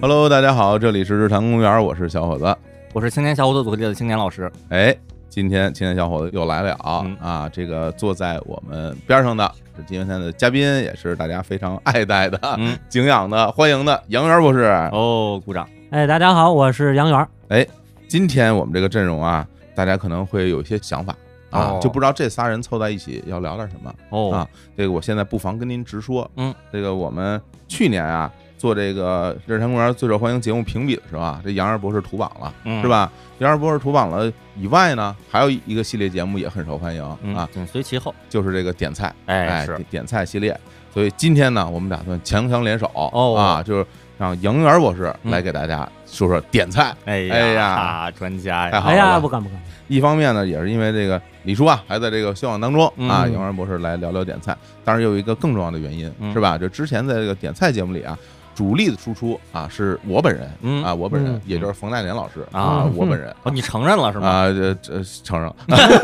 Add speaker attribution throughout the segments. Speaker 1: Hello，大家好，这里是日坛公园，我是小伙子。
Speaker 2: 我是青年小伙子组织的青年老师，
Speaker 1: 哎，今天青年小伙子又来了啊！
Speaker 2: 嗯
Speaker 1: 啊，这个坐在我们边上的是今天的嘉宾，也是大家非常爱戴的、
Speaker 2: 嗯，
Speaker 1: 敬仰的、欢迎的杨元博士。
Speaker 2: 哦，鼓掌，
Speaker 3: 哎，大家好，我是杨元。
Speaker 1: 今天我们这个阵容啊，大家可能会有一些想法啊，
Speaker 2: 哦
Speaker 1: 就不知道这仨人凑在一起要聊点什么。
Speaker 2: 哦，
Speaker 1: 啊这个我现在不妨跟您直说，
Speaker 2: 嗯，
Speaker 1: 这个我们去年啊做这个日坛公园最受欢迎节目评比的时候啊，这杨二博士土榜了，
Speaker 2: 嗯
Speaker 1: 是？吧？杨二博士土榜了以外呢，还有一个系列节目也很受欢迎、
Speaker 2: 嗯
Speaker 1: 啊，，
Speaker 2: 紧随其后，
Speaker 1: 就是这个点菜，哎，
Speaker 2: 哎，是
Speaker 1: 点点菜系列。所以今天呢，我们打算强强联手、
Speaker 2: 哦嗯
Speaker 1: 啊，就是让杨元博士来给大家说说点菜。
Speaker 2: 哎
Speaker 1: 哎呀
Speaker 2: 呀，专家
Speaker 1: 太
Speaker 2: 呀，
Speaker 1: 好
Speaker 3: 哎
Speaker 1: 了
Speaker 3: 呀，不敢不 敢，
Speaker 1: 一方面呢，也是因为这个李叔啊还在这个休养当中啊，
Speaker 3: 嗯
Speaker 1: 杨元博士来聊聊点菜。当然，有一个更重要的原因、
Speaker 2: 嗯
Speaker 1: 是吧？就之前在这个点菜节目里啊，主力的输出啊是我本人、
Speaker 2: 嗯
Speaker 1: 啊，我本人、
Speaker 3: 嗯
Speaker 1: 也就是冯大年老师
Speaker 2: 啊
Speaker 1: 我本人。
Speaker 2: 哦，你承认 了是吗？
Speaker 1: 啊，这这承认，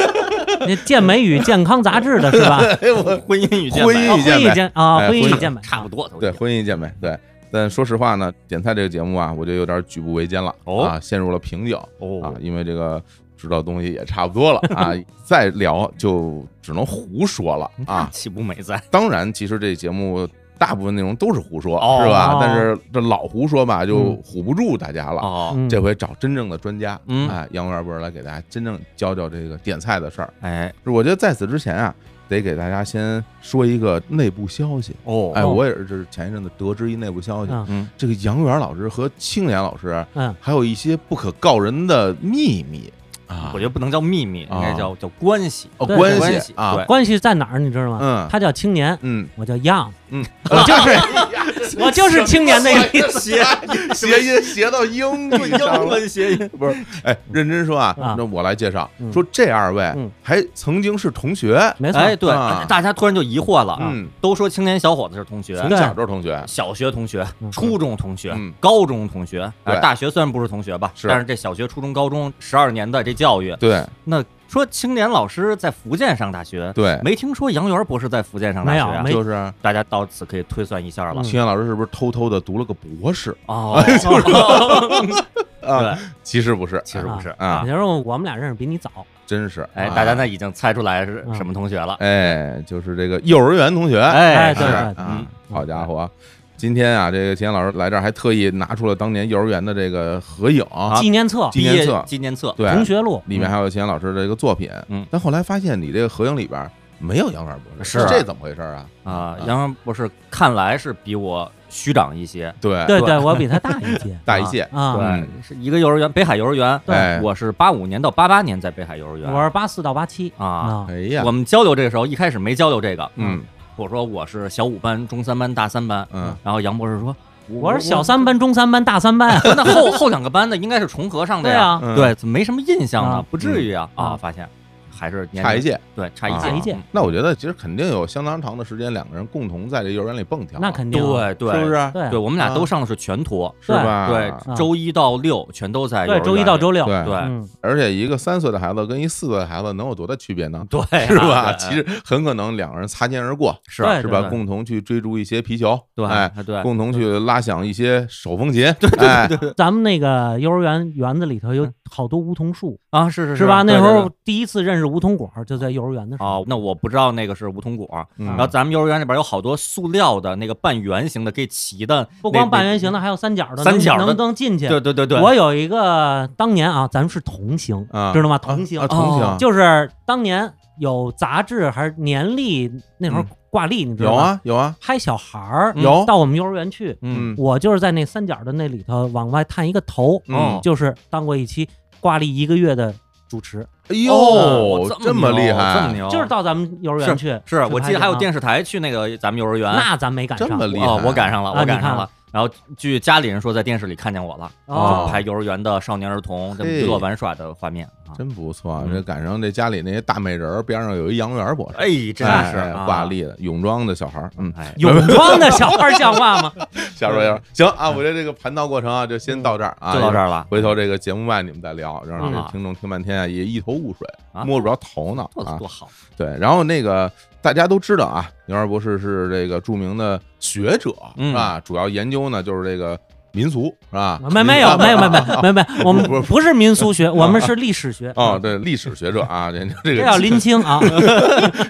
Speaker 3: 那健美与健康杂志的是吧？
Speaker 1: 哎，我
Speaker 2: 婚姻与健
Speaker 1: 婚
Speaker 2: 美
Speaker 1: 姻与
Speaker 3: 哦
Speaker 1: 哎健美
Speaker 3: 婚健啊，
Speaker 1: 哎
Speaker 3: 婚
Speaker 1: 婚
Speaker 3: 姻
Speaker 1: 姻
Speaker 3: 与健美
Speaker 2: 差不多，都
Speaker 1: 对
Speaker 2: 已经
Speaker 1: 婚姻健美对，但说实话呢，点菜这个节目啊，我就有点举步维艰了、
Speaker 2: 哦
Speaker 1: 啊，陷入了瓶颈啊
Speaker 2: 哦，，
Speaker 1: 因为这个知道东西也差不多了 啊，再聊就只能胡说了 啊
Speaker 2: 那。岂不美哉？
Speaker 1: 当然，其实这节目大部分内容都是胡说，
Speaker 2: 哦
Speaker 1: 是吧
Speaker 3: 哦？
Speaker 1: 但是这老胡说吧，就
Speaker 3: 嗯
Speaker 1: 唬不住大家了。
Speaker 2: 哦，
Speaker 3: 嗯
Speaker 1: 这回找真正的专家，
Speaker 2: 嗯
Speaker 1: 哎，杨元博士来给大家真正教教这个点菜的事儿。
Speaker 2: 哎，
Speaker 1: 我觉得在此之前啊，得给大家先说一个内部消息。
Speaker 2: 哦，
Speaker 1: 哎，
Speaker 3: 哦
Speaker 1: 我也是就是前一阵子得知一内部消息，
Speaker 3: 嗯
Speaker 2: 嗯，
Speaker 1: 这个杨元老师和青年老师
Speaker 3: 嗯，
Speaker 1: 还有一些不可告人的秘密啊，
Speaker 2: 哦我觉得不能叫秘密，应
Speaker 1: 啊
Speaker 2: 该叫叫关系，
Speaker 1: 哦
Speaker 3: 对
Speaker 1: 关
Speaker 2: 关
Speaker 1: 系
Speaker 2: 系
Speaker 1: 啊，
Speaker 2: 对
Speaker 3: 关系在哪儿你知道吗？
Speaker 1: 嗯
Speaker 3: 他叫青年，
Speaker 1: 嗯
Speaker 3: 我叫 young，
Speaker 1: 嗯，
Speaker 3: 我就是我就是青年那
Speaker 1: 哎
Speaker 3: 个意思。
Speaker 2: 谐
Speaker 1: 谐音谐到英语
Speaker 2: 英
Speaker 1: 上了。
Speaker 2: 文谐音，
Speaker 1: 不是，哎，认真说啊，
Speaker 3: 啊
Speaker 1: 那我来介绍，
Speaker 3: 嗯
Speaker 1: 说这二位
Speaker 3: 嗯
Speaker 1: 还曾经是同学，
Speaker 3: 没错，
Speaker 2: 哎，对
Speaker 1: 啊，
Speaker 2: 大家突然就疑惑了，
Speaker 1: 嗯，
Speaker 2: 都说青年小伙子是同学
Speaker 1: 从。小就是同学，
Speaker 2: 小学同学
Speaker 3: 嗯、
Speaker 2: 初中同学
Speaker 1: 嗯、
Speaker 2: 高中同学，
Speaker 1: 对
Speaker 2: 呃，大学虽然不是同学吧，
Speaker 1: 是
Speaker 2: 但是这小学、初中、高中十二年的这教育，
Speaker 1: 对
Speaker 2: 那说青年老师在福建上大学，
Speaker 1: 对，
Speaker 2: 没听说杨元博士在福建上大学啊
Speaker 3: 没，有
Speaker 1: 就是啊
Speaker 2: 大家到此可以推算一下了
Speaker 3: 嗯。
Speaker 1: 青年老师是不是偷偷的读了个博士
Speaker 2: 哦，
Speaker 1: 啊？
Speaker 2: 对，
Speaker 1: 其实不是，
Speaker 2: 其实不是
Speaker 1: 啊，
Speaker 3: 你说我们俩认识比你早，
Speaker 1: 真是，
Speaker 2: 哎，
Speaker 1: 啊
Speaker 2: 大家呢已经猜出来是什么同学了。
Speaker 1: 哎，就是这个幼儿园同学，
Speaker 2: 哎，
Speaker 3: 哎
Speaker 1: 是
Speaker 3: 对
Speaker 2: 是
Speaker 3: 对
Speaker 1: 啊
Speaker 2: 嗯，
Speaker 1: 好家伙。今天啊，这个秦岩老师来这儿还特意拿出了当年幼儿园的这个合影，
Speaker 3: 纪念册、
Speaker 1: 纪
Speaker 2: 毕
Speaker 1: 念
Speaker 2: 业
Speaker 1: 册
Speaker 2: 纪念册，
Speaker 1: 对，
Speaker 3: 同学录，
Speaker 1: 里面还有秦岩老师的这个作品，
Speaker 2: 嗯
Speaker 1: 但后来发现你这个合影里边没有杨元博士，
Speaker 2: 是
Speaker 1: 这怎么回事啊？
Speaker 2: 啊，杨元博士看来是比我虚长一些，
Speaker 1: 对，
Speaker 3: 对对，
Speaker 2: 对
Speaker 3: 我比他大一届
Speaker 1: 大一届，
Speaker 3: 啊，
Speaker 1: 嗯
Speaker 2: 对，是一个幼儿园，北海幼儿园，
Speaker 1: 哎，
Speaker 2: 我是八五年到八八年在北海幼儿园
Speaker 3: 我是八四到八七
Speaker 2: 啊。
Speaker 3: 啊
Speaker 1: 哎呀
Speaker 2: 我，们交流这个时候，一开始没交流这个，
Speaker 1: 嗯
Speaker 2: 我说我是小五班、中三班、大三班，
Speaker 1: 嗯，
Speaker 2: 然后杨博士说
Speaker 3: 我是小三班、中三班、大三班，
Speaker 2: 那后 后两个班的应该是重合上的
Speaker 3: 对
Speaker 2: 呀，
Speaker 3: 啊，
Speaker 1: 嗯，
Speaker 2: 对，怎么没什么印象呢
Speaker 3: 啊？
Speaker 2: 不至于啊
Speaker 3: 嗯
Speaker 2: 啊！发现还是年龄
Speaker 1: 差一，届。
Speaker 2: 对，差一届，
Speaker 1: 啊差
Speaker 3: 一届
Speaker 2: 嗯
Speaker 1: 那我觉得其实肯定有相当长的时间，两个人共同在这幼儿园里蹦跳，
Speaker 3: 那肯定啊
Speaker 2: 对对，
Speaker 1: 是不？是？
Speaker 3: 对啊
Speaker 2: 对，我们俩
Speaker 1: 啊
Speaker 2: 都上的是全托，
Speaker 1: 是吧？
Speaker 2: 对，周一到六全都在幼儿园，
Speaker 3: 对
Speaker 2: 里，
Speaker 3: 周一 到周六，
Speaker 1: 对
Speaker 2: 对
Speaker 3: 嗯
Speaker 1: 而且一个三岁的孩子跟一四岁的孩子能有多大区别呢？
Speaker 2: 对啊，
Speaker 1: 是吧？
Speaker 2: 对
Speaker 1: 其实很可能两个人擦肩而过，
Speaker 2: 是
Speaker 3: 对
Speaker 1: 是吧？
Speaker 2: 对
Speaker 1: 共同去追逐一些皮球，
Speaker 2: 对
Speaker 1: 哎，
Speaker 2: 对，
Speaker 1: 共同去拉响一些手风琴，哎对对对对，
Speaker 3: 咱们那个幼儿园园子里头有
Speaker 2: 嗯
Speaker 3: 好多梧桐树，
Speaker 2: 啊，是是
Speaker 3: 是吧？那
Speaker 2: 对
Speaker 3: 时
Speaker 2: 对
Speaker 3: 候
Speaker 2: 对
Speaker 3: 第一次认识梧桐果儿就在幼儿 园的时候。
Speaker 2: 哦，那我不知道那个是梧桐果，
Speaker 1: 嗯
Speaker 2: 然后咱们幼儿园里边有好多塑料的那个半圆形的，可以骑的那，
Speaker 3: 不光半圆形的，还有三角的，
Speaker 2: 三角的
Speaker 3: 能能能进去
Speaker 2: 那，。对对对对，嗯
Speaker 3: 我有一个当年啊，咱们是同行，
Speaker 1: 啊
Speaker 3: 知道吗？同行
Speaker 1: 啊，同
Speaker 2: 哦
Speaker 1: 行
Speaker 3: 就是当年有杂志还是年历那时候
Speaker 1: 嗯
Speaker 3: 挂历，你知道
Speaker 1: 有
Speaker 3: 吗？，
Speaker 1: 啊有啊，
Speaker 3: 拍小孩儿
Speaker 2: 嗯
Speaker 1: 有
Speaker 3: 到我们幼儿园去，
Speaker 2: 嗯，
Speaker 3: 我就是在那三角的那里头往外探一个头，
Speaker 1: 嗯
Speaker 2: 哦
Speaker 3: 就是当过一期挂历一个月的主持，
Speaker 1: 哎
Speaker 2: 哦
Speaker 1: 呦，
Speaker 2: 这
Speaker 1: 么厉
Speaker 2: 牛这
Speaker 1: 害
Speaker 2: 么，牛，
Speaker 3: 就是到咱们幼儿园去。
Speaker 2: 哦是我记得还有电
Speaker 3: 视，
Speaker 2: 视台去那个咱们幼儿园，
Speaker 3: 啊那咱没赶上。
Speaker 1: 这么厉害
Speaker 2: 哦，我赶上了，
Speaker 3: 啊
Speaker 2: 我赶
Speaker 3: 你
Speaker 2: 上
Speaker 3: 看
Speaker 2: 了。然后据家里人说，在电视里看见我了，
Speaker 3: 哦
Speaker 2: 就拍幼儿园的少年儿童这么
Speaker 1: 嘿
Speaker 2: 娱乐玩耍的画面啊！
Speaker 1: 真不错，
Speaker 2: 嗯
Speaker 1: 这赶上这家里那些大美人儿边上有一杨元博士，
Speaker 2: 哎，真
Speaker 1: 哎
Speaker 2: 是
Speaker 1: 哎
Speaker 2: 啊
Speaker 1: 挂，历的泳装的小孩儿，嗯，
Speaker 2: 哎，
Speaker 3: 泳装的小孩儿像话吗？
Speaker 1: 瞎说瞎说，行啊，我这这个盘道过程啊，就先到这儿啊，
Speaker 2: 嗯就到这儿了。
Speaker 1: 回头这个节目外你们再聊，让这
Speaker 2: 啊
Speaker 1: 听众听半天啊也一头雾水，
Speaker 2: 啊
Speaker 1: 摸不着头脑
Speaker 2: 做的
Speaker 1: 啊。
Speaker 2: 多好，
Speaker 1: 对，然后那个大家都知道啊，牛二博士是这个著名的学者
Speaker 2: 嗯
Speaker 1: 啊，主要研究呢就是这个民俗是吧？
Speaker 3: 没没有没有没有没
Speaker 1: 啊
Speaker 3: 有没有没有，
Speaker 1: 不
Speaker 3: 我们
Speaker 1: 是
Speaker 3: 不是民俗学，我们是历史学。
Speaker 1: 哦，对，历史学者 啊，人家 这
Speaker 3: 这
Speaker 1: 个
Speaker 3: 要拎清啊，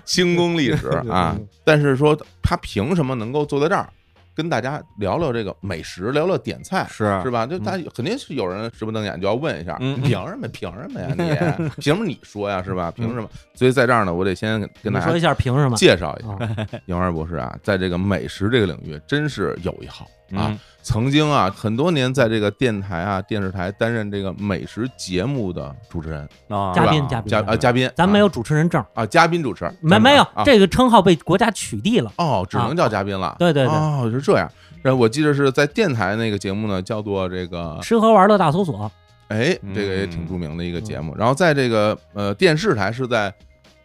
Speaker 1: 清宫历史啊
Speaker 3: 嗯，
Speaker 1: 但是说他凭什么能够坐在这儿跟大家聊聊这个美食，聊聊点菜？
Speaker 2: 是
Speaker 1: 是吧？
Speaker 3: 嗯
Speaker 1: 就他肯定是有人直不瞪眼，就要问一下，
Speaker 2: 嗯
Speaker 1: 你 凭什么？凭什么呀？ 你凭什么你说呀？是吧？凭什么？所以在这儿呢，我得先跟
Speaker 3: 嗯你
Speaker 1: 大
Speaker 3: 说一
Speaker 1: 家
Speaker 3: 下凭什么？
Speaker 1: 介绍一下
Speaker 3: 啊，
Speaker 1: 杨二博士啊，在这个美食这个领域真是有一号啊。
Speaker 2: 嗯
Speaker 1: 曾经啊，很多年在这个电台啊、电视台担任这个美食节目的主持人、
Speaker 2: 啊，
Speaker 3: 嘉
Speaker 1: 是吧
Speaker 3: 宾嘉宾
Speaker 1: 嘉啊嘉宾，
Speaker 3: 咱没
Speaker 1: 啊
Speaker 3: 有主持人证，
Speaker 1: 啊嘉宾主持，
Speaker 3: 没没有
Speaker 1: 啊
Speaker 3: 这个称号被国家取缔了。
Speaker 1: 哦，只能叫嘉宾了。
Speaker 3: 对对对
Speaker 1: 哦，是这样。然后我记得是在电台那个节目呢，叫做这个
Speaker 3: 吃喝玩乐大搜索，
Speaker 1: 哎，这个也挺著名的一个节
Speaker 3: 嗯
Speaker 1: 目。然后在这个呃电视台是在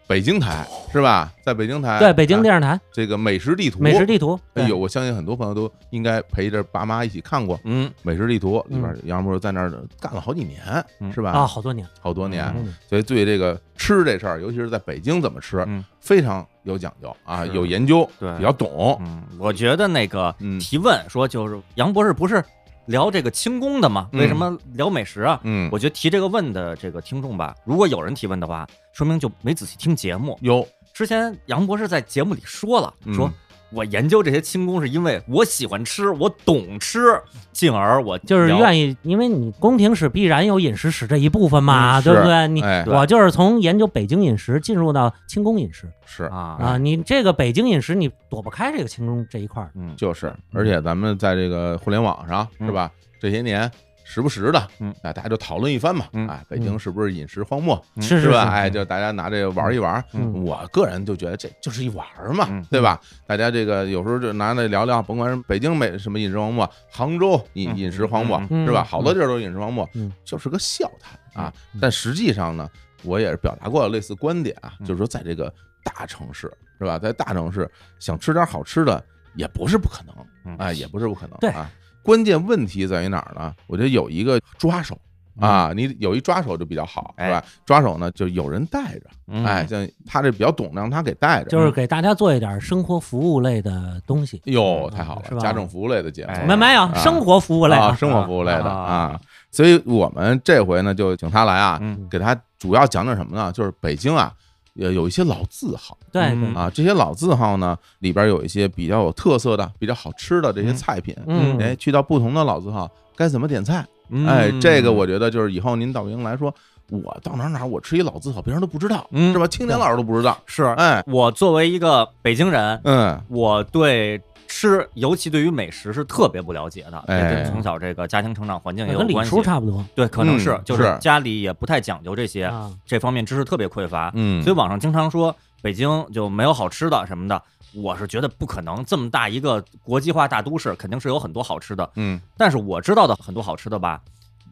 Speaker 1: 北京台是吧？在北京台
Speaker 3: 哦对北京
Speaker 1: 啊
Speaker 3: 电视台
Speaker 1: 这个美食地图，
Speaker 3: 美食地图，
Speaker 1: 哎
Speaker 3: 对
Speaker 1: 呦，我相信很多朋友都应该陪着爸妈一起看过《
Speaker 2: 嗯，
Speaker 1: 美食地图》里边，杨博士在那儿干了好几年
Speaker 2: 嗯
Speaker 1: 是吧？
Speaker 3: 啊，好多年，
Speaker 1: 好多年，
Speaker 3: 嗯
Speaker 1: 所以对这个吃这事儿，尤其是在北京怎么吃，
Speaker 2: 嗯
Speaker 1: 非常有讲究啊，
Speaker 2: 是
Speaker 1: 有研究，
Speaker 2: 对
Speaker 1: 比较懂。
Speaker 2: 嗯，我觉得那个
Speaker 1: 嗯
Speaker 2: 提问说，就是杨博士不是聊这个清宫的吗？
Speaker 1: 嗯
Speaker 2: 为什么聊美食啊？
Speaker 1: 嗯，
Speaker 2: 我觉得提这个问的这个听众吧，如果有人提问的话，说明就没仔细听节目。
Speaker 1: 有
Speaker 2: 之前杨博士在节目里说了，
Speaker 1: 嗯
Speaker 2: 说我研究这些清宫是因为我喜欢吃，我懂吃，进而我
Speaker 3: 就是
Speaker 2: 聊
Speaker 3: 愿意，因为你宫廷史必然有饮食史这一部分嘛，
Speaker 2: 啊
Speaker 1: 嗯
Speaker 3: 对不
Speaker 1: 是
Speaker 3: 对？你
Speaker 1: 哎
Speaker 3: 我就是从研究北京饮食进入到清宫饮食
Speaker 1: 是
Speaker 2: 啊
Speaker 3: 啊，你这个北京饮食你躲不开这个清宫这一块儿，
Speaker 2: 嗯，
Speaker 1: 就是，而且咱们在这个互联网上
Speaker 2: 嗯
Speaker 1: 是吧？这些年时不时的，
Speaker 2: 嗯
Speaker 1: 啊，大家就讨论一番嘛。
Speaker 2: 嗯
Speaker 1: 哎，北京是不是饮食荒漠？
Speaker 2: 嗯
Speaker 3: 是
Speaker 1: 是
Speaker 3: 是
Speaker 1: 吧？哎，就大家拿这个玩一玩。
Speaker 3: 嗯
Speaker 1: 我个人就觉得这就是一玩儿嘛，
Speaker 2: 嗯
Speaker 1: 对吧？大家这个有时候就拿那聊聊，甭管是北京美什么饮食荒漠，杭州饮
Speaker 2: 嗯
Speaker 1: 饮食荒漠
Speaker 2: 嗯
Speaker 3: 嗯
Speaker 1: 是吧？
Speaker 3: 嗯
Speaker 1: 好多地儿都是饮食荒漠
Speaker 3: 嗯，
Speaker 1: 就是个笑谈啊
Speaker 3: 嗯。
Speaker 1: 但实际上呢，我也是表达过类似观点啊，
Speaker 2: 嗯
Speaker 1: 就是说在这个大城市是吧？在大城市想吃点好吃的也不是不可能。
Speaker 2: 嗯
Speaker 1: 哎，也不是不可能。
Speaker 3: 对
Speaker 1: 啊，关键问题在于哪儿呢？我觉得有一个抓手啊，
Speaker 3: 嗯
Speaker 1: 你有一抓手就比较好，是
Speaker 3: 哎
Speaker 1: 吧？抓手呢，就有人带着，
Speaker 2: 嗯
Speaker 1: 哎，像他这比较懂，让他给带着，
Speaker 3: 就是给大家做一点生活服务类的东西，
Speaker 1: 哟，太好
Speaker 3: 是
Speaker 1: 了，
Speaker 3: 吧
Speaker 1: 家政服务类的节
Speaker 2: 嗯哎
Speaker 1: 目，
Speaker 3: 没没有
Speaker 1: 啊
Speaker 3: 生活服务类
Speaker 1: 啊，
Speaker 3: 啊，
Speaker 1: 生活服务类的
Speaker 2: 啊
Speaker 1: 啊，所以我们这回呢，就请他来啊，
Speaker 2: 嗯
Speaker 1: 给他主要讲讲什么呢？就是北京啊，有有一些老字号。
Speaker 3: 对
Speaker 2: 嗯
Speaker 3: 对，
Speaker 1: 啊，这些老字号呢，里边有一些比较有特色的、比较好吃的这些
Speaker 2: 嗯
Speaker 1: 菜品。
Speaker 3: 嗯
Speaker 1: 哎，去到不同的老字号该怎么点菜？
Speaker 2: 嗯
Speaker 1: 哎，这个我觉得就是以后您到营来说，我到哪儿哪儿我吃一老字号，别人都不知道，
Speaker 2: 嗯
Speaker 1: 是吧？青年老师都不知道。
Speaker 2: 是
Speaker 1: 哎，
Speaker 2: 我作为一个北京人，
Speaker 1: 嗯，
Speaker 2: 我对吃，尤其对于美食是特别不了解的，也
Speaker 1: 哎
Speaker 2: 跟从小这个家庭成长环境啊也有
Speaker 3: 跟李
Speaker 2: 关系
Speaker 3: 叔。差不多
Speaker 2: 对，可能是
Speaker 1: 嗯
Speaker 2: 就是
Speaker 1: 是
Speaker 2: 家里也不太讲究这些，
Speaker 3: 啊，
Speaker 2: 这方面知识特别匮乏，
Speaker 1: 嗯
Speaker 2: 所以网上经常说北京就没有好吃的什么的，我是觉得不可能，这么大一个国际化大都市，肯定是有很多好吃的。
Speaker 1: 嗯，
Speaker 2: 但是我知道的很多好吃的吧，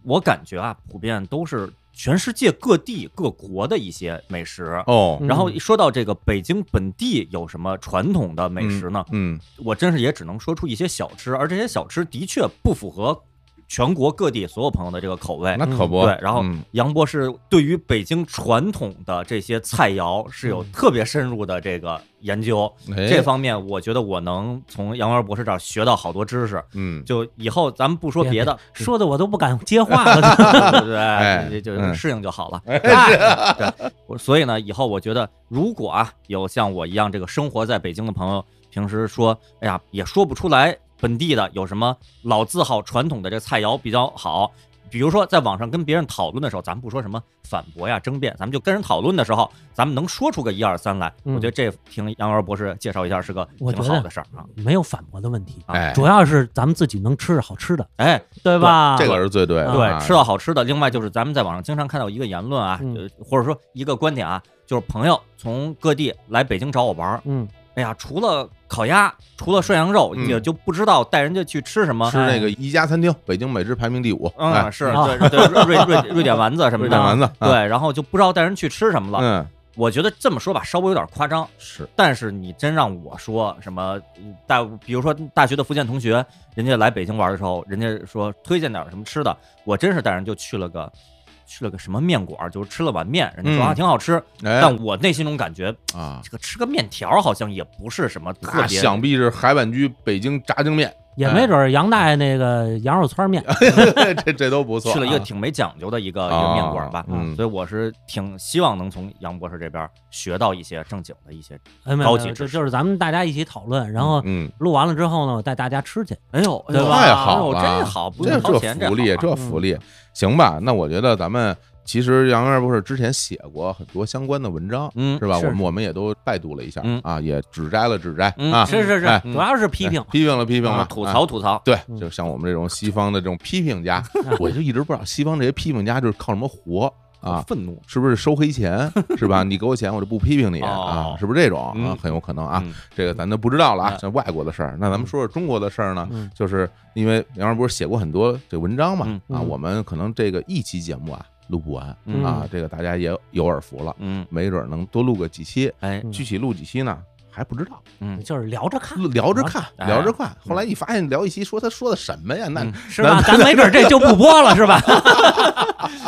Speaker 2: 我感觉啊，普遍都是全世界各地各国的一些美食。
Speaker 1: 哦，
Speaker 2: 然后一说到这个北京本地有什么传统的美食呢？
Speaker 1: 嗯，
Speaker 2: 我真是也只能说出一些小吃，而这些小吃的确不符合全国各地所有朋友的这个口味。
Speaker 1: 哎那可不。
Speaker 2: 对，然后
Speaker 1: 嗯
Speaker 2: 杨博士对于北京传统的这些菜肴是有
Speaker 1: 嗯
Speaker 2: 特别深入的这个研究，
Speaker 1: 哎
Speaker 2: 这方面我觉得我能从杨文博士这儿学到好多知识。
Speaker 1: 嗯，
Speaker 2: 就以后咱们不说别的，嗯
Speaker 3: 说的我都不敢接话了，
Speaker 2: 对不
Speaker 1: 哎
Speaker 2: 对？就
Speaker 1: 嗯
Speaker 2: 就适应就好了。
Speaker 3: 哎
Speaker 2: 对，我所以呢，以后我觉得，如果啊有像我一样这个生活在北京的朋友，平时说，哎呀，也说不出来本地的有什么老字号传统的这菜肴比较好。比如说，在网上跟别人讨论的时候，咱们不说什么反驳呀、争辩，咱们就跟人讨论的时候，咱们能说出个一二三来。
Speaker 3: 嗯
Speaker 2: 我觉得这听杨元博士介绍一下是个
Speaker 3: 我
Speaker 2: 挺
Speaker 3: 觉得
Speaker 2: 好的事儿啊。
Speaker 3: 没有反驳的问题，
Speaker 2: 啊
Speaker 1: 哎，
Speaker 3: 主要是咱们自己能吃着好吃的，
Speaker 2: 哎，
Speaker 3: 对吧？
Speaker 1: 这个是最对的。
Speaker 2: 对，
Speaker 1: 啊
Speaker 2: 吃到好吃的。另外就是咱们在网上经常看到一个言论啊，
Speaker 3: 嗯
Speaker 2: 呃或者说一个观点啊，就是朋友从各地来北京找我玩儿，
Speaker 3: 嗯，
Speaker 2: 哎呀，除了烤鸭，除了涮羊肉，
Speaker 1: 嗯
Speaker 2: 也就不知道带人家去吃什么。
Speaker 1: 吃那个一家餐厅，北京美食排名第五。哎
Speaker 2: 嗯，，是
Speaker 3: 啊
Speaker 2: 对对，瑞瑞瑞典丸子什么
Speaker 1: 瑞
Speaker 2: 的，
Speaker 1: 典丸子。啊，
Speaker 2: 对，然后就不知道带人去吃什么了。
Speaker 1: 嗯，
Speaker 2: 我觉得这么说吧，稍微有点夸张，
Speaker 1: 是
Speaker 2: 但是你真让我说什么嗯大，比如说大学的福建同学，人家来北京玩的时候，人家说推荐点什么吃的，我真是带人就去了个去了个什么面馆，就是吃了碗面，人家说
Speaker 1: 嗯
Speaker 2: 啊挺好吃，
Speaker 1: 哎
Speaker 2: 但我内心中感觉
Speaker 1: 啊，
Speaker 2: 这个吃个面条好像也不是什么特
Speaker 1: 那
Speaker 2: 别
Speaker 1: 想必是海碗居北京炸酱面
Speaker 3: 也没准儿杨大爷那个羊肉汆面，
Speaker 1: 这这都不错啊。
Speaker 2: 去了一个挺没讲究的一个、一个面馆吧
Speaker 1: 啊，嗯
Speaker 2: 所以我是挺希望能从杨博士这边学到一些正经的一些。
Speaker 3: 哎，没
Speaker 2: 高
Speaker 3: 有，
Speaker 2: 级
Speaker 3: 没有
Speaker 2: 知
Speaker 3: 就
Speaker 2: 识
Speaker 3: 就是咱们大家一起讨论，然后
Speaker 1: 嗯，
Speaker 3: 录完了之后呢，我带大家吃去。
Speaker 2: 哎呦，
Speaker 3: 对吧
Speaker 1: 太好
Speaker 2: 哎呦
Speaker 1: 了，
Speaker 2: 这好，不
Speaker 1: 这
Speaker 2: 用掏钱，
Speaker 1: 福利，
Speaker 2: 这好嗯
Speaker 1: 这福利，行吧？那我觉得咱们其实杨元不是之前写过很多相关的文章，
Speaker 2: 嗯
Speaker 1: 是吧？
Speaker 3: 是
Speaker 1: 我们我们也都拜读了一下
Speaker 2: 嗯
Speaker 1: 啊，也指摘了指摘
Speaker 2: 嗯
Speaker 1: 啊，
Speaker 3: 是是是，
Speaker 1: 哎
Speaker 3: 主要是批评
Speaker 1: 哎，批评了批评了
Speaker 2: 啊，吐
Speaker 1: 哎
Speaker 2: 槽吐槽，
Speaker 1: 对，
Speaker 3: 嗯
Speaker 1: 就像我们这种西方的这种批评家，
Speaker 2: 嗯
Speaker 1: 我就一直不知道西方这些批评家就是靠什么活啊？
Speaker 2: 愤怒
Speaker 1: 是不是收黑钱 是吧？你给我钱，我就不批评你啊
Speaker 2: 哦，
Speaker 1: 是不是这种啊
Speaker 2: 嗯？
Speaker 1: 很有可能啊，
Speaker 2: 嗯
Speaker 1: 这个咱都不知道了啊
Speaker 2: 嗯。
Speaker 1: 像外国的事儿，那咱们说说中国的事儿呢？
Speaker 3: 嗯
Speaker 1: 就是因为杨二波写过很多这文章嘛
Speaker 2: 嗯，
Speaker 1: 啊，
Speaker 3: 嗯
Speaker 1: 我们可能这个一期节目啊录不完
Speaker 2: 嗯
Speaker 1: 啊，这个大家也有耳福了，
Speaker 2: 嗯，
Speaker 1: 没准能多录个几期，
Speaker 2: 哎，
Speaker 3: 嗯
Speaker 1: 具体录几期呢？还不知道，
Speaker 2: 嗯，
Speaker 3: 就是聊着看，
Speaker 1: 聊着看，
Speaker 2: 哎
Speaker 1: 聊着看。
Speaker 2: 嗯
Speaker 1: 后来一发现聊一期，说他说的什么呀？那
Speaker 2: 嗯
Speaker 3: 是吧？咱没准儿这就不播了，是吧？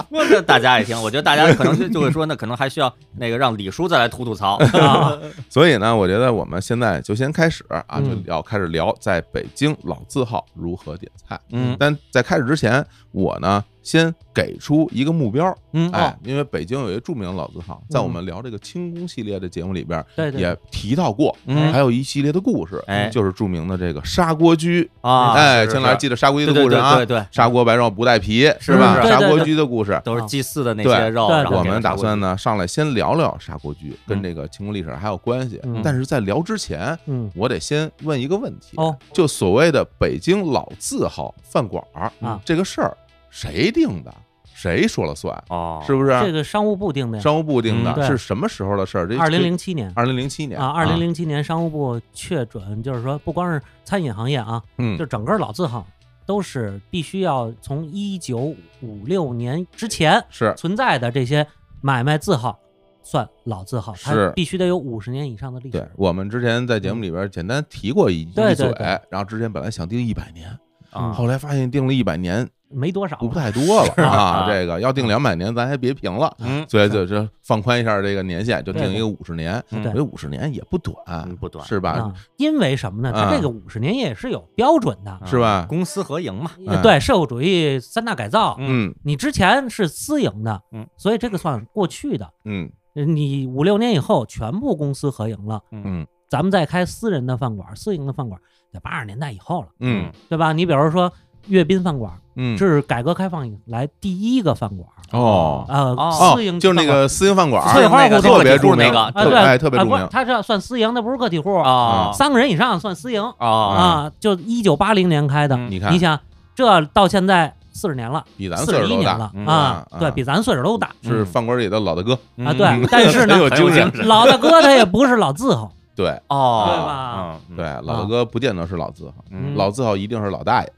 Speaker 2: 我这大家也听，我觉得大家可能就就会说，那可能还需要那个让李叔再来吐吐 槽，
Speaker 3: 啊
Speaker 1: 所以呢，我觉得我们现在就先开始啊，就
Speaker 3: 嗯
Speaker 1: 要开始聊在北京老字号如何点菜。
Speaker 2: 嗯
Speaker 1: 但在开始之前，我呢先给出一个目标，
Speaker 2: 嗯
Speaker 1: 哎，因为北京有一个著名的老字号，在我
Speaker 3: 嗯
Speaker 1: 们聊这个清宫系列的节目里边
Speaker 3: 对对
Speaker 1: 也提到过，哎
Speaker 2: 嗯
Speaker 1: 还有一系列的故事，
Speaker 2: 哎
Speaker 1: 就是著名的这个砂锅居，
Speaker 2: 啊，
Speaker 1: 哎，
Speaker 2: 是
Speaker 1: 先来记得砂锅居
Speaker 2: 对
Speaker 1: 的
Speaker 2: 对
Speaker 1: 故事
Speaker 2: 对
Speaker 1: 啊
Speaker 2: 对，对，
Speaker 1: 砂锅白肉不带皮
Speaker 2: 是
Speaker 1: 吧？
Speaker 2: 是
Speaker 1: 砂
Speaker 3: 对对
Speaker 1: 锅
Speaker 3: 对
Speaker 1: 居的故事，
Speaker 2: 都是祭祀的那
Speaker 1: 对
Speaker 2: 些肉，
Speaker 3: 啊对
Speaker 2: 然后
Speaker 1: 我
Speaker 2: 给
Speaker 1: 们
Speaker 2: 它
Speaker 1: 打
Speaker 2: 过
Speaker 1: 算
Speaker 2: 去，
Speaker 1: 呢上来先聊聊砂锅居跟
Speaker 2: 嗯
Speaker 1: 这个清宫历史还有关系，
Speaker 3: 嗯
Speaker 1: 但是在聊之前，
Speaker 3: 嗯
Speaker 1: 我得先问一个问题，
Speaker 3: 哦
Speaker 1: 就所谓的北京老字号饭馆儿
Speaker 3: 啊
Speaker 1: 这个事儿，谁定的？谁说了算？
Speaker 2: 哦，
Speaker 1: 是不是？啊
Speaker 3: 这个商务部定的呀，
Speaker 1: 商务部定
Speaker 2: 嗯
Speaker 1: 的
Speaker 3: 对
Speaker 1: 是什么时候的事儿？这
Speaker 3: 二零零七年。
Speaker 1: 二零零七年
Speaker 3: 啊，二零，零七年商务部确准，就是说不光是餐饮行业啊，
Speaker 1: 嗯
Speaker 3: 就整个老字号都是必须要从一九五六年之前
Speaker 1: 是
Speaker 3: 存在的这些买卖字号算老字号，它
Speaker 1: 是
Speaker 3: 必须得有五十年以上的历
Speaker 1: 对
Speaker 3: 史。
Speaker 1: 我们之前在节目里边简单提过一
Speaker 3: 嗯对
Speaker 1: 一嘴
Speaker 3: 对对，
Speaker 1: 然后之前本来想定一百年，
Speaker 2: 啊
Speaker 1: 后来发现定了一百年
Speaker 3: 没多少
Speaker 1: 不太多了啊，
Speaker 2: 啊
Speaker 1: 这个要定两百年咱还别评 了，
Speaker 2: 嗯，
Speaker 1: 所以就是放宽一下这个年限，就定一
Speaker 3: 对
Speaker 1: 个五十年，
Speaker 2: 嗯
Speaker 1: 我觉得五十年也不短
Speaker 2: 嗯，不短
Speaker 1: 是吧？
Speaker 3: 啊，因为什么呢？它
Speaker 1: 啊
Speaker 3: 这个五十年也是有标准的，
Speaker 1: 是吧
Speaker 2: 公私合营嘛，
Speaker 1: 哎
Speaker 3: 对社会主义三大改造，
Speaker 1: 嗯
Speaker 3: 你之前是私营的，
Speaker 2: 嗯，
Speaker 3: 所以这个算过去的。
Speaker 1: 嗯
Speaker 3: 呃你五六年以后全部公私合营了，
Speaker 1: 嗯
Speaker 3: 咱们再开私人的饭馆、私营的饭馆，在八十年代以后了，
Speaker 1: 嗯
Speaker 3: 对吧？你比如说阅兵饭馆，
Speaker 1: 嗯，
Speaker 3: 这是改革开放以来第一个饭馆，
Speaker 1: 哦
Speaker 3: 呃，
Speaker 2: 哦
Speaker 1: 哦
Speaker 3: 私营，
Speaker 1: 就是那
Speaker 3: 饭馆
Speaker 1: 个私营饭馆儿，
Speaker 3: 翠花胡同
Speaker 1: 特别著名
Speaker 2: 那个，
Speaker 3: 啊，
Speaker 1: 特
Speaker 3: 对，
Speaker 1: 哎特别
Speaker 3: 啊
Speaker 1: 著
Speaker 3: 不是
Speaker 1: 名哦
Speaker 3: 它这算私营，那不是个体户，
Speaker 2: 啊
Speaker 3: 三个人以上算私营
Speaker 2: 啊
Speaker 3: 啊，就一九八零年开的，
Speaker 2: 嗯
Speaker 1: 你看
Speaker 3: 你想这到现在四十年了，
Speaker 1: 比咱
Speaker 3: 四
Speaker 1: 岁数
Speaker 3: 十一
Speaker 1: 都
Speaker 3: 年
Speaker 1: 大
Speaker 3: 了
Speaker 2: 嗯
Speaker 3: 啊
Speaker 1: 啊，
Speaker 3: 对
Speaker 1: 啊
Speaker 3: 比咱岁数都大
Speaker 1: 是饭馆里的老大哥，
Speaker 2: 嗯
Speaker 3: 啊，
Speaker 1: 嗯
Speaker 3: 对， 但是呢
Speaker 1: 很。有
Speaker 2: 很有
Speaker 1: 精神
Speaker 2: 精，
Speaker 3: 老大哥他也不是老字号，
Speaker 1: 对
Speaker 2: 哦，
Speaker 3: 对吧
Speaker 2: 嗯？
Speaker 1: 对
Speaker 2: 嗯，
Speaker 1: 老大哥不见得是老字号，
Speaker 2: 嗯
Speaker 1: 老字号一定是 老大爷，
Speaker 3: 啊嗯
Speaker 2: 嗯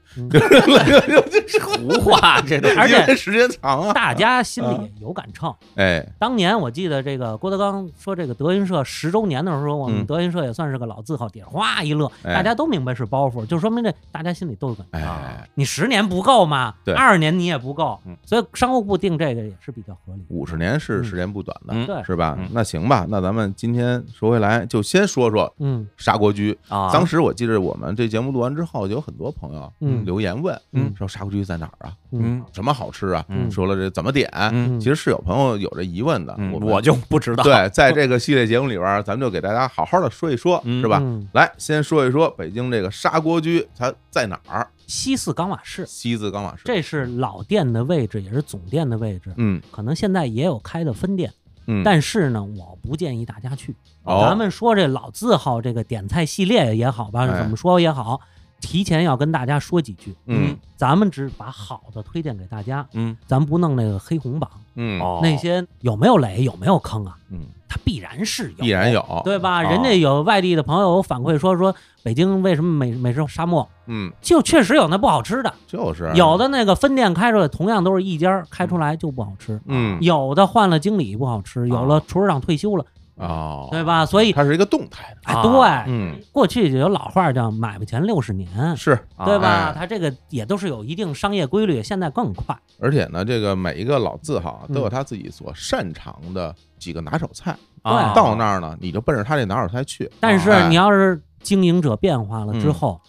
Speaker 2: 胡话这 都
Speaker 3: 而且
Speaker 1: 因为时间长 啊，
Speaker 3: 大家心里有杆秤。
Speaker 1: 哎，
Speaker 3: 当年我记得这个郭德纲说这个德云社十周年的时候，我
Speaker 1: 嗯
Speaker 3: 们德云社也算是个老字号，底下哗一乐，
Speaker 1: 哎
Speaker 3: 大家都明白是包袱，就说明这大家心里都有杆秤。
Speaker 1: 哎，
Speaker 3: 你十年不够嘛
Speaker 1: 对，
Speaker 3: 二十年你也不够
Speaker 2: 嗯，
Speaker 3: 所以商务部定这个也是比较合理。
Speaker 1: 五十年是
Speaker 3: 嗯
Speaker 1: 时间不短的，
Speaker 2: 嗯
Speaker 3: 对，
Speaker 1: 是吧
Speaker 2: 嗯？
Speaker 1: 那行吧，那咱们今天说回来，就先说说
Speaker 3: 嗯
Speaker 1: 砂锅居。
Speaker 2: 啊，
Speaker 1: 当时我记着我们这节目录完之后，就有很多朋友
Speaker 3: 嗯
Speaker 1: 留言问，
Speaker 3: 嗯
Speaker 1: 说砂锅居在哪儿啊？
Speaker 3: 嗯，
Speaker 1: 什么好吃啊？
Speaker 2: 嗯
Speaker 1: 说了这怎么点？
Speaker 2: 嗯
Speaker 1: 其实是有朋友有这疑问的，
Speaker 2: 嗯，
Speaker 1: 我
Speaker 2: 我
Speaker 1: 们
Speaker 2: 就不知道，
Speaker 1: 对，在这个系列节目里边儿，咱们就给大家好好的说一说，
Speaker 2: 嗯
Speaker 1: 是吧？
Speaker 3: 嗯
Speaker 1: 来，先说一说北京这个砂锅居它在哪儿？
Speaker 3: 西四冈瓦市，
Speaker 1: 西自冈瓦市。
Speaker 3: 这是老店的位置，也是总店的位置，
Speaker 1: 嗯
Speaker 3: 可能现在也有开的分店，
Speaker 1: 嗯，
Speaker 3: 但是呢，我不建议大家去。
Speaker 1: 哦
Speaker 3: 咱们说这老字号这个点菜系列也好吧，
Speaker 1: 哎
Speaker 3: 怎么说也好，提前要跟大家说几句。
Speaker 1: 嗯
Speaker 3: 咱们只把好的推荐给大家，
Speaker 2: 嗯，
Speaker 3: 咱不弄那个黑红榜，
Speaker 1: 嗯
Speaker 2: 哦，
Speaker 3: 那些有没有雷，有没有坑啊？
Speaker 1: 嗯，
Speaker 3: 它必然是有，
Speaker 1: 必然有，
Speaker 3: 对吧？
Speaker 2: 哦
Speaker 3: 人家有外地的朋友有反馈说说北京为什么美美食沙漠，
Speaker 1: 嗯，
Speaker 3: 就确实有那不好吃的，
Speaker 1: 就是
Speaker 3: 有，的那个分店开出来同样都是一家儿开出来就不好吃，
Speaker 1: 嗯
Speaker 3: 有的换了经理不好吃，有
Speaker 2: 啊
Speaker 3: 了厨师长退休了，
Speaker 1: 哦，
Speaker 3: 对？吧？所以
Speaker 1: 它是一个动态的，
Speaker 3: 哎
Speaker 2: 啊，
Speaker 3: 对，
Speaker 1: 嗯，
Speaker 3: 过去就有老话叫“买卖前六十年
Speaker 1: 是，”，
Speaker 3: 对
Speaker 1: 哎啊
Speaker 3: 吧？它这个也都是有一定商业规律，现在更快。
Speaker 1: 而且呢，这个每一个老字号啊
Speaker 3: 嗯
Speaker 1: 都有他自己所擅长的几个拿手菜，
Speaker 2: 啊？
Speaker 1: 到那儿呢，你就奔着他这拿手菜去，
Speaker 3: 但是
Speaker 1: 哎嗯
Speaker 3: 你要是经营者变化了之后，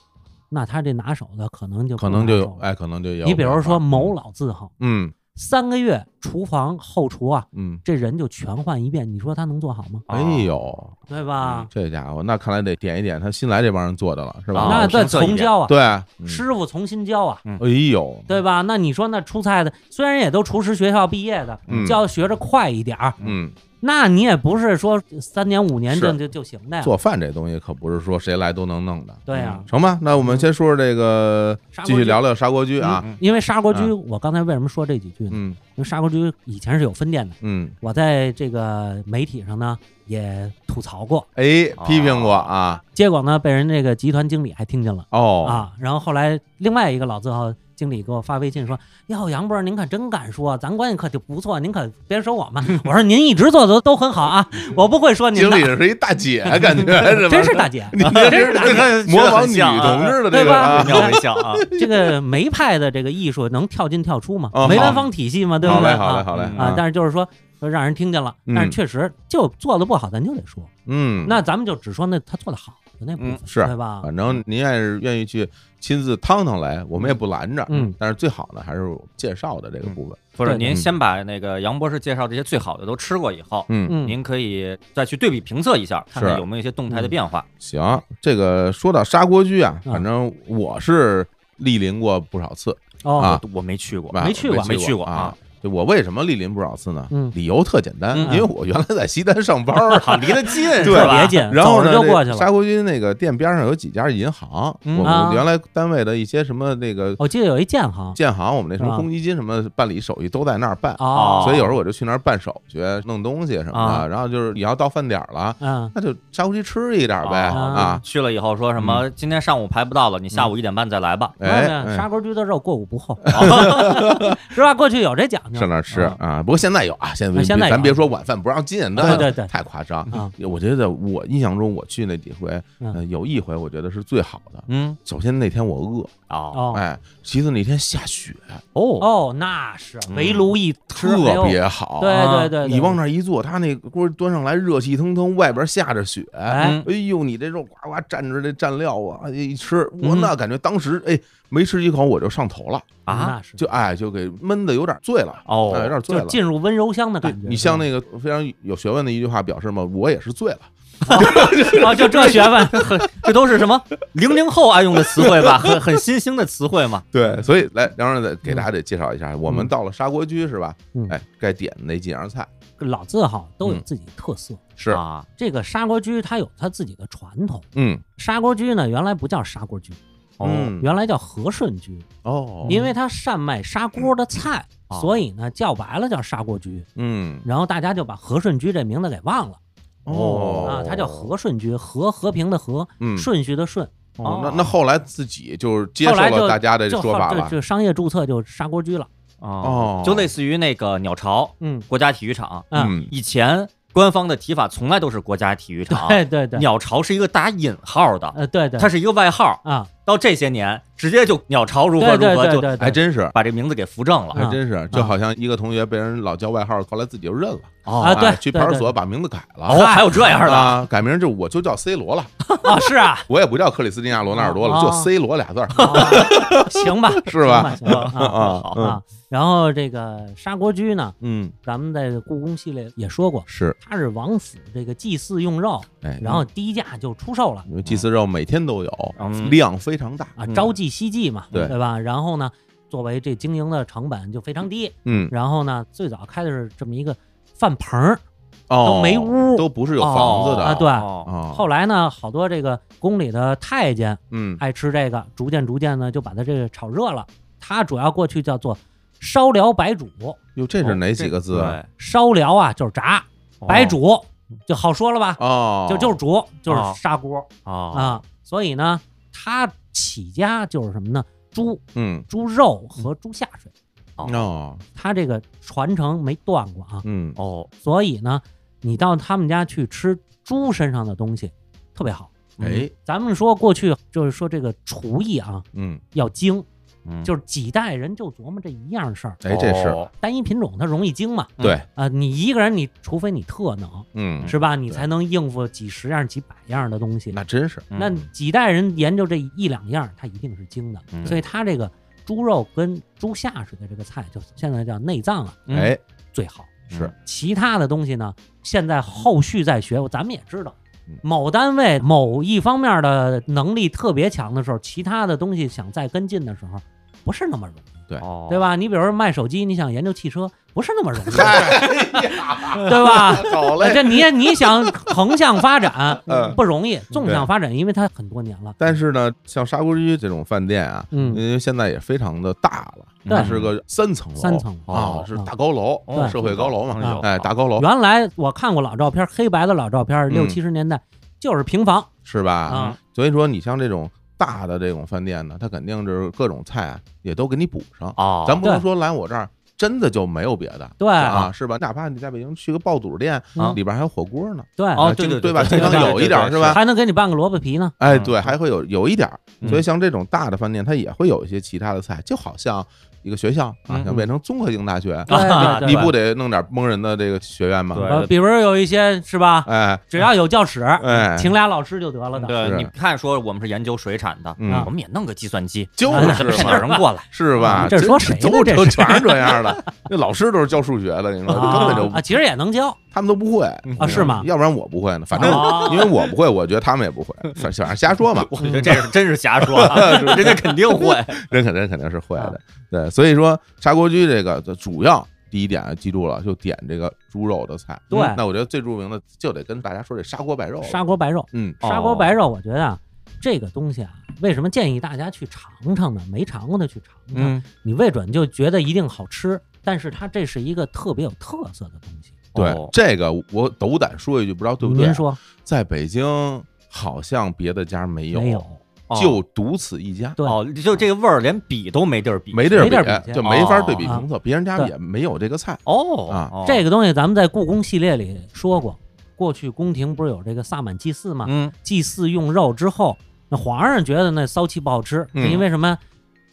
Speaker 3: 那他这拿手的可能就
Speaker 1: 可能就有
Speaker 3: 有，
Speaker 1: 哎，可能就有。
Speaker 3: 你比如说某，老字号，
Speaker 1: 嗯
Speaker 3: 三个月厨房后厨啊，
Speaker 1: 嗯，
Speaker 3: 这人就全换一遍，你说他能做好吗？
Speaker 1: 哎呦，
Speaker 3: 对吧？
Speaker 1: 这家伙，那看来得点一点他新来这帮人做的了，是吧？
Speaker 2: 啊
Speaker 3: 那
Speaker 2: 我
Speaker 3: 再
Speaker 2: 先测一
Speaker 3: 重
Speaker 2: 遍
Speaker 3: 教啊，
Speaker 1: 对，嗯
Speaker 3: 师傅重新教啊，
Speaker 1: 哎呦，
Speaker 3: 对吧？那你说那出菜的虽然也都厨师学校毕业的
Speaker 1: 嗯，
Speaker 3: 教学着快一点儿，
Speaker 1: 嗯，
Speaker 3: 那你也不是说三年五年
Speaker 1: 是
Speaker 3: 就就就行哎的呀。
Speaker 1: 做嗯饭这东西可不是说谁来都能弄的。
Speaker 3: 对呀
Speaker 1: 成吧，那我们先说说这个
Speaker 3: 砂，锅
Speaker 1: 继续
Speaker 3: 居
Speaker 1: 聊聊砂锅居啊。
Speaker 2: 嗯
Speaker 3: 因为砂锅居，我刚才为什么说这几句呢？
Speaker 1: 嗯
Speaker 3: 因为砂锅居以前是有分店的，
Speaker 1: 嗯，
Speaker 3: 我在这个媒体上呢也吐槽过，
Speaker 1: 哎，
Speaker 3: 哦
Speaker 1: 批评过啊，
Speaker 3: 结果呢被人这个集团经理还听见了
Speaker 1: 哦，
Speaker 3: 啊。然后后来另外一个老字号经理给我发微信说：“哟，杨波，您可真敢说，咱关系可就不错，您可别说我们。” 我说：“您一直做的都很好啊，我不会说您
Speaker 1: 经理
Speaker 3: 的，
Speaker 1: 是一大 姐，感觉是吧？
Speaker 3: 真是大姐。
Speaker 1: 你这是模仿女同志的这个啊
Speaker 2: 你，要 没笑啊，
Speaker 3: 这个梅派的这个艺术能跳进跳出吗
Speaker 1: 哦？
Speaker 3: 梅
Speaker 1: 好
Speaker 3: 兰芳体系嘛，对不
Speaker 1: 好
Speaker 3: 对
Speaker 1: 嘞，
Speaker 3: 啊？
Speaker 1: 好嘞，好嘞
Speaker 2: 嗯
Speaker 3: 啊，但是就是说说让人听见了，
Speaker 1: 嗯
Speaker 3: 但是确实就做的不好，咱就得说。
Speaker 1: 嗯，
Speaker 3: 那咱们就只说那他做的好的那部分，
Speaker 2: 嗯
Speaker 1: 是
Speaker 3: 对吧？
Speaker 1: 反正您要是愿意去亲自趟趟来，我们也不拦着。
Speaker 3: 嗯，
Speaker 1: 但是最好呢还是介绍的这个部分。
Speaker 2: 不是
Speaker 3: 对
Speaker 2: 您
Speaker 1: 嗯
Speaker 2: 先把那个杨博士介绍这些最好的都吃过以后，
Speaker 1: 嗯，
Speaker 3: 嗯，
Speaker 2: 您可以再去对比评测一下，看看有没有一些动态的变化。
Speaker 1: 行，这个说到砂锅居啊，
Speaker 3: 啊
Speaker 1: 反正我是莅临过不少次，啊
Speaker 3: 哦，
Speaker 2: 我没去过，
Speaker 1: 啊
Speaker 3: 没去
Speaker 1: 去
Speaker 3: 过
Speaker 2: 没去
Speaker 1: 过
Speaker 2: 过
Speaker 1: 啊
Speaker 2: 啊。
Speaker 1: 就我为什么莅临不少次呢？
Speaker 3: 嗯
Speaker 1: 理由特简单，
Speaker 2: 嗯
Speaker 1: 因为我原来在西单上班儿。
Speaker 2: 好，离得近，是
Speaker 1: 对
Speaker 3: 特别
Speaker 2: 吧？
Speaker 3: 近，
Speaker 1: 然后
Speaker 3: 走
Speaker 1: 呢，
Speaker 3: 着就过去
Speaker 1: 这
Speaker 3: 了。
Speaker 1: 砂锅居那个店边上有几家银行，
Speaker 2: 嗯
Speaker 1: 我
Speaker 3: 啊
Speaker 1: 们原来单位的一些什么那个
Speaker 3: 我记得哦有一建行
Speaker 1: 建行，我们那什么
Speaker 3: 啊
Speaker 1: 公积金什么办理手续都在那儿办。
Speaker 3: 哦，
Speaker 1: 啊所以有时候我就去那儿办手续、弄东西什么的。
Speaker 2: 啊
Speaker 1: 然后就是你要到饭点儿了，
Speaker 3: 嗯
Speaker 1: 那就砂锅居吃一点儿呗
Speaker 2: 哦
Speaker 1: 啊！嗯
Speaker 2: 去了以后说什么？今天上午排不到了，你下午一点半再来吧。
Speaker 3: 没有
Speaker 1: 哎，哦
Speaker 3: 没
Speaker 1: 哎
Speaker 3: 有砂锅居的肉过午不候， 是吧？过去有这讲究，
Speaker 1: 上那儿吃
Speaker 3: 啊
Speaker 1: 啊！不过现在有啊，现在
Speaker 3: 啊现在有
Speaker 1: 咱别说晚饭不让进，那
Speaker 3: 对对对
Speaker 1: 太夸张
Speaker 3: 啊。
Speaker 1: 我觉得我印象中我去那几回，
Speaker 3: 嗯
Speaker 1: 呃有一回我觉得是最好的。
Speaker 2: 嗯，
Speaker 1: 首先那天我
Speaker 2: 哦
Speaker 1: 饿，
Speaker 3: 哦
Speaker 1: 哎，其次那天下雪，
Speaker 2: 哦，
Speaker 3: 哦，那是
Speaker 2: 嗯
Speaker 3: 围炉一吃，哎
Speaker 1: 特
Speaker 3: 呦
Speaker 1: 别好。
Speaker 3: 对
Speaker 2: 啊
Speaker 3: 对对，对
Speaker 1: 你往那儿一坐，他那锅端上来热气腾腾，外边下着雪，
Speaker 3: 哎
Speaker 2: 嗯
Speaker 1: 哎呦，你这肉呱呱蘸着这蘸料啊，哎一吃，我
Speaker 2: 嗯
Speaker 1: 那感觉当时哎没吃几口我就上头了，
Speaker 2: 啊
Speaker 3: 嗯那是
Speaker 1: 就哎就给闷的有点醉了，
Speaker 2: 哦
Speaker 1: 哎有点醉
Speaker 3: 就
Speaker 1: 了。
Speaker 3: 进入温柔乡的
Speaker 1: 对
Speaker 3: 感觉。
Speaker 1: 你像
Speaker 3: 是
Speaker 1: 那个非常有学问的一句话表示嘛，我也是醉了，
Speaker 2: 啊
Speaker 3: 吧哦，就这学问，
Speaker 2: 这都是什么零零后爱用的词汇吧？很很新兴的词汇嘛。
Speaker 1: 对，所以来，然后再给大家得介绍一下，我们到了砂锅居是吧？
Speaker 3: 嗯
Speaker 1: 哎，该点的那几样菜
Speaker 3: 老字号都有
Speaker 1: 嗯
Speaker 3: 自己的特色。
Speaker 1: 是，
Speaker 2: 啊，
Speaker 3: 这个砂锅居它有它自己的传统。
Speaker 1: 嗯
Speaker 3: 砂锅居呢，原来不叫砂锅居，
Speaker 2: 哦，
Speaker 1: 嗯
Speaker 3: 原来叫和顺居，
Speaker 1: 哦，啊
Speaker 3: 因为它善卖砂锅的菜，
Speaker 2: 哦
Speaker 3: 所以呢叫白了叫砂锅居。
Speaker 1: 嗯
Speaker 3: 然后大家就把和顺居这名字给忘了
Speaker 1: 哦
Speaker 3: 啊，它叫和顺居，和和平的和，
Speaker 1: 嗯，
Speaker 3: 顺序的顺。
Speaker 1: 哦那那后来自己就是接受
Speaker 3: 后来
Speaker 1: 了
Speaker 3: 就
Speaker 1: 大家的
Speaker 3: 就
Speaker 1: 说法
Speaker 3: 就
Speaker 1: 了，
Speaker 3: 就商业注册就砂锅居了。
Speaker 1: 哦
Speaker 2: 就类似于那个鸟巢
Speaker 3: 嗯
Speaker 2: 国家体育场，
Speaker 3: 嗯，
Speaker 1: 嗯
Speaker 2: 以前官方的提法从来都是国家体育
Speaker 1: 啊
Speaker 2: 场，
Speaker 3: 对对对，
Speaker 2: 鸟巢是一个打引号的，
Speaker 3: 呃对对，
Speaker 2: 它是一个外号。
Speaker 3: 啊，
Speaker 2: 到这些年，直接就鸟巢如何
Speaker 3: 对
Speaker 2: 如
Speaker 3: 对
Speaker 2: 何
Speaker 3: 对
Speaker 2: 就
Speaker 3: 对，嗯
Speaker 1: 还
Speaker 3: 对
Speaker 1: 真是。
Speaker 2: 把这名字给扶正了。
Speaker 1: 还
Speaker 3: 啊
Speaker 1: 真是，就好像一个同学被人老叫外号，后来自己就认了
Speaker 3: 啊对
Speaker 1: 哎去
Speaker 3: 对
Speaker 1: 派出
Speaker 3: 对
Speaker 1: 所把名字改了，
Speaker 2: 哦，还有这样的，
Speaker 1: 啊，改名就我就叫 C 罗了，
Speaker 3: 啊是啊，
Speaker 1: 我也不叫克里斯蒂亚·罗纳尔多了，
Speaker 3: 哦
Speaker 1: 就 C 罗俩字儿
Speaker 3: 啊行 吧，
Speaker 1: 是吧
Speaker 3: 行吧？行吧啊
Speaker 1: 啊
Speaker 2: 好
Speaker 1: 嗯
Speaker 3: 啊，然后这个砂锅居呢，
Speaker 1: 嗯，
Speaker 3: 咱们在故宫系列也说过，
Speaker 1: 是，
Speaker 3: 它是王府这个祭祀用肉，
Speaker 1: 哎，
Speaker 3: 然后低价就出售了
Speaker 1: 因为祭祀肉每天都有，
Speaker 2: 嗯
Speaker 1: 量非常大，
Speaker 3: 啊，
Speaker 2: 嗯
Speaker 3: 朝祭夕祭嘛，
Speaker 1: 对
Speaker 3: 对吧？然后呢，作为这经营的成本就非常低。
Speaker 1: 嗯，
Speaker 3: 然后呢，最早开的是这么一个饭棚儿
Speaker 1: 哦，
Speaker 3: 都没屋
Speaker 1: 都不是有房子的
Speaker 3: 啊对
Speaker 2: 哦
Speaker 1: 哦
Speaker 3: 后来呢，好多这个宫里的太监
Speaker 1: 嗯，
Speaker 3: 爱吃这个，逐渐逐渐呢就把它这个炒热了。它主要过去叫做烧寮白煮，
Speaker 1: 哟，这
Speaker 3: 哦
Speaker 1: 是哪几个字啊？
Speaker 2: 对
Speaker 3: 烧寮啊就是炸，白
Speaker 2: 主
Speaker 3: 煮就好说了吧？
Speaker 1: 哦，
Speaker 3: 就就是煮，就是
Speaker 2: 哦
Speaker 3: 砂锅
Speaker 2: 啊，
Speaker 3: 啊。所以呢，它起家就是什么呢？猪、
Speaker 1: 嗯，
Speaker 3: 猪肉和猪下水，
Speaker 1: 哦，
Speaker 3: 它这个传承没断过啊。
Speaker 1: 嗯，
Speaker 2: 哦，
Speaker 3: 所以呢，你到他们家去吃猪身上的东西，特别好。嗯
Speaker 1: 哎，
Speaker 3: 咱们说过去就是说这个厨艺啊
Speaker 1: 嗯，
Speaker 3: 要精，
Speaker 2: 嗯
Speaker 3: 就是几代人就琢磨这一样事儿，
Speaker 1: 哎，这是
Speaker 2: 哦
Speaker 3: 单一品种它容易精嘛。
Speaker 1: 对，
Speaker 3: 啊，你一个人你除非你特能
Speaker 1: 嗯，
Speaker 3: 是吧，你
Speaker 1: 对
Speaker 3: 才能应付几十样几百样的东西。
Speaker 1: 那真是，嗯
Speaker 3: 那几代人研究这一两样，它一定是精的。
Speaker 2: 嗯
Speaker 3: 所以它这个猪肉跟猪下水的这个菜，就现在叫内脏啊，
Speaker 2: 嗯
Speaker 1: 哎，
Speaker 3: 最好。
Speaker 1: 是
Speaker 3: 其他的东西呢，现在后续在学，咱们也知道
Speaker 1: 嗯。
Speaker 3: 某单位某一方面的能力特别强的时候，其他的东西想再跟进的时候，不是那么容易，
Speaker 1: 哎
Speaker 2: 哦，
Speaker 3: 对？吧？你比如说卖手机，你想研究汽车，不是那么容易，
Speaker 1: 哎呀，
Speaker 3: 对吧？
Speaker 1: 好嘞。
Speaker 3: 哎这你也你想横向发展
Speaker 1: 嗯
Speaker 3: 不容易，纵向发展，因为它很多年了。
Speaker 1: 但是呢，像砂锅居这种饭店啊，
Speaker 3: 嗯
Speaker 1: 因为现在也非常的大了，
Speaker 3: 对
Speaker 1: 它是个三层楼，
Speaker 3: 三层楼
Speaker 1: 啊
Speaker 2: 哦，
Speaker 1: 是
Speaker 3: 嗯
Speaker 1: 大高楼
Speaker 2: 哦，
Speaker 1: 社会高楼
Speaker 3: 啊
Speaker 2: 哎
Speaker 1: 嘛
Speaker 2: 呦，
Speaker 1: 哎，大高楼
Speaker 3: 原来我看过老照片，黑白的老照片，六
Speaker 1: 嗯
Speaker 3: 七十年代就是平房
Speaker 1: 是吧？
Speaker 3: 啊，
Speaker 1: 所以说，你像这种大的这种饭店呢，它肯定是各种菜啊也都给你补上，
Speaker 2: 哦，
Speaker 1: 咱不能
Speaker 3: 对
Speaker 1: 说来我这儿真的就没有别的，
Speaker 3: 对
Speaker 1: 啊，是吧？哪怕你在北京去个爆肚店，
Speaker 3: 嗯
Speaker 1: 里边还有火锅呢，
Speaker 3: 对，
Speaker 2: 哦
Speaker 1: 啊
Speaker 2: 对
Speaker 1: 经
Speaker 2: 对
Speaker 1: 对
Speaker 2: 对
Speaker 1: 吧？
Speaker 2: 对
Speaker 1: 经常
Speaker 2: 对
Speaker 1: 有
Speaker 2: 对
Speaker 1: 一点儿
Speaker 2: 对
Speaker 1: 是
Speaker 2: 是
Speaker 1: 吧？
Speaker 3: 还能给你拌个萝卜皮呢。
Speaker 1: 哎，
Speaker 2: 嗯
Speaker 1: 对，还会有有一点儿，
Speaker 2: 嗯
Speaker 1: 所以像这种大的饭店，它也会有一些其他的菜，就好像一个学校啊
Speaker 2: 嗯，
Speaker 1: 想变成综合性大学，
Speaker 3: 对对对
Speaker 1: 啊你不得弄点蒙人的这个学院吗？
Speaker 2: 对
Speaker 3: 呃，比如有一些是吧，
Speaker 1: 哎，
Speaker 3: 只要有教室，
Speaker 1: 哎
Speaker 3: 请俩老师就得了的。
Speaker 2: 对，
Speaker 1: 是
Speaker 2: 你看，说我们是研究水产的，
Speaker 1: 嗯
Speaker 3: 啊
Speaker 2: 我们也弄个计算机，
Speaker 1: 就
Speaker 2: 这
Speaker 1: 是
Speaker 2: 么
Speaker 1: 嘛，
Speaker 2: 有人过来，
Speaker 1: 是吧？
Speaker 3: 你啊这说谁呢
Speaker 1: 走我
Speaker 3: 这
Speaker 1: 就是全是这样 的，那老师都是教数学的，你说
Speaker 3: 啊
Speaker 1: 根本就
Speaker 3: 啊，其实也能教
Speaker 1: 他们都不会
Speaker 3: 啊是吗
Speaker 1: 要不然我不会呢，反正哦
Speaker 3: 啊
Speaker 1: 因为我不会，我觉得他们也 不会，反反正瞎说嘛。
Speaker 2: 我觉得这是真是瞎说啊， 人家肯定会。
Speaker 1: 人肯定肯定是会
Speaker 3: 啊
Speaker 1: 的。对，所以说砂锅居这个主要第一点啊记住了，就点这个猪肉的菜。
Speaker 3: 对
Speaker 1: 嗯那我觉得最著名的就得跟大家说这砂锅白肉了。
Speaker 3: 砂锅白肉。
Speaker 1: 嗯，
Speaker 2: 哦
Speaker 3: 砂锅白肉，我觉得啊，这个东西啊，为什么建议大家去尝尝呢？没尝过的去尝尝，
Speaker 2: 嗯，
Speaker 3: 你未准就觉得一定好吃，但是它这是一个特别有特色的东西。
Speaker 1: 对
Speaker 2: 哦，
Speaker 1: 这个我斗胆说一句，不知道对不对？
Speaker 3: 您，说
Speaker 1: 在北京好像别的家没有，
Speaker 3: 没有？哦
Speaker 1: 就独此一家，
Speaker 3: 对
Speaker 2: 哦，就这个味儿连比都没地儿比，
Speaker 1: 没地儿
Speaker 3: 没地儿比
Speaker 1: 就没法对比
Speaker 3: 哦
Speaker 1: 评测，别人家
Speaker 3: 对
Speaker 1: 也没有这个菜。
Speaker 2: 哦
Speaker 1: 啊
Speaker 2: 哦
Speaker 3: 这个东西咱们在故宫系列里说过，过去宫廷不是有这个萨满祭祀吗？
Speaker 2: 嗯
Speaker 3: 祭祀用肉之后，那皇上觉得那骚气不好吃，
Speaker 1: 嗯
Speaker 3: 是因为什么？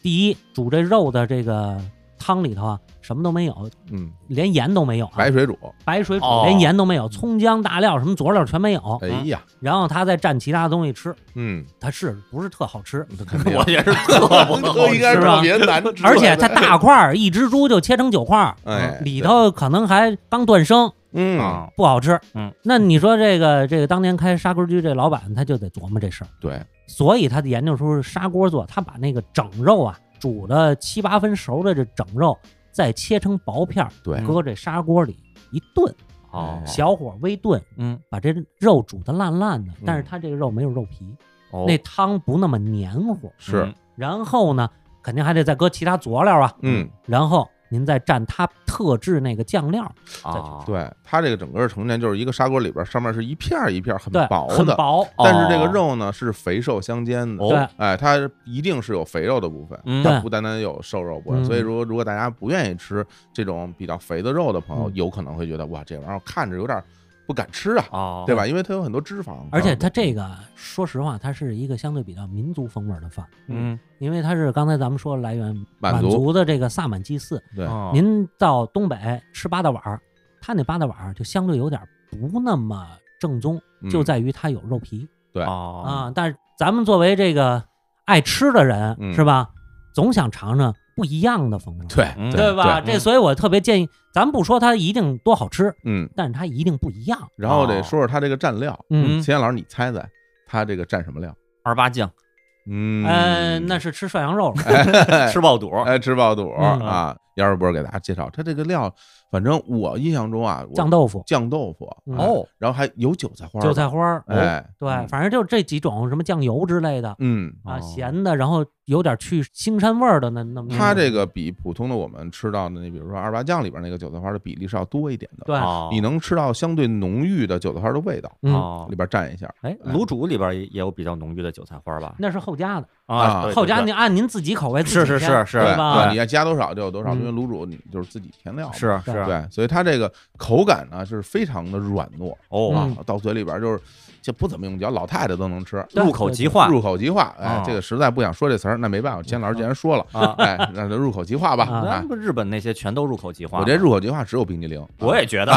Speaker 3: 第一，煮这肉的这个汤里头啊，什么都没有，
Speaker 1: 嗯，
Speaker 3: 连盐都没有、啊，
Speaker 1: 白水煮，
Speaker 3: 白水煮
Speaker 2: 哦，
Speaker 3: 连盐都没有，葱姜大料什么佐料全没有，
Speaker 1: 哎呀，
Speaker 3: 然后他再蘸其他东西吃，
Speaker 1: 嗯，
Speaker 3: 它是不是特好吃？
Speaker 1: 肯定
Speaker 2: 我 也是特 不好
Speaker 1: 都应该
Speaker 2: 吃
Speaker 1: 是
Speaker 3: 是吧
Speaker 1: 特别难吃，
Speaker 3: 而且它大块儿，一只猪就切成九块儿，嗯
Speaker 1: 哎
Speaker 3: 里头可能还刚断生，
Speaker 1: 嗯，
Speaker 2: 啊，
Speaker 3: 不好吃。
Speaker 2: 嗯，
Speaker 3: 那你说这个这个当年开砂锅居这老板他就得琢磨这事儿，
Speaker 1: 对，
Speaker 3: 所以他研究出砂锅做，他把那个整肉啊煮了七八分熟的这整肉，再切成薄片儿，
Speaker 1: 对
Speaker 3: 搁这砂锅里一炖，
Speaker 2: 哦，
Speaker 3: 小火微炖，
Speaker 2: 嗯
Speaker 3: 把这肉煮得烂烂
Speaker 1: 嗯
Speaker 3: 的，但是它这个肉没有肉皮，
Speaker 2: 哦嗯
Speaker 3: 那汤不那么黏糊。
Speaker 1: 是，
Speaker 3: 然后呢，肯定还得再搁其他佐料啊，
Speaker 1: 嗯，
Speaker 3: 然后您再蘸它特制那个酱料，
Speaker 2: 啊，
Speaker 1: 对，它这个整个成年就是一个砂锅里边儿，上面是一片儿一片儿很
Speaker 3: 对，
Speaker 1: 薄
Speaker 3: 很
Speaker 1: 的，
Speaker 3: 薄。
Speaker 2: 哦
Speaker 1: 但是这个肉呢是肥瘦相间的。
Speaker 2: 哦
Speaker 3: 对
Speaker 1: 哎，它一定是有肥肉的部分，
Speaker 2: 嗯
Speaker 1: 它不单单有瘦肉部分。
Speaker 3: 嗯
Speaker 1: 所以说，如果大家不愿意吃这种比较肥的肉的朋友，
Speaker 3: 嗯
Speaker 1: 有可能会觉得哇，这玩意儿看着有点不敢吃啊，
Speaker 2: 哦，
Speaker 1: 对吧？因为它有很多脂肪，啊
Speaker 3: 而且它这个，说实话，它是一个相对比较民族风味儿的饭，
Speaker 2: 嗯，
Speaker 3: 因为它是刚才咱们说来源
Speaker 1: 满
Speaker 3: 满
Speaker 1: 族啊
Speaker 3: 族的这个萨满祭祀。
Speaker 1: 对，
Speaker 2: 哦
Speaker 3: 您到东北吃八大碗儿，它那八大碗儿就相对有点不那么正宗，
Speaker 1: 嗯
Speaker 3: 就在于它有肉皮。
Speaker 1: 对
Speaker 2: 哦
Speaker 3: 啊，但是咱们作为这个爱吃的人，
Speaker 1: 嗯
Speaker 3: 是吧？总想尝尝不一样的风味，
Speaker 1: 对
Speaker 2: 嗯
Speaker 1: 对
Speaker 3: 吧？
Speaker 2: 对
Speaker 3: 这所以我特别建议，咱不说它一定多好吃，
Speaker 1: 嗯。
Speaker 3: 但是它一定不一样。
Speaker 1: 然后
Speaker 2: 哦
Speaker 1: 得说说它这个蘸料，
Speaker 3: 嗯，
Speaker 1: 秦岩老师，你猜猜它这个蘸什么料？
Speaker 2: 二八酱
Speaker 1: 嗯，
Speaker 3: 呃，那是吃涮 羊肉了，
Speaker 2: 吃爆肚，
Speaker 1: 哎，吃爆肚
Speaker 3: 嗯
Speaker 1: 啊！杨二波给大家介绍，它这个料，反正我印象中啊，我
Speaker 3: 酱豆腐、
Speaker 1: 酱豆腐
Speaker 3: 嗯
Speaker 1: 哎
Speaker 2: 哦
Speaker 1: 然后还有韭菜花，
Speaker 3: 韭菜，花儿，
Speaker 1: 哎，
Speaker 3: 对
Speaker 2: 嗯，
Speaker 3: 反正就这几种，什么酱油之类的
Speaker 1: 嗯，
Speaker 3: 啊，
Speaker 2: 哦
Speaker 3: 咸的，然后有点去腥膻味儿的那那么。
Speaker 1: 它
Speaker 3: 嗯
Speaker 1: 这个比普通的我们吃到的那，比如说二八酱里边那个韭菜花的比例是要多一点的，
Speaker 3: 对
Speaker 2: 哦
Speaker 1: 你能吃到相对浓郁的韭菜花的味道，
Speaker 3: 嗯，
Speaker 2: 哦
Speaker 1: 里，边蘸一下，
Speaker 2: 哎，卤煮里边也也有比较浓郁的韭菜花吧？
Speaker 3: 那是后加的，
Speaker 1: 啊
Speaker 2: 对对
Speaker 3: 后加
Speaker 2: 对
Speaker 3: 您按您自己口味
Speaker 2: 是
Speaker 3: 自己
Speaker 2: 是
Speaker 3: 添
Speaker 2: 是是
Speaker 3: 对吧？
Speaker 1: 你要加多少就有多少，
Speaker 3: 嗯啊
Speaker 1: 因为卤煮你就是自己添料嘛，
Speaker 2: 是
Speaker 3: 对
Speaker 2: 是
Speaker 1: 对，所以它这个口感呢是非常的软糯
Speaker 2: 哦
Speaker 3: 嗯
Speaker 1: 啊，到嘴里边就是这不怎么用嚼，老太太都能吃。
Speaker 3: 对
Speaker 2: 入口即化
Speaker 1: 入口即化，哎
Speaker 2: 哦，
Speaker 1: 这个实在不想说这词儿，那没办法，钱老师既然说了，
Speaker 2: 啊。
Speaker 1: 哎，那就入口即化吧。
Speaker 3: 嗯哦啊
Speaker 1: 哎
Speaker 2: 咱，们日本那些全都入口即化，
Speaker 1: 我这入口即化只有冰激凌，
Speaker 2: 我也
Speaker 3: 啊
Speaker 2: 觉得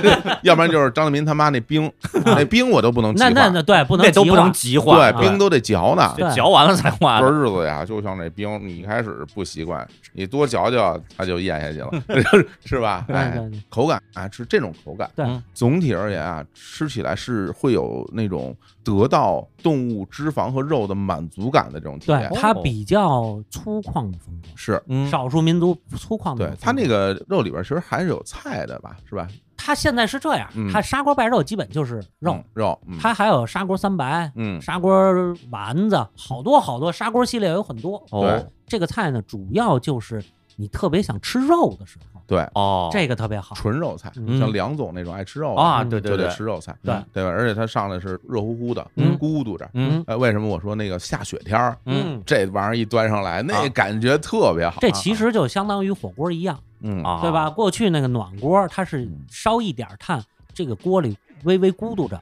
Speaker 1: 要不然就是张德民他妈那 冰，那冰我都不能即
Speaker 3: 那
Speaker 1: 化，
Speaker 3: 那那 对，不能
Speaker 2: 那都
Speaker 3: 急
Speaker 2: 不
Speaker 3: 化
Speaker 2: 能即化，
Speaker 1: 对，
Speaker 3: 啊
Speaker 1: 冰都得嚼呢。
Speaker 3: 对
Speaker 2: 嚼完了才化
Speaker 1: 过
Speaker 2: 的。
Speaker 1: 日子呀，就像这冰，你一开始不习惯，你多嚼嚼，它就咽下去 了，是吧？
Speaker 3: 对
Speaker 1: 哎
Speaker 3: 对，对
Speaker 1: 口感啊是这种口感。
Speaker 3: 嗯对
Speaker 2: 嗯
Speaker 1: 总体而言啊，吃起来是会有那种得到动物脂肪和肉的满足感的这种体
Speaker 3: 对
Speaker 1: 验，。
Speaker 3: 它比较粗犷的风格，
Speaker 1: 是，
Speaker 2: 哎哦嗯，
Speaker 3: 少数民族粗犷的
Speaker 1: 对
Speaker 3: 风格。
Speaker 1: 它那个肉里边其实还是有菜的吧，是吧？
Speaker 3: 它现在是这样
Speaker 1: 嗯，
Speaker 3: 它砂锅拌肉基本就是肉
Speaker 1: 嗯，肉，嗯
Speaker 3: 它还有砂锅三白、
Speaker 1: 嗯
Speaker 3: 砂锅丸子，好多好多砂锅系列有很多。
Speaker 2: 哦
Speaker 3: 这个菜呢，主要就是你特别想吃肉的时候，
Speaker 1: 对，
Speaker 2: 哦，
Speaker 3: 这个特别好。
Speaker 1: 纯肉菜，
Speaker 3: 嗯
Speaker 1: 像梁总那种爱吃肉的
Speaker 2: 啊，
Speaker 3: 嗯
Speaker 2: 对
Speaker 1: 就
Speaker 2: 对
Speaker 1: 得
Speaker 2: 对，
Speaker 1: 吃肉菜，
Speaker 3: 对
Speaker 1: 对吧？而且它上来是热乎乎的，
Speaker 2: 嗯
Speaker 1: 咕嘟着。
Speaker 2: 嗯
Speaker 1: 哎，为什么我说那个下雪天儿，
Speaker 2: 嗯
Speaker 1: 这玩意儿一端上来，那
Speaker 2: 啊
Speaker 1: 感觉特别好。啊
Speaker 3: 这其实就相当于火锅一样，
Speaker 1: 嗯
Speaker 2: 啊，
Speaker 3: 对吧？？过去那个暖锅，它是
Speaker 1: 嗯
Speaker 3: 烧一点炭，这个锅里微微咕嘟着。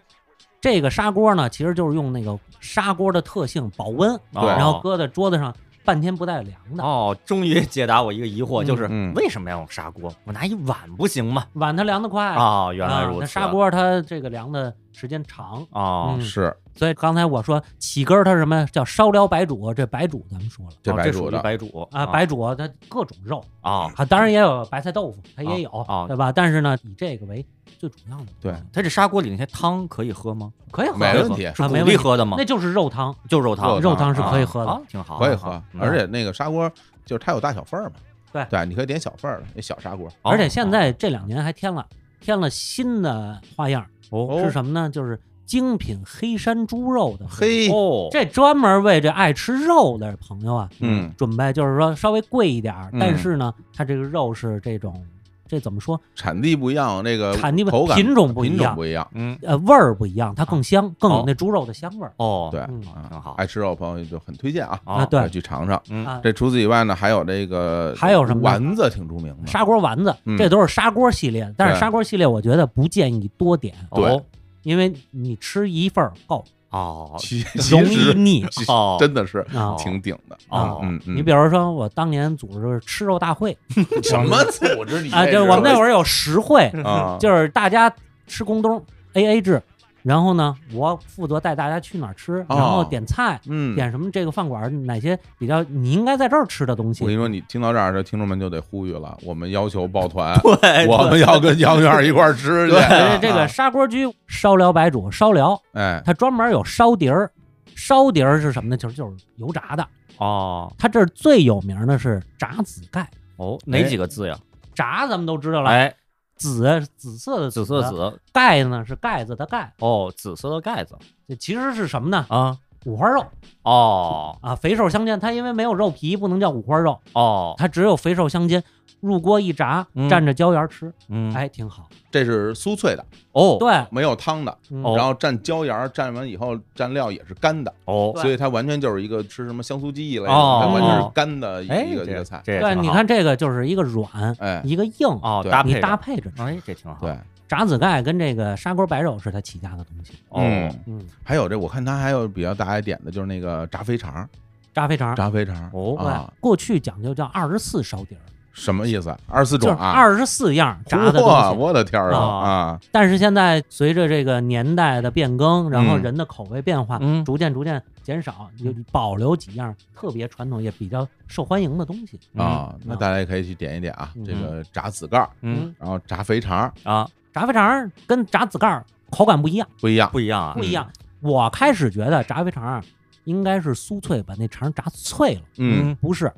Speaker 3: 这个砂锅呢，其实就是用那个砂锅的特性保温，
Speaker 1: 对
Speaker 3: 然后搁在桌子上半天不带凉的，
Speaker 2: 哦，终于解答我一个疑惑，
Speaker 3: 嗯
Speaker 2: 就是
Speaker 1: 嗯
Speaker 2: 为什么要用砂锅？我拿一碗不行吗？
Speaker 3: 碗它凉得快。
Speaker 2: 啊，原来
Speaker 3: 啊
Speaker 2: 如
Speaker 3: 它
Speaker 2: 此。
Speaker 3: 砂锅它这个凉的时间长，
Speaker 2: 哦，
Speaker 3: 嗯
Speaker 1: 是
Speaker 3: 所以刚才我说起根儿它是什么叫烧疗白煮，这白煮咱们说了
Speaker 1: 这
Speaker 2: 哦
Speaker 1: 白
Speaker 2: 属
Speaker 1: 煮
Speaker 2: 于
Speaker 1: 的
Speaker 2: 白煮
Speaker 3: 啊，白煮它各种肉
Speaker 2: 啊，
Speaker 3: 啊，当然也有白菜豆腐，它
Speaker 2: 啊
Speaker 3: 也有
Speaker 2: 啊，
Speaker 3: 对吧？但是呢，以这个为最主要的，
Speaker 1: 对，
Speaker 2: 它这砂锅里那些汤可以喝吗？
Speaker 3: 可以喝，
Speaker 1: 没问题
Speaker 2: 是
Speaker 3: 啊
Speaker 2: 鼓
Speaker 3: 没问
Speaker 2: 励
Speaker 3: 题
Speaker 2: 喝的吗
Speaker 3: 那？就是肉汤，
Speaker 2: 就肉汤，
Speaker 3: 肉汤是可以喝
Speaker 2: 啊
Speaker 3: 的，，
Speaker 2: 挺好，
Speaker 1: 可以
Speaker 2: 挺
Speaker 1: 喝嗯
Speaker 2: 好，
Speaker 1: 而且那个砂锅就是它有大小份儿嘛，
Speaker 3: 对
Speaker 1: 对，你可以点小份儿的，那小砂锅
Speaker 3: 而
Speaker 2: 哦
Speaker 3: 且现在这两年还添了添了新的花样，
Speaker 2: 哦
Speaker 3: 是什么呢？就是精品黑山猪肉的，
Speaker 1: 嘿，
Speaker 2: 哦，
Speaker 3: 这专门为这爱吃肉的朋友啊，
Speaker 1: 嗯，
Speaker 3: 准备就是说稍微贵一点儿，
Speaker 1: 嗯
Speaker 3: 但是呢，它这个肉是这种，这怎么说？
Speaker 1: 产地不一样，那个
Speaker 3: 产地不
Speaker 1: 呃口感
Speaker 3: 品种不一
Speaker 1: 品种
Speaker 3: 样
Speaker 1: 不一样，
Speaker 2: 嗯
Speaker 3: 呃，味儿不一样，它更香，更
Speaker 2: 哦
Speaker 3: 有那猪肉的香味儿。
Speaker 2: 哦
Speaker 1: 对
Speaker 3: 嗯
Speaker 1: 啊，
Speaker 2: 挺好
Speaker 1: 爱吃肉的朋友就很推荐啊，
Speaker 2: 啊
Speaker 3: 对
Speaker 1: 哎去尝尝。
Speaker 2: 嗯
Speaker 3: 啊
Speaker 1: 这除此以外呢，还有这个
Speaker 3: 还有什么呢
Speaker 1: 丸子挺著名的，
Speaker 3: 砂锅丸子
Speaker 1: 嗯，
Speaker 3: 这都是砂锅系列的，但
Speaker 1: 对
Speaker 3: 是砂锅系列我觉得不建议多点，
Speaker 1: 对
Speaker 2: 哦
Speaker 3: 因为你吃一份儿 够，
Speaker 2: 哦
Speaker 1: 其
Speaker 3: 容
Speaker 1: 其
Speaker 3: 易
Speaker 1: 实
Speaker 3: 腻
Speaker 1: 其
Speaker 2: 哦
Speaker 1: 真的是
Speaker 3: 啊。
Speaker 1: 挺顶的
Speaker 2: 哦
Speaker 1: 嗯嗯，
Speaker 3: 你比如说，我当年组织吃肉大会
Speaker 1: 什么组织你
Speaker 3: 啊，就是我们那会儿有实惠，
Speaker 1: 儿啊，
Speaker 3: 就是大家吃工东 A A 制，然后呢，我负责带大家去哪儿吃，然后点菜，
Speaker 1: 哦嗯，
Speaker 3: 点什么这个饭馆哪些比较你应该在这儿吃的东
Speaker 1: 我跟
Speaker 3: 西。
Speaker 1: 你说，你听到这儿的听众们就得呼吁了，我们要求抱 团，
Speaker 2: 对，
Speaker 1: 我们要跟杨院一块儿吃去。啊
Speaker 3: 呃这个砂锅居烧辽白煮烧辽，
Speaker 1: 哎，
Speaker 3: 它专门有烧碟儿，烧碟儿是什么呢？就是就是油炸的。
Speaker 2: 哦
Speaker 3: 它这儿最有名的是炸子盖，
Speaker 2: 哦，哪几个字呀？
Speaker 3: 炸咱们都知道了，
Speaker 2: 哎，
Speaker 3: 紫啊紫色的
Speaker 2: 紫色的，紫
Speaker 3: 盖呢是盖子的盖，
Speaker 2: 哦，紫色的盖子
Speaker 3: 这其实是什么呢？
Speaker 2: 啊，
Speaker 3: 五花肉
Speaker 2: 哦
Speaker 3: 啊，肥瘦相间。它因为没有肉皮，不能叫五花肉，
Speaker 2: 哦，
Speaker 3: 它只有肥瘦相间，入锅一炸
Speaker 2: 嗯，
Speaker 3: 蘸着椒盐吃，
Speaker 2: 嗯，
Speaker 3: 哎，挺好。
Speaker 1: 这是酥脆的，
Speaker 2: 哦
Speaker 3: 对，
Speaker 1: 没有汤的，
Speaker 3: 嗯
Speaker 2: 哦
Speaker 1: 然后蘸椒盐儿，蘸完以后蘸料也是干的，
Speaker 2: 哦，
Speaker 3: 对
Speaker 1: 所以它完全就是一个吃什么香酥鸡一类的，
Speaker 2: 哦
Speaker 1: 它完全是
Speaker 2: 哦
Speaker 1: 干的一
Speaker 2: 哎，
Speaker 1: 个一
Speaker 2: 这
Speaker 1: 个菜。
Speaker 2: 这也
Speaker 3: 对，
Speaker 2: 挺
Speaker 3: 你
Speaker 2: 好
Speaker 3: 看这个就是一个软，
Speaker 1: 哎，
Speaker 3: 一个硬，
Speaker 2: 哦，
Speaker 1: 对
Speaker 2: 搭配
Speaker 3: 你
Speaker 2: 着
Speaker 3: 搭，配着吃。
Speaker 2: 哎，这挺好，
Speaker 1: 对，
Speaker 3: 炸子盖跟这个砂锅白肉是它起家的东西。
Speaker 2: 哦，
Speaker 3: 嗯，
Speaker 1: 还有这，我看它还有比较大一点的，就是那个炸肥肠儿，
Speaker 3: 炸肥肠，
Speaker 1: 炸肥肠儿
Speaker 2: 哦
Speaker 1: 啊
Speaker 3: 对，，过去讲究叫二十四烧底儿，
Speaker 1: 什么意思？二十四
Speaker 3: 就
Speaker 1: 种
Speaker 3: 是
Speaker 1: 啊，
Speaker 3: 二十四样炸
Speaker 1: 哇，
Speaker 3: 的东西。哦
Speaker 1: 我的天儿
Speaker 2: 啊
Speaker 1: 啊
Speaker 3: 但是现在随着这个年代的变更，然后
Speaker 1: 嗯
Speaker 3: 人的口味变化，
Speaker 2: 嗯
Speaker 3: 逐渐逐渐减少，有保留几样特别传统也比较受欢迎的东西。
Speaker 1: 啊啊！那
Speaker 3: 嗯
Speaker 1: 大家也可以去点一点啊，这
Speaker 3: 嗯
Speaker 1: 个炸子盖儿，
Speaker 2: 嗯
Speaker 1: 然后炸肥肠儿
Speaker 2: 啊，
Speaker 3: 炸肥肠儿跟炸子盖儿口感不一样，
Speaker 1: 不一样，
Speaker 2: 不一样啊
Speaker 3: 不，一样。
Speaker 1: 嗯
Speaker 3: 我开始觉得炸肥肠儿应该是酥脆，把那肠儿炸脆了，
Speaker 1: 嗯
Speaker 3: 不是，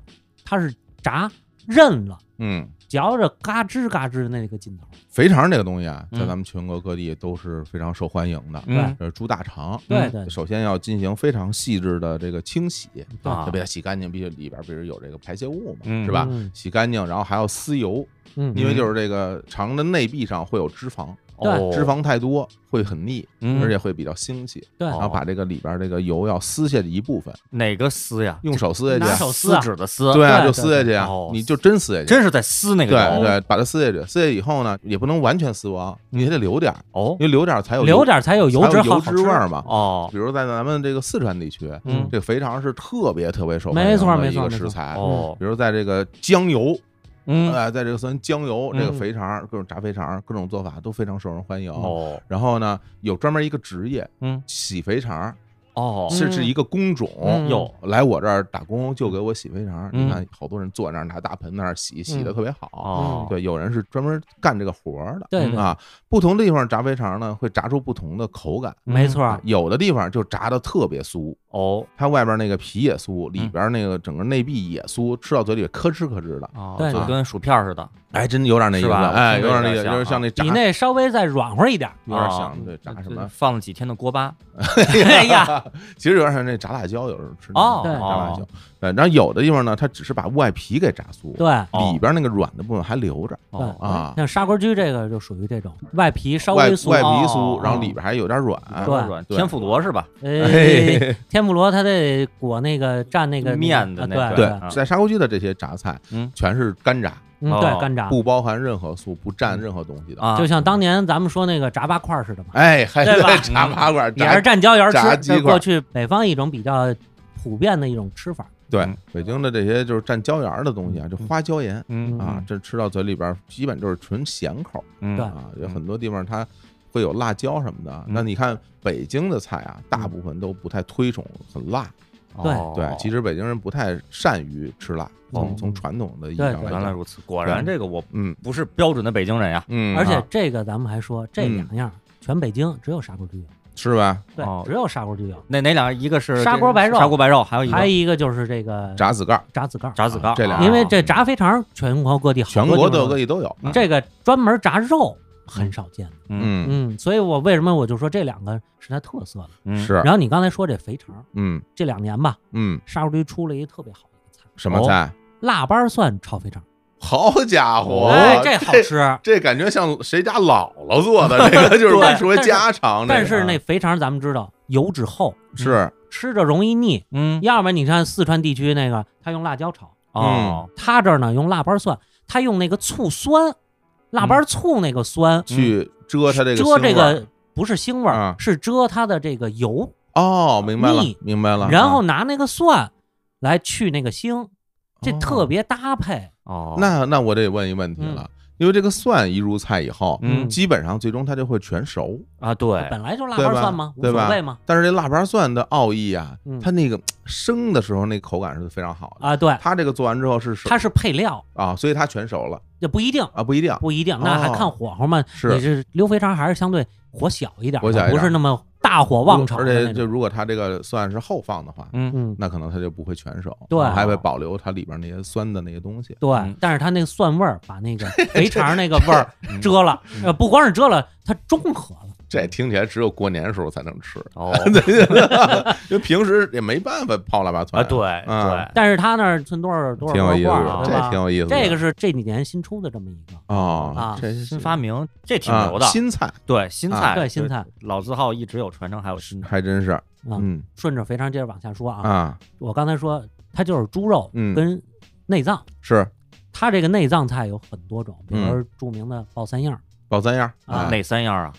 Speaker 3: 它是炸韧了，
Speaker 1: 嗯。
Speaker 3: 嚼着嘎吱嘎吱的那个劲头。
Speaker 1: 肥肠这个东西啊，在
Speaker 2: 嗯
Speaker 1: 咱们全国各地都是非常受欢迎的。
Speaker 2: 嗯
Speaker 1: 呃，猪大肠，
Speaker 3: 对
Speaker 2: 嗯
Speaker 3: 对嗯
Speaker 1: 首先要进行非常细致的这个清洗，
Speaker 3: 对
Speaker 2: 啊
Speaker 1: 要被它洗干净，必须里边儿不是有这个排泄物嘛，
Speaker 2: 嗯
Speaker 1: 是吧？
Speaker 3: 嗯
Speaker 1: 洗干净，然后还要撕油，
Speaker 3: 嗯，
Speaker 1: 因为就是这个肠的内壁上会有脂肪，
Speaker 2: 哦
Speaker 3: 对
Speaker 1: 脂肪太多会很腻，
Speaker 2: 嗯哦
Speaker 1: 而且会比较腥气。
Speaker 3: 对
Speaker 1: 然后把这个里边这个油要撕下去一部分，
Speaker 2: 哪个撕呀？
Speaker 1: 用手撕下去
Speaker 3: 拿
Speaker 1: 啊，
Speaker 3: 手撕
Speaker 2: 撕
Speaker 3: 啊
Speaker 2: 纸的撕，
Speaker 1: 对啊，
Speaker 3: 对
Speaker 1: 就
Speaker 3: 对
Speaker 1: 撕下去啊
Speaker 2: 哦，
Speaker 1: 你就真撕下去。
Speaker 2: 真是在撕那
Speaker 1: 对
Speaker 2: 个油。
Speaker 1: 对，把它撕下去，撕下去以后呢，也不能完全撕光，你还得留点儿，
Speaker 2: 哦
Speaker 1: 因为留点儿才有
Speaker 3: 留点儿才有
Speaker 1: 油
Speaker 3: 油
Speaker 1: 才
Speaker 3: 脂
Speaker 1: 有
Speaker 3: 好
Speaker 1: 油
Speaker 3: 好
Speaker 1: 脂味儿嘛。
Speaker 2: 哦
Speaker 1: 比如在咱们这个四川地区，
Speaker 2: 嗯
Speaker 1: 这个肥肠是特别特别受
Speaker 3: 没
Speaker 1: 欢迎
Speaker 3: 错
Speaker 1: 的
Speaker 3: 没
Speaker 1: 一
Speaker 3: 错
Speaker 1: 个
Speaker 3: 没
Speaker 1: 食
Speaker 3: 错
Speaker 1: 材。
Speaker 2: 哦，
Speaker 1: 比如在这个江油，
Speaker 2: 嗯
Speaker 1: 哎，在这个酸酱油、这个
Speaker 2: 嗯
Speaker 1: 肥肠、各种炸肥肠、各种做法都非常受人欢迎。
Speaker 2: 哦
Speaker 1: 然后呢，有专门一个职业，
Speaker 2: 嗯，
Speaker 1: 洗肥肠，
Speaker 2: 哦
Speaker 1: 这是一个工种
Speaker 3: 嗯。
Speaker 2: 哟
Speaker 1: 来我这儿打工就给我洗肥肠，
Speaker 2: 嗯
Speaker 1: 你看好多人坐那儿拿大盆那儿洗，洗的特别好。
Speaker 2: 哦，
Speaker 1: 嗯对，有人是专门干这个活儿的。
Speaker 3: 对
Speaker 2: 嗯
Speaker 3: 对，
Speaker 1: 啊，不同地方炸肥肠呢，会炸出不同的口感。
Speaker 3: 没错儿，
Speaker 1: 有的地方就炸的特别酥，
Speaker 2: 哦
Speaker 1: 它外边那个皮也酥，
Speaker 2: 嗯
Speaker 1: 里边那个整个内壁也酥，吃到嘴里咯吱咯吱的，
Speaker 2: 哦，
Speaker 3: 对
Speaker 2: 就
Speaker 1: 对
Speaker 2: 跟薯片儿似的。
Speaker 1: 哎，真有点那意
Speaker 2: 是
Speaker 1: 思，
Speaker 2: 吧
Speaker 1: 哎，有点那
Speaker 2: 有
Speaker 1: 意
Speaker 2: 点
Speaker 1: 思，
Speaker 2: 像
Speaker 1: 就是像那炸，
Speaker 3: 比那稍微再软和一点儿。
Speaker 1: 有点
Speaker 2: 啊
Speaker 1: 像对炸
Speaker 2: 这
Speaker 1: 什
Speaker 2: 这
Speaker 1: 么，
Speaker 2: 放了几天的锅 巴。
Speaker 3: 哎呀，
Speaker 1: 其实有点像那炸辣椒，有时候吃那
Speaker 2: 哦
Speaker 1: 种
Speaker 3: 对
Speaker 1: 炸辣椒，对，然后有的地方呢，它只是把外皮给炸酥，
Speaker 3: 对，
Speaker 2: 哦
Speaker 1: 里边那个软的部分还留着
Speaker 3: 对
Speaker 2: 哦
Speaker 1: 啊，
Speaker 3: 像嗯砂锅居这个就属于这种外皮稍
Speaker 1: 外
Speaker 3: 微
Speaker 1: 外皮
Speaker 3: 酥，
Speaker 1: 酥，
Speaker 2: 哦
Speaker 1: 然后里边还有点软，
Speaker 3: 对
Speaker 2: 软
Speaker 1: 对
Speaker 2: 天妇罗是吧？
Speaker 3: 哎， 天妇罗它得裹那个蘸那个
Speaker 2: 面的
Speaker 3: 啊
Speaker 2: 那个
Speaker 1: 对
Speaker 3: 对
Speaker 2: 啊，
Speaker 1: 在砂锅居的这些炸菜
Speaker 2: 嗯，
Speaker 1: 全是干炸，
Speaker 3: 嗯
Speaker 2: 哦
Speaker 3: 对干炸，
Speaker 1: 不包含任何素，不蘸任何东西的。
Speaker 2: 啊，
Speaker 3: 就像当年咱们说那个炸八块儿似的嘛，
Speaker 1: 哎，还
Speaker 3: 对吧
Speaker 1: 在 炸八块，
Speaker 3: 也是
Speaker 1: 炸
Speaker 3: 蘸椒盐儿吃
Speaker 1: 炸，鸡
Speaker 3: 这
Speaker 1: 块
Speaker 3: 过去北方一种比较普遍的一种吃法。
Speaker 1: 对
Speaker 2: 嗯
Speaker 1: 北京的这些就是蘸椒盐儿的东西啊，就花椒盐
Speaker 2: 嗯
Speaker 1: 啊，这吃到嘴里边儿基本就是纯咸口
Speaker 2: 嗯
Speaker 3: 对
Speaker 1: 啊，有很多地方它。会有辣椒什么的，
Speaker 2: 嗯
Speaker 1: 那你看北京的菜啊，
Speaker 3: 嗯
Speaker 1: 大部分都不太推崇很辣。
Speaker 2: 哦
Speaker 1: 对，其实北京人不太善于吃辣，
Speaker 2: 哦
Speaker 1: 从从传统的意义
Speaker 3: 对
Speaker 1: 上来
Speaker 2: 原来
Speaker 1: 讲，
Speaker 2: 如此，果然
Speaker 1: 对
Speaker 2: 这个我
Speaker 1: 嗯
Speaker 2: 不是标准的北京人呀。
Speaker 1: 嗯，
Speaker 3: 而且
Speaker 2: 啊
Speaker 3: 这个咱们还说，这
Speaker 1: 嗯
Speaker 3: 两样儿全北京只有砂锅居有，
Speaker 1: 是吧？
Speaker 3: 对
Speaker 2: 哦，
Speaker 3: 只有砂锅居有。
Speaker 2: 那哪两个？一个是
Speaker 3: 砂锅白肉
Speaker 2: 砂锅白肉，还有一
Speaker 3: 还有
Speaker 2: 个
Speaker 3: 一个就是这个
Speaker 1: 炸子盖儿，
Speaker 3: 炸子盖儿，
Speaker 2: 炸子干儿。
Speaker 1: 啊这俩
Speaker 3: 因为这炸肥肠全国各地好
Speaker 1: 全
Speaker 3: 多
Speaker 1: 国
Speaker 3: 地
Speaker 1: 各
Speaker 3: 方
Speaker 1: 各地都有。啊
Speaker 3: 有这个专门炸肉很少见。
Speaker 1: 嗯，
Speaker 3: 嗯，所以我为什么我就说这两个是它特色的。
Speaker 2: 嗯
Speaker 1: 是，
Speaker 3: 然后你刚才说这肥肠，
Speaker 1: 嗯
Speaker 3: 这两年吧，
Speaker 1: 嗯，
Speaker 3: 砂锅居出了一特别好的一个菜，
Speaker 1: 什么
Speaker 2: 哦
Speaker 1: 菜？
Speaker 3: 腊八蒜炒肥肠，
Speaker 1: 好家伙，
Speaker 3: 哎，这好吃。
Speaker 1: 这感觉像谁家姥姥做的，这 个就是
Speaker 3: 但
Speaker 1: 外
Speaker 3: 是
Speaker 1: 出为家常这个啊。
Speaker 3: 但是那嗯肥肠咱们知道油脂厚，
Speaker 1: 是
Speaker 3: 吃着容易腻。
Speaker 2: 嗯
Speaker 3: 要不然你看四川地区那个，他用辣椒炒，
Speaker 1: 嗯
Speaker 2: 哦
Speaker 3: 他这儿呢用腊八蒜，他用那个醋酸，腊八醋那个酸
Speaker 1: 嗯去遮它这个
Speaker 3: 嗯遮这
Speaker 1: 腥味儿
Speaker 3: 个不是腥味儿
Speaker 1: 啊，
Speaker 3: 是遮它的这个油，
Speaker 1: 哦，明白了
Speaker 3: 腻，
Speaker 1: 明白了。
Speaker 3: 然
Speaker 1: 啊
Speaker 3: 后拿那个蒜来去那个腥，这
Speaker 1: 哦
Speaker 3: 特别搭配。
Speaker 2: 哦，
Speaker 1: 那那我得问一问题了，
Speaker 3: 嗯
Speaker 1: 因为这个蒜一入菜以后，
Speaker 2: 嗯
Speaker 1: 基本上最终它就会全熟，
Speaker 2: 啊对，
Speaker 3: 本来就腊
Speaker 1: 对
Speaker 3: 八
Speaker 1: 吧
Speaker 3: 蒜嘛，无
Speaker 1: 对吧
Speaker 3: 所谓嘛。
Speaker 1: 但是这腊八蒜的奥义啊
Speaker 3: 嗯，
Speaker 1: 它那个生的时候那口感是非常好的。
Speaker 3: 啊，对，
Speaker 1: 它这个做完之后是熟
Speaker 3: 它是配料，
Speaker 1: 啊，所以它全熟了
Speaker 3: 也不一定，
Speaker 1: 啊，不一定。
Speaker 3: 不一定，那还看火候嘛。
Speaker 1: 哦是
Speaker 3: 你是溜肥肠还是相对火小一点的，
Speaker 1: 火小一点
Speaker 3: 不是那么大火旺炒的
Speaker 1: 而
Speaker 3: 那
Speaker 1: 且就
Speaker 3: 种。
Speaker 1: 如果它这个蒜是后放的话，
Speaker 2: 嗯
Speaker 3: 嗯，
Speaker 1: 那可能它就不会全熟，啊
Speaker 3: 对哦
Speaker 1: 还会保留它里边那些酸的那些东西。
Speaker 3: 对
Speaker 2: 嗯，
Speaker 3: 但是它那个蒜味儿把 那个肥肠那个味儿
Speaker 2: 嗯
Speaker 3: 遮了，呃，不光是遮了，它中和了。
Speaker 1: 这听起来只有过年时候才能吃，
Speaker 2: 哦
Speaker 1: 因为平时也没办法泡腊八
Speaker 2: 啊
Speaker 1: 蒜。
Speaker 2: 对
Speaker 1: 嗯
Speaker 2: 对
Speaker 3: 但是它那儿存多少多少
Speaker 1: 挺有意思
Speaker 3: 多少罐
Speaker 1: 的
Speaker 3: 儿，
Speaker 1: 这
Speaker 3: 对吧
Speaker 1: 挺有意思的。
Speaker 3: 这个是这几年新出的这么一个，
Speaker 1: 哦
Speaker 3: 啊，
Speaker 1: 这
Speaker 2: 新发明，这挺
Speaker 1: 啊
Speaker 2: 牛的。
Speaker 1: 新菜，
Speaker 2: 对新
Speaker 1: 啊
Speaker 2: 菜，
Speaker 3: 对新菜，
Speaker 2: 老字号一直有传承，还有新菜。
Speaker 1: 还真是。
Speaker 3: 啊
Speaker 1: 嗯
Speaker 3: 顺着肥肠接着往下说啊，
Speaker 1: 啊，
Speaker 3: 我刚才说它就是猪肉
Speaker 1: 嗯
Speaker 3: 跟内脏，
Speaker 1: 是
Speaker 3: 它这个内脏菜有很多种，比如
Speaker 1: 嗯
Speaker 3: 说著名的爆三样儿，
Speaker 1: 爆三样
Speaker 3: 啊
Speaker 1: 哎
Speaker 2: 哪三样啊？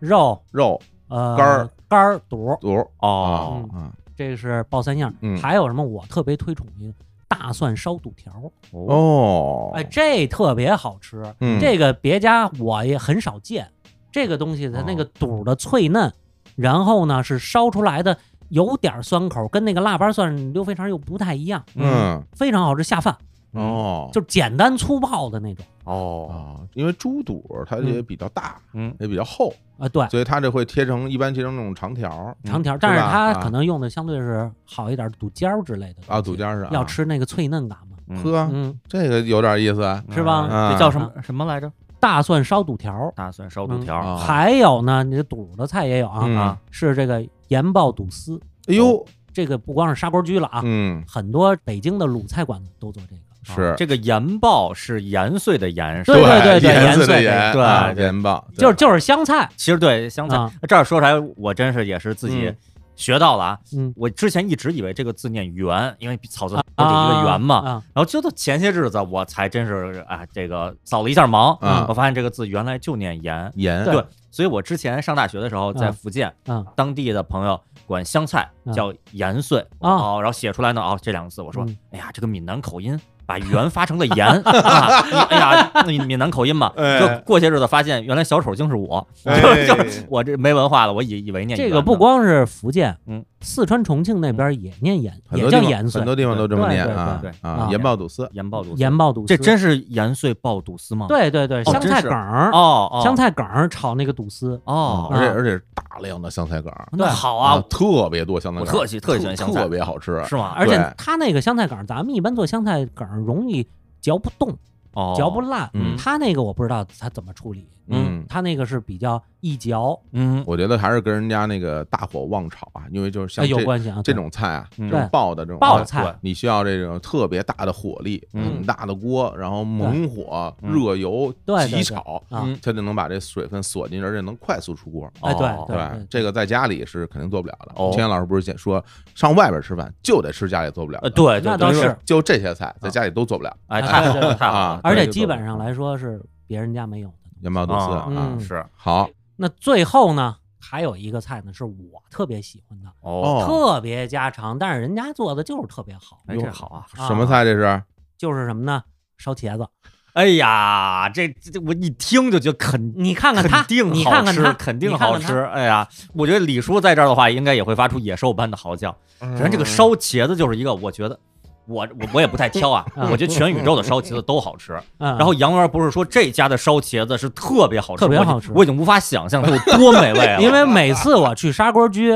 Speaker 3: 肉、
Speaker 1: 肉
Speaker 3: 呃
Speaker 1: 肝儿、
Speaker 3: 肝儿、肚，
Speaker 1: 肚儿
Speaker 2: 哦
Speaker 3: 嗯
Speaker 1: 啊
Speaker 3: 这是爆三样儿。
Speaker 1: 嗯
Speaker 3: 还有什么？我特别推崇一个大蒜烧肚条儿，
Speaker 1: 哦，
Speaker 3: 哎，这特别好吃。
Speaker 1: 嗯
Speaker 3: 这个别家我也很少见，这个东西它
Speaker 2: 哦
Speaker 3: 那个肚儿的脆嫩，然后呢是烧出来的有点儿酸口，跟那个腊八蒜溜肥肠又不太一样，
Speaker 1: 嗯
Speaker 3: 非常好吃下饭，
Speaker 1: 哦
Speaker 3: 嗯就是简单粗暴的那种
Speaker 2: 哦
Speaker 1: 啊，因为猪肚儿它也比较大，
Speaker 2: 嗯
Speaker 1: 也比较厚，
Speaker 3: 啊、对，
Speaker 1: 所以它这会切成一般切成那种长条儿
Speaker 3: 嗯长条儿，
Speaker 1: 是吧
Speaker 3: 但是它
Speaker 1: 啊
Speaker 3: 可能用的相对是好一点儿肚尖儿之类的
Speaker 1: 啊，
Speaker 3: 东
Speaker 1: 肚
Speaker 3: 西
Speaker 1: 尖儿是啊啊
Speaker 3: 嗯要吃那个脆嫩感嘛，
Speaker 1: 呵，
Speaker 3: 嗯，
Speaker 1: 这个有点意思啊。
Speaker 3: 是吧
Speaker 2: 嗯这叫什么什么来着？
Speaker 3: 大蒜烧肚条儿，
Speaker 2: 大蒜烧肚条
Speaker 1: 嗯
Speaker 2: 儿
Speaker 1: 啊
Speaker 3: 还有呢，你这肚儿的菜也有啊，哦
Speaker 1: 嗯
Speaker 2: 啊
Speaker 3: 是这个盐爆肚丝，
Speaker 1: 哎呦，
Speaker 3: 这个不光是砂锅居了啊，
Speaker 1: 嗯
Speaker 3: 很多北京的鲁菜馆子都做这个。
Speaker 1: 是
Speaker 2: 这个盐爆是盐碎的盐，是
Speaker 3: 对
Speaker 2: 吧
Speaker 3: 对对对
Speaker 1: 盐
Speaker 2: 盐
Speaker 1: 字的
Speaker 2: 碎
Speaker 1: 盐，
Speaker 2: 对
Speaker 1: 啊
Speaker 2: 对
Speaker 1: 盐棒，
Speaker 3: 就是
Speaker 1: 对
Speaker 3: 就是香菜，
Speaker 2: 其实对香菜
Speaker 3: 啊
Speaker 2: 这儿说出来，我真是也是自己
Speaker 1: 嗯
Speaker 2: 学到了啊。
Speaker 3: 嗯，
Speaker 2: 我之前一直以为这个字念圆，因为草字头有一个圆嘛。
Speaker 3: 啊，
Speaker 2: 然后就到前些日子，我才真是啊，这个扫了一下盲，
Speaker 1: 啊
Speaker 2: 我发现这个字原来就念盐。
Speaker 1: 盐，
Speaker 2: 对，所以我之前上大学的时候，在
Speaker 3: 嗯
Speaker 2: 福建，
Speaker 3: 嗯
Speaker 2: 当地的朋友管香菜
Speaker 3: 嗯
Speaker 2: 叫盐碎
Speaker 3: 啊
Speaker 2: 哦，然后写出来呢，哦，这两个字，我说
Speaker 3: 嗯，
Speaker 2: 哎呀，这个闽南口音。把圆发成了盐， 啊哎呀，那闽南口音嘛，
Speaker 1: 哎
Speaker 2: 就过些日子发现原来小丑竟是我，
Speaker 1: 哎
Speaker 2: 就就我这没文化了，我以以为念
Speaker 3: 这
Speaker 2: 圆
Speaker 3: 个
Speaker 2: 呢
Speaker 3: 不光是福建，
Speaker 2: 嗯，
Speaker 3: 四川、重庆那边也念盐，
Speaker 1: 很
Speaker 3: 也
Speaker 1: 多
Speaker 3: 叫
Speaker 1: 地方
Speaker 3: 盐
Speaker 1: 很
Speaker 3: 碎，
Speaker 1: 多地方都这么
Speaker 3: 对
Speaker 1: 念
Speaker 3: 对
Speaker 1: 啊
Speaker 2: 对
Speaker 1: 啊
Speaker 3: 啊，
Speaker 1: 盐爆肚丝，
Speaker 2: 盐爆肚丝，
Speaker 3: 盐爆肚丝，
Speaker 2: 这真是盐碎爆肚丝吗？
Speaker 3: 对对对，
Speaker 2: 哦
Speaker 3: 香
Speaker 2: 真
Speaker 3: 菜
Speaker 2: 是
Speaker 3: 梗儿，
Speaker 2: 哦，哦
Speaker 3: 香菜梗儿炒那个肚丝，
Speaker 2: 哦，
Speaker 1: 嗯而且
Speaker 3: 啊
Speaker 1: 而且是大量的香菜梗儿
Speaker 2: 那好
Speaker 1: 啊
Speaker 2: 啊，，
Speaker 1: 特别多香菜
Speaker 2: 我
Speaker 1: 梗儿，
Speaker 2: 特喜特喜欢香
Speaker 1: 特
Speaker 2: 菜，
Speaker 1: 别好吃，
Speaker 2: 啊是吗？
Speaker 3: 啊而且
Speaker 1: 对
Speaker 3: 它那个香菜梗儿，咱们一般做香菜梗儿容易嚼不动、
Speaker 2: 哦，
Speaker 3: 嚼不烂，
Speaker 1: 嗯
Speaker 3: 它那个我不知道它怎么处理，
Speaker 1: 嗯
Speaker 3: 它那个是比较易嚼，
Speaker 2: 嗯，
Speaker 1: 我觉得还是跟人家那个大火旺炒啊，因为就是
Speaker 3: 它
Speaker 1: 像
Speaker 3: 有
Speaker 1: 这
Speaker 3: 关系啊，
Speaker 1: 这
Speaker 3: 对
Speaker 1: 种菜啊，
Speaker 2: 嗯
Speaker 1: 这种
Speaker 3: 对
Speaker 1: 爆的这种
Speaker 3: 爆
Speaker 1: 菜
Speaker 3: 菜，
Speaker 1: 你需要这种特别大的火力，
Speaker 2: 嗯
Speaker 1: 很大的锅，然后猛火、
Speaker 2: 嗯
Speaker 1: 热油、
Speaker 3: 对对
Speaker 1: 急
Speaker 3: 对
Speaker 1: 炒，
Speaker 3: 啊，
Speaker 2: 嗯
Speaker 1: 它就能把这水分锁进去，而且能快速出锅。
Speaker 3: 哎对
Speaker 2: 哦
Speaker 1: 对
Speaker 3: 对
Speaker 1: 吧，这个在家里是肯定做不了的。
Speaker 2: 哦
Speaker 1: 青年老师不是说上外边吃饭就得吃家里做不了的，
Speaker 2: 呃，对，对，
Speaker 3: 那倒，
Speaker 2: 对
Speaker 1: 就是就这些菜在家里都做不了
Speaker 2: 哎，
Speaker 3: 啊
Speaker 2: 太好
Speaker 3: 对对
Speaker 2: 了，
Speaker 3: 对
Speaker 2: 太好
Speaker 1: 啊
Speaker 2: 了，。
Speaker 3: 而且
Speaker 1: 对
Speaker 3: 基
Speaker 2: 嗯
Speaker 3: 本上来说是别人家没有的。
Speaker 1: 盐爆肚丝
Speaker 2: 啊
Speaker 1: 啊
Speaker 3: 嗯，
Speaker 2: 是
Speaker 1: 好
Speaker 3: 那最后呢，还有一个菜呢，是我特别喜欢的，
Speaker 2: 哦，
Speaker 3: 特别家常，但是人家做的就是特别好，
Speaker 2: 哎，这好啊，
Speaker 3: 啊
Speaker 1: 什么菜这是？
Speaker 3: 就是什么呢？烧茄子，
Speaker 2: 哎呀，这这我一听就觉得肯
Speaker 3: 你看看它
Speaker 2: 肯，定
Speaker 3: 你
Speaker 2: 好
Speaker 3: 看看
Speaker 2: 吃，
Speaker 3: 它，
Speaker 2: 肯定
Speaker 3: 你看
Speaker 2: 好
Speaker 3: 看它
Speaker 2: 吃。哎呀，我觉得李叔在这儿的话，应该也会发出野兽般的嚎叫。首
Speaker 3: 嗯
Speaker 2: 先，这个烧茄子就是一个，我觉得。我我我也不太挑啊，
Speaker 3: 嗯
Speaker 2: 我觉得全宇宙的烧茄子都好吃。
Speaker 3: 嗯，
Speaker 2: 然后杨元不是说这家的烧茄子是特别好吃，
Speaker 3: 特别
Speaker 2: 我已
Speaker 3: 好吃
Speaker 2: 我已经无法想象它有多美味了。
Speaker 3: 因为每次我去砂锅居，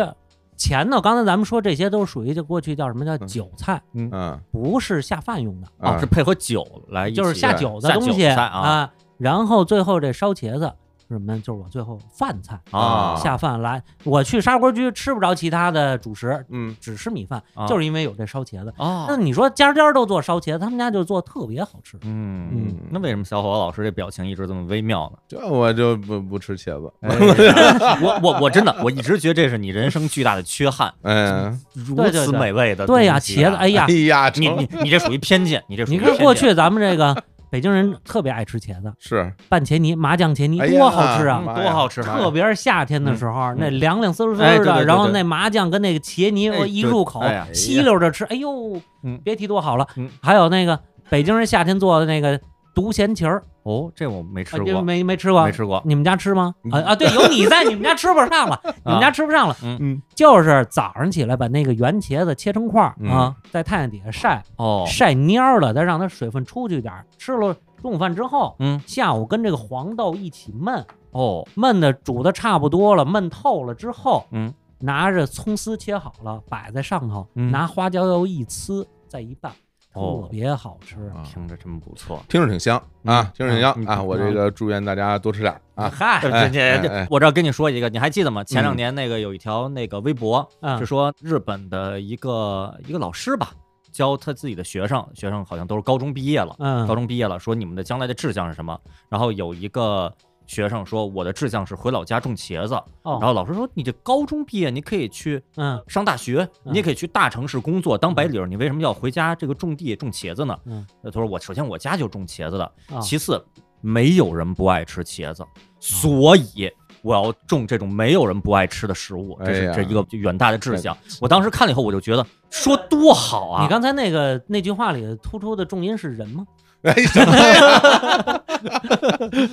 Speaker 3: 前头刚才咱们说这些都属于就过去叫什么叫
Speaker 1: 嗯
Speaker 3: 酒菜，
Speaker 1: 嗯啊
Speaker 3: 不是下饭用的，
Speaker 2: 哦，是配合酒来一起，
Speaker 3: 就是下
Speaker 1: 对
Speaker 3: 酒的
Speaker 2: 下
Speaker 3: 东
Speaker 2: 酒
Speaker 3: 西
Speaker 2: 菜啊
Speaker 3: 啊。然后最后这烧茄子是什么呢？就是我最后饭菜。
Speaker 2: 啊，
Speaker 3: 下饭来，我去砂锅居吃不着其他的主食，
Speaker 1: 嗯，
Speaker 3: 只吃米饭，
Speaker 2: 啊
Speaker 3: 就是因为有这烧茄子。那
Speaker 2: 哦，
Speaker 3: 你说家家都做烧茄子，他们家就做特别好吃。
Speaker 2: 嗯
Speaker 1: 嗯
Speaker 2: 那为什么小伙老师这表情一直这么微妙呢？
Speaker 1: 这我就不不吃茄子，
Speaker 2: 哎我我我真的我一直觉得这是你人生巨大的缺憾，
Speaker 1: 嗯，
Speaker 2: 如
Speaker 3: 对对
Speaker 2: 此
Speaker 3: 对
Speaker 2: 美味的
Speaker 3: 对呀、
Speaker 2: 呃东西啊
Speaker 3: 茄子，哎，呀
Speaker 1: 哎，呀，
Speaker 2: 你
Speaker 1: 成
Speaker 2: 你你这属于偏见，你这属于
Speaker 3: 你看
Speaker 2: 偏
Speaker 3: 过
Speaker 2: 见
Speaker 3: 去咱们这个北京人特别爱吃茄子，
Speaker 1: 是
Speaker 3: 拌茄泥、麻酱茄泥
Speaker 1: 哎呀
Speaker 3: 多好吃
Speaker 2: 嗯
Speaker 3: 啊！
Speaker 1: 妈
Speaker 2: 多
Speaker 1: 呀
Speaker 2: 好吃
Speaker 1: 妈呀
Speaker 3: 特别是夏天的时候，
Speaker 2: 嗯
Speaker 3: 那凉凉丝丝
Speaker 2: 哎对对对
Speaker 3: 的，然后
Speaker 2: 对
Speaker 3: 那麻酱跟那个茄泥
Speaker 2: 哎
Speaker 3: 哦一
Speaker 2: 对
Speaker 3: 入口
Speaker 2: 哎呀，
Speaker 3: 吸溜着吃，哎呦
Speaker 2: 嗯，
Speaker 3: 别提多好了
Speaker 2: 嗯。
Speaker 3: 还有那个北京人夏天做的那个独咸芹儿，
Speaker 2: 哦，这我没吃
Speaker 3: 啊这
Speaker 2: 过，
Speaker 3: 没没吃过
Speaker 2: 没，吃过，嗯
Speaker 3: 你们家吃吗？啊啊，对，有你在，你们家吃不上 了，你们家吃不上了。
Speaker 2: 啊嗯
Speaker 1: 嗯，
Speaker 3: 就是早上起来把那个圆茄子切成块儿
Speaker 1: 嗯
Speaker 3: 啊，在太阳底下晒
Speaker 2: 哦，
Speaker 3: 晒蔫了，再让它水分出去点儿。吃了中午饭之后，
Speaker 2: 嗯，
Speaker 3: 下午跟这个黄豆一起焖，
Speaker 2: 哦，
Speaker 3: 焖的煮的差不多了，焖透了之后，
Speaker 2: 嗯，
Speaker 3: 拿着葱丝切好了摆在上头，
Speaker 2: 嗯
Speaker 3: 拿花椒油一呲，再一拌，
Speaker 2: 哦
Speaker 3: 特别好吃。
Speaker 1: 啊
Speaker 2: 听着真不错。
Speaker 1: 听着挺香啊，听着挺香
Speaker 2: 嗯
Speaker 1: 啊！我这个祝愿大家多吃点儿啊，
Speaker 3: 嗨，
Speaker 2: 这
Speaker 1: 哎
Speaker 2: 这
Speaker 1: 哎
Speaker 2: 这
Speaker 1: 哎，
Speaker 2: 我这儿跟你说一个，你还记得吗？前两
Speaker 1: 嗯
Speaker 2: 年那个有一条那个微博，
Speaker 3: 嗯
Speaker 2: 是说日本的一个一个老师吧，教他自己的学生，学生好像都是高中毕业了，
Speaker 3: 嗯
Speaker 2: 高中毕业了，说你们的将来的志向是什么？然后有一个学生说，我的志向是回老家种茄子。然
Speaker 3: 哦
Speaker 2: 后老师说，你这高中毕业，你可以去
Speaker 3: 嗯
Speaker 2: 上大学，
Speaker 3: 嗯
Speaker 2: 你也可以去大城市工作当白领儿，你为什么要回家这个种地种茄子呢？
Speaker 3: 嗯
Speaker 2: 呃，他说我首先我家就种茄子的，
Speaker 3: 啊
Speaker 2: 其次没有人不爱吃茄子，所以。我要种这种没有人不爱吃的食物，这
Speaker 1: 哎
Speaker 2: 是
Speaker 1: 呀
Speaker 2: 这一个远大的志向。我当时看了以后，我就觉得说多好啊！
Speaker 3: 你刚才那个那句话里突出的重音是人吗？
Speaker 1: 哎，
Speaker 2: 嗯
Speaker 1: 什么呀？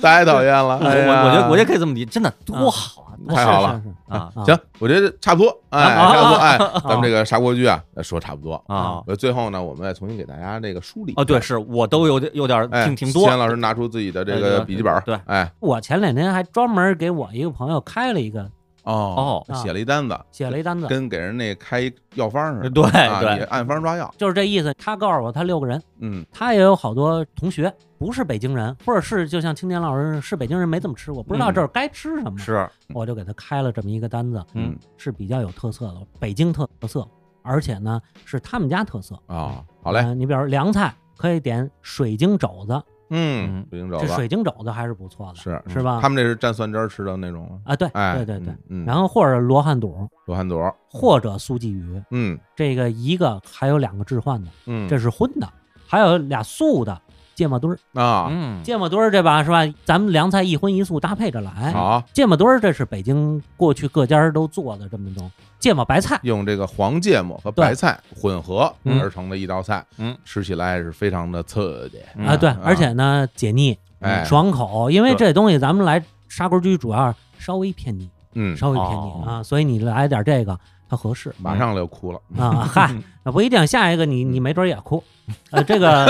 Speaker 1: 太讨厌了！
Speaker 2: 我，
Speaker 1: 哎呀
Speaker 2: 我我觉得我觉得可以这么理，真的多好啊！多
Speaker 1: 太
Speaker 2: 好
Speaker 1: 好了
Speaker 3: 是是是
Speaker 2: 啊
Speaker 3: 啊
Speaker 1: 行，我觉得差不多，哎，
Speaker 2: 啊
Speaker 1: 差不多，哎，咱们这个砂锅居啊，说差不多。
Speaker 2: 啊！
Speaker 1: 呃，最后呢，我们再重新给大家这个梳理
Speaker 2: 哦，对，，是我都有点有点
Speaker 1: 哎，
Speaker 2: 挺挺多
Speaker 1: 钱老师拿出自己的这个笔记本，
Speaker 2: 对对
Speaker 1: 哎，
Speaker 3: 我前两天还专门给我一个朋友开了一个，
Speaker 1: 哦
Speaker 3: 哦
Speaker 1: 写了一单子，
Speaker 3: 写了一单子，
Speaker 1: 跟给人那开药方似的，
Speaker 2: 对
Speaker 1: 啊
Speaker 2: 对
Speaker 1: 你按方抓药，
Speaker 3: 就是这意思。他告诉我他六个人，
Speaker 1: 嗯，
Speaker 3: 他也有好多同学不是北京人，或者是就像青年老师是北京人没怎么吃过，不知道
Speaker 2: 嗯
Speaker 3: 这儿该吃什么，
Speaker 1: 啊
Speaker 2: 是
Speaker 1: 嗯
Speaker 3: 我就给他开了这么一个单子，
Speaker 2: 嗯
Speaker 3: 是比较有特色的，北京特色，而且呢是他们家特色。
Speaker 1: 啊，好嘞，
Speaker 3: 呃你比如说凉菜，可以点水晶肘子，
Speaker 1: 嗯
Speaker 2: 嗯，
Speaker 1: 北京肘
Speaker 3: 这
Speaker 1: 子
Speaker 3: 水晶肘子还是不错的，
Speaker 1: 是嗯
Speaker 3: 是吧
Speaker 1: 他们这是蘸蒜汁儿吃的那种吗？
Speaker 3: 啊，对
Speaker 1: 哎，
Speaker 3: 对对对，
Speaker 1: 嗯，嗯，
Speaker 3: 然后或者罗汉肚，
Speaker 1: 罗汉朵，
Speaker 3: 或者苏鲫鱼，
Speaker 1: 嗯
Speaker 3: 这个一个还有两个置换的，
Speaker 1: 嗯，
Speaker 3: 这是荤的，还有俩素的芥末墩儿，
Speaker 1: 啊，
Speaker 2: 嗯，
Speaker 3: 芥末墩儿这吧是吧？咱们凉菜一荤一素搭配着来，
Speaker 1: 好，
Speaker 3: 芥末墩儿这是北京过去各家儿都做的这么一种芥末白菜，
Speaker 1: 用这个黄芥末和白菜混合
Speaker 2: 嗯
Speaker 1: 而成的一道菜，
Speaker 2: 嗯，
Speaker 1: 吃起来是非常的刺激，
Speaker 2: 嗯
Speaker 3: 啊，对，
Speaker 1: 啊
Speaker 3: 而且呢解腻、嗯
Speaker 1: 哎
Speaker 3: 爽口，因为
Speaker 2: 对
Speaker 3: 这东西咱们来砂锅居主要稍微偏腻，
Speaker 1: 嗯，
Speaker 3: 稍微偏腻、
Speaker 2: 哦
Speaker 3: 啊，所以你来点这个它 合适
Speaker 1: 马上就哭了，
Speaker 3: 啊。嗨，那不一定，下一个你
Speaker 2: 嗯
Speaker 3: 你没准也哭。呃，这个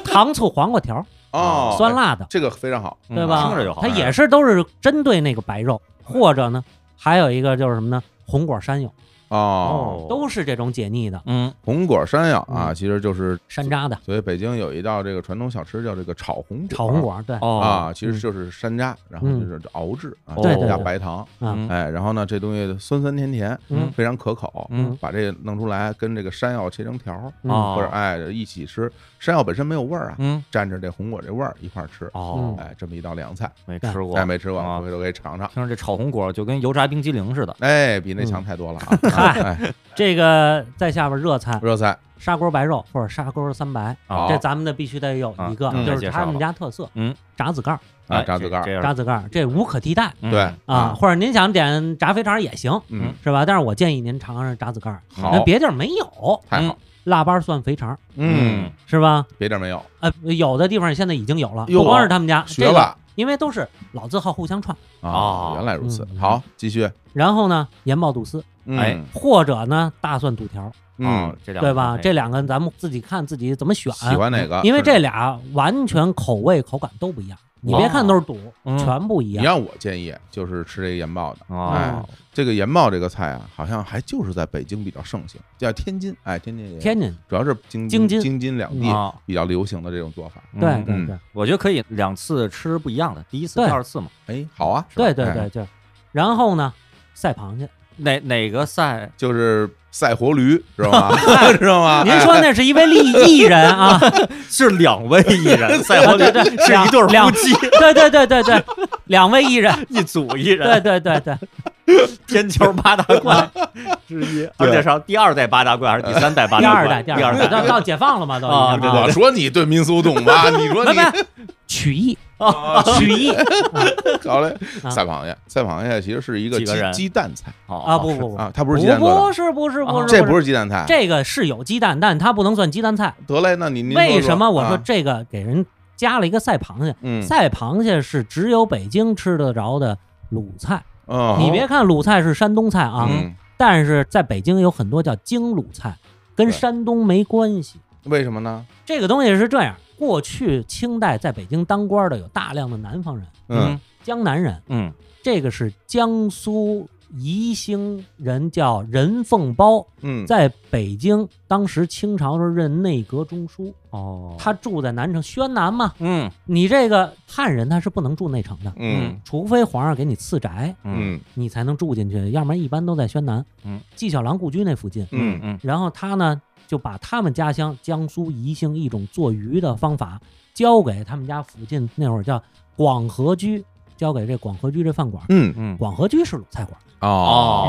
Speaker 3: 糖醋黄瓜条儿，
Speaker 1: 哦，
Speaker 3: 酸
Speaker 1: 哎，
Speaker 3: 辣的，
Speaker 1: 这个非常好，
Speaker 2: 嗯
Speaker 3: 对吧？
Speaker 2: 听着就好。
Speaker 3: 它也是都是针对那个白肉，或者呢，还有一个就是什么呢？红果山药
Speaker 1: 哦，
Speaker 3: 都是这种解腻的
Speaker 2: 嗯
Speaker 1: 红果山药啊，其实就是
Speaker 3: 山楂的
Speaker 1: 所以北京有一道这个传统小吃叫这个炒红果，
Speaker 3: 炒红果，对，
Speaker 2: 哦
Speaker 1: 啊，其实就是山楂，然后就是熬制啊，
Speaker 2: 对对
Speaker 1: 加
Speaker 3: 对
Speaker 1: 白糖，
Speaker 3: 嗯
Speaker 1: 哎，然后呢，这东西酸酸甜甜，
Speaker 2: 嗯
Speaker 1: 非常可口，
Speaker 2: 嗯
Speaker 1: 把这弄出来跟这个山药切成条儿，
Speaker 3: 嗯
Speaker 2: 哦
Speaker 1: 或者哎一起吃，山药本身没有味儿啊，
Speaker 2: 嗯
Speaker 1: 蘸着这红果这味儿一块儿吃，
Speaker 2: 哦，
Speaker 3: 嗯
Speaker 1: 哎，这么一道凉菜，
Speaker 2: 没吃过
Speaker 1: 哎，，没吃过，
Speaker 2: 啊
Speaker 1: 回头可以尝尝，
Speaker 2: 听着这炒红果就跟油炸冰激凌似的。
Speaker 1: 哎，比那强太多了啊！哎，
Speaker 3: 这个在下边热菜
Speaker 1: 热菜
Speaker 3: 砂锅白肉或者砂锅三白，
Speaker 1: 好
Speaker 3: 这咱们的必须得有一个
Speaker 2: 啊嗯，
Speaker 3: 就
Speaker 2: 太
Speaker 3: 是
Speaker 2: 介
Speaker 3: 他
Speaker 2: 绍
Speaker 3: 们
Speaker 2: 了
Speaker 3: 家特色，
Speaker 2: 嗯，
Speaker 3: 炸子盖儿，
Speaker 1: 啊，
Speaker 2: 哎
Speaker 1: 炸子盖，儿，
Speaker 2: 这
Speaker 3: 炸
Speaker 2: 样
Speaker 3: 子盖儿这无可替代
Speaker 1: 对
Speaker 2: 嗯
Speaker 3: 啊，，或者您想点炸肥肠也行，
Speaker 1: 嗯，
Speaker 3: 是吧？但是我建议您尝尝炸子盖儿，
Speaker 1: 好
Speaker 3: 那，别地儿没有
Speaker 1: 太好，
Speaker 3: 腊八蒜肥肠，
Speaker 1: 嗯，
Speaker 3: 是吧？
Speaker 1: 别地儿没有，
Speaker 3: 呃，有的地方现在已经有了，
Speaker 1: 哟
Speaker 3: 不光是他们家，
Speaker 1: 学
Speaker 3: 啊这个
Speaker 1: 了
Speaker 3: 因为都是老字号互相串。
Speaker 1: 啊，
Speaker 2: 哦
Speaker 1: 原来如此，
Speaker 3: 嗯
Speaker 1: 好，继续，
Speaker 3: 然后呢，盐爆肚丝，
Speaker 1: 嗯
Speaker 2: 哎，
Speaker 3: 或者呢大蒜肚条，
Speaker 1: 嗯
Speaker 2: 哦，，这两个
Speaker 3: 对吧？
Speaker 2: 哎
Speaker 3: 这两个咱们自己看自己怎么选，
Speaker 1: 喜欢哪个？
Speaker 3: 因为这俩完全口味口感都不一样。你别看都是肚，
Speaker 2: 嗯
Speaker 3: 全不一
Speaker 1: 你
Speaker 3: 样。
Speaker 1: 让我建议就是吃这个盐爆的，哎
Speaker 2: 哦，
Speaker 1: 这个盐爆这个菜啊，好像还就是在北京比较盛行，叫天津，哎，天津也有
Speaker 3: 天津，
Speaker 1: 主要是京
Speaker 3: 京津
Speaker 1: 京津两地
Speaker 2: 啊，
Speaker 1: 比较流行的这种做法，
Speaker 3: 对
Speaker 2: 嗯
Speaker 3: 对对
Speaker 2: 我觉得可以两次吃不一样的，第一次、
Speaker 3: 对
Speaker 2: 第二次嘛。
Speaker 1: 哎，好啊，是吧
Speaker 3: 对对
Speaker 1: 哎
Speaker 3: 对对。然后呢，赛螃蟹，
Speaker 2: 哪哪个赛？
Speaker 1: 就是赛活驴，知道吗？ 知道吗？
Speaker 3: 啊您说
Speaker 1: 哎
Speaker 3: 那是一位艺艺人啊？
Speaker 2: 是两位艺人 赛
Speaker 3: 对
Speaker 2: 后
Speaker 3: 啊对对，
Speaker 2: 是一对儿
Speaker 3: 两
Speaker 2: 夫妻，
Speaker 3: 对对对对对，两位艺人，
Speaker 2: 一组艺人，
Speaker 3: 对对对对，
Speaker 2: 天球八大怪 之一，而且是第二代八大怪还是第三代八
Speaker 3: 第
Speaker 2: 大
Speaker 3: 二
Speaker 2: 怪？
Speaker 3: 代
Speaker 2: 第
Speaker 3: 二代，到到解放了嘛，都
Speaker 2: 啊
Speaker 3: 已经
Speaker 2: 对对
Speaker 1: 我说你对民俗懂 吧？你说
Speaker 3: 拜
Speaker 1: 你
Speaker 3: 拜，曲艺，
Speaker 1: 啊
Speaker 3: 曲艺
Speaker 1: 好嘞，
Speaker 3: 啊
Speaker 1: 赛螃蟹，赛螃蟹其实是一个
Speaker 2: 几个
Speaker 1: 鸡
Speaker 2: 人
Speaker 1: 鸡蛋菜
Speaker 3: 啊！
Speaker 2: 啊
Speaker 3: 不不不，
Speaker 1: 啊，它不
Speaker 3: 不
Speaker 1: 是鸡蛋做
Speaker 3: 不
Speaker 1: 的，
Speaker 3: 是不是不
Speaker 2: 啊
Speaker 3: 是，
Speaker 1: 这不
Speaker 3: 是
Speaker 1: 是鸡蛋菜。
Speaker 3: 这个是有鸡蛋，但它不能算鸡蛋菜。
Speaker 1: 得嘞，那您您
Speaker 3: 为什么我说
Speaker 1: 说啊
Speaker 3: 这个给人加了一个赛螃蟹？
Speaker 1: 嗯
Speaker 3: 赛螃蟹是只有北京吃得着的鲁菜。
Speaker 1: 嗯
Speaker 3: 你别看鲁菜是山东菜啊，
Speaker 1: 嗯
Speaker 3: 但是在北京有很多叫京鲁菜，跟
Speaker 1: 对
Speaker 3: 山东没关系。
Speaker 1: 为什么呢？
Speaker 3: 这个东西是这样，过去清代在北京当官的有大量的南方人、
Speaker 1: 嗯
Speaker 3: 江南人，
Speaker 2: 嗯
Speaker 3: 这个是江苏宜兴人叫任凤包，
Speaker 1: 嗯，
Speaker 3: 在北京当时清朝时候任内阁中书，
Speaker 2: 哦
Speaker 3: 他住在南城宣南嘛。
Speaker 2: 嗯
Speaker 3: 你这个汉人他是不能住内城的，
Speaker 1: 嗯
Speaker 3: 除非皇上给你赐宅，
Speaker 2: 嗯
Speaker 1: 嗯
Speaker 3: 你才能住进去，要不然一般都在宣南。
Speaker 2: 嗯，
Speaker 3: 纪晓岚故居那附近。
Speaker 1: 嗯
Speaker 2: 嗯
Speaker 3: 然后他呢就把他们家乡江苏宜兴一种做鱼的方法交给他们家附近那会儿叫广和居，交给这广和居这饭馆。
Speaker 1: 嗯
Speaker 2: 嗯
Speaker 3: 广和居是鲁菜馆，
Speaker 1: 哦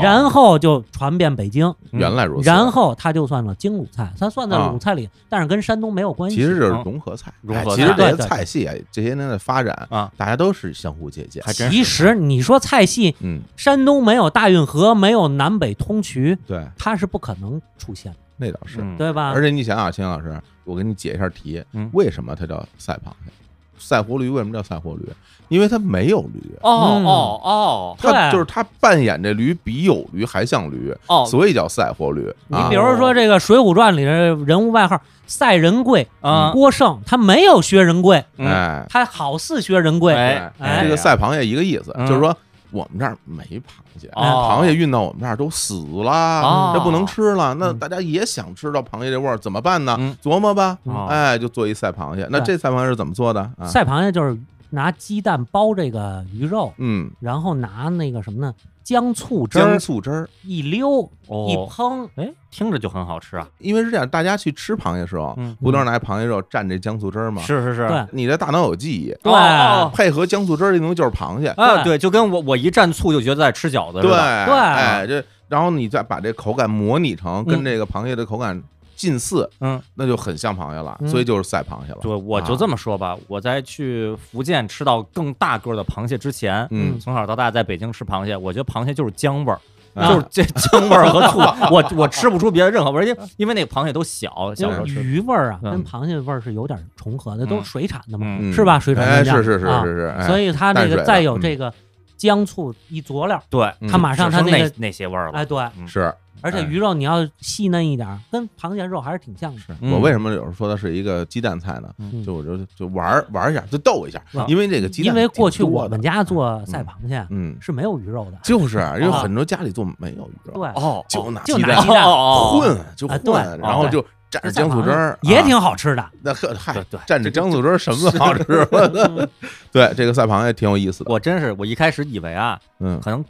Speaker 2: 哦
Speaker 3: 然后就传遍北京，
Speaker 1: 原来如此。
Speaker 3: 然后它就算了京鲁菜，它算在鲁菜里，但是跟山东没有关
Speaker 1: 啊
Speaker 3: 系。
Speaker 1: 其实就是融合菜，
Speaker 2: 融
Speaker 1: 哎
Speaker 2: 合
Speaker 1: 其实
Speaker 2: 菜
Speaker 1: 这些
Speaker 3: 对对
Speaker 1: 菜系啊，这些年的发展
Speaker 2: 啊，
Speaker 1: 大家都是相互借鉴。
Speaker 2: 还真
Speaker 3: 其实你说菜系，
Speaker 1: 嗯，
Speaker 3: 山东没有大运河，没有南北通衢，
Speaker 1: 对，
Speaker 3: 它是不可能出现的，
Speaker 1: 那倒是。
Speaker 2: 嗯
Speaker 3: 对吧？
Speaker 1: 而且你想想，秦老师，我给你解一下题
Speaker 2: 嗯，
Speaker 1: 为什么它叫赛螃蟹？赛活驴为什么叫赛活驴？因为它没有驴，
Speaker 2: 哦
Speaker 3: 嗯
Speaker 2: 哦哦
Speaker 1: 它
Speaker 3: 对
Speaker 1: 就是它扮演这驴比有驴还像驴，
Speaker 2: 哦，
Speaker 1: 所以叫赛活驴。
Speaker 3: 你
Speaker 1: 啊
Speaker 3: 比如说这个《水浒传》里的人物外号赛仁贵、
Speaker 2: 啊
Speaker 3: 郭胜，他没有学仁贵，
Speaker 2: 嗯
Speaker 1: 哎，
Speaker 3: 他好似学仁贵，
Speaker 2: 哎
Speaker 3: 哎
Speaker 1: 这个赛螃蟹一个意思，
Speaker 2: 嗯
Speaker 1: 就是说我们这儿没螃蟹，
Speaker 2: 哦
Speaker 1: 螃蟹运到我们这儿都死了
Speaker 2: 哦，
Speaker 1: 这不能吃了。那
Speaker 3: 嗯
Speaker 1: 大家也想吃到螃蟹这味儿，怎么办呢
Speaker 2: 嗯？
Speaker 1: 琢磨吧
Speaker 2: 哦，
Speaker 1: 哎，就做一赛螃蟹。那
Speaker 3: 对
Speaker 1: 这赛螃蟹是怎么做的啊？
Speaker 3: 赛螃蟹就是拿鸡蛋包这个鱼肉，
Speaker 1: 嗯
Speaker 3: 然后拿那个什么呢？姜醋汁
Speaker 1: 姜
Speaker 3: 儿
Speaker 1: 醋汁儿，
Speaker 3: 一溜一
Speaker 2: 哦，
Speaker 3: 烹，
Speaker 2: 哎，听着就很好吃啊。
Speaker 1: 因为是这样，大家去吃螃蟹时候，
Speaker 2: 嗯，
Speaker 1: 不都是拿螃蟹肉蘸这姜醋汁儿吗？
Speaker 2: 是是是，
Speaker 3: 对
Speaker 1: 你的大脑有记忆，
Speaker 3: 对
Speaker 2: 哦哦
Speaker 1: 配合姜醋汁儿这东西就是螃蟹。
Speaker 2: 啊，
Speaker 3: 对
Speaker 2: 对，就跟我我一蘸醋就觉得在吃饺子似
Speaker 1: 对
Speaker 2: 的。
Speaker 3: 对嗯
Speaker 1: 哎，这然后你再把这口感模拟成跟这个螃蟹的口感近似，
Speaker 2: 嗯，
Speaker 1: 那就很像螃蟹了，
Speaker 3: 嗯
Speaker 1: 所以就是赛螃蟹了。
Speaker 2: 对，我就这么说吧，我在去福建吃到更大个儿的螃蟹之前，
Speaker 1: 嗯，
Speaker 2: 从小到大在北京吃螃蟹，我觉得螃蟹就是姜味儿，
Speaker 3: 嗯
Speaker 1: 啊
Speaker 2: 就是这 姜味儿和醋，我我吃不出别的任何味儿，因为因为那个螃蟹都小，小时候
Speaker 3: 因
Speaker 2: 吃。
Speaker 3: 为鱼味儿啊，
Speaker 2: 嗯
Speaker 3: 跟螃蟹味儿是有点重合的，都
Speaker 2: 嗯
Speaker 3: 是水产的嘛，
Speaker 2: 嗯
Speaker 3: 是吧？水产
Speaker 1: 哎，
Speaker 3: 原料
Speaker 1: 是是是
Speaker 3: 啊
Speaker 1: 是是，哎
Speaker 3: 所以它
Speaker 1: 淡水
Speaker 3: 这个
Speaker 1: 的
Speaker 3: 再有
Speaker 1: 嗯
Speaker 3: 这个姜醋一佐料，
Speaker 2: 对，
Speaker 1: 嗯
Speaker 3: 它马上
Speaker 2: 只
Speaker 3: 它
Speaker 2: 剩
Speaker 3: 那
Speaker 2: 那
Speaker 3: 个
Speaker 2: 那些味儿了
Speaker 3: 哎。对，
Speaker 1: 是
Speaker 3: 而且
Speaker 1: 哎
Speaker 3: 鱼肉你要细嫩一点儿，跟螃蟹肉还是挺像的。
Speaker 2: 嗯
Speaker 1: 我为什么有时候说它是一个鸡蛋菜呢？
Speaker 2: 嗯
Speaker 1: 就我就就玩儿玩儿一下，就逗一下
Speaker 2: 啊，
Speaker 1: 因为这个鸡蛋
Speaker 3: 因为过去
Speaker 1: 挺多
Speaker 3: 我们
Speaker 1: 的
Speaker 3: 家做赛螃蟹
Speaker 1: 嗯，
Speaker 3: 是没有鱼肉的，
Speaker 1: 就是因为
Speaker 3: 啊
Speaker 1: 很多家里做没有鱼肉，
Speaker 3: 对，
Speaker 2: 哦，
Speaker 1: 就拿
Speaker 3: 就
Speaker 1: 鸡
Speaker 3: 拿
Speaker 1: 蛋
Speaker 3: 鸡蛋
Speaker 2: 哦，哦哦
Speaker 1: 混就
Speaker 3: 啊对
Speaker 1: 混，然后
Speaker 2: 哦对
Speaker 1: 就蘸着姜醋汁儿
Speaker 3: 也。
Speaker 1: 啊
Speaker 3: 挺 好吃的。
Speaker 1: 那呵，嗨
Speaker 2: 对，对
Speaker 1: 蘸着姜醋汁儿什么都好吃。 对，这个赛螃蟹挺有意思的。
Speaker 2: 我真是，我一开始以为啊，
Speaker 1: 嗯，
Speaker 2: 可能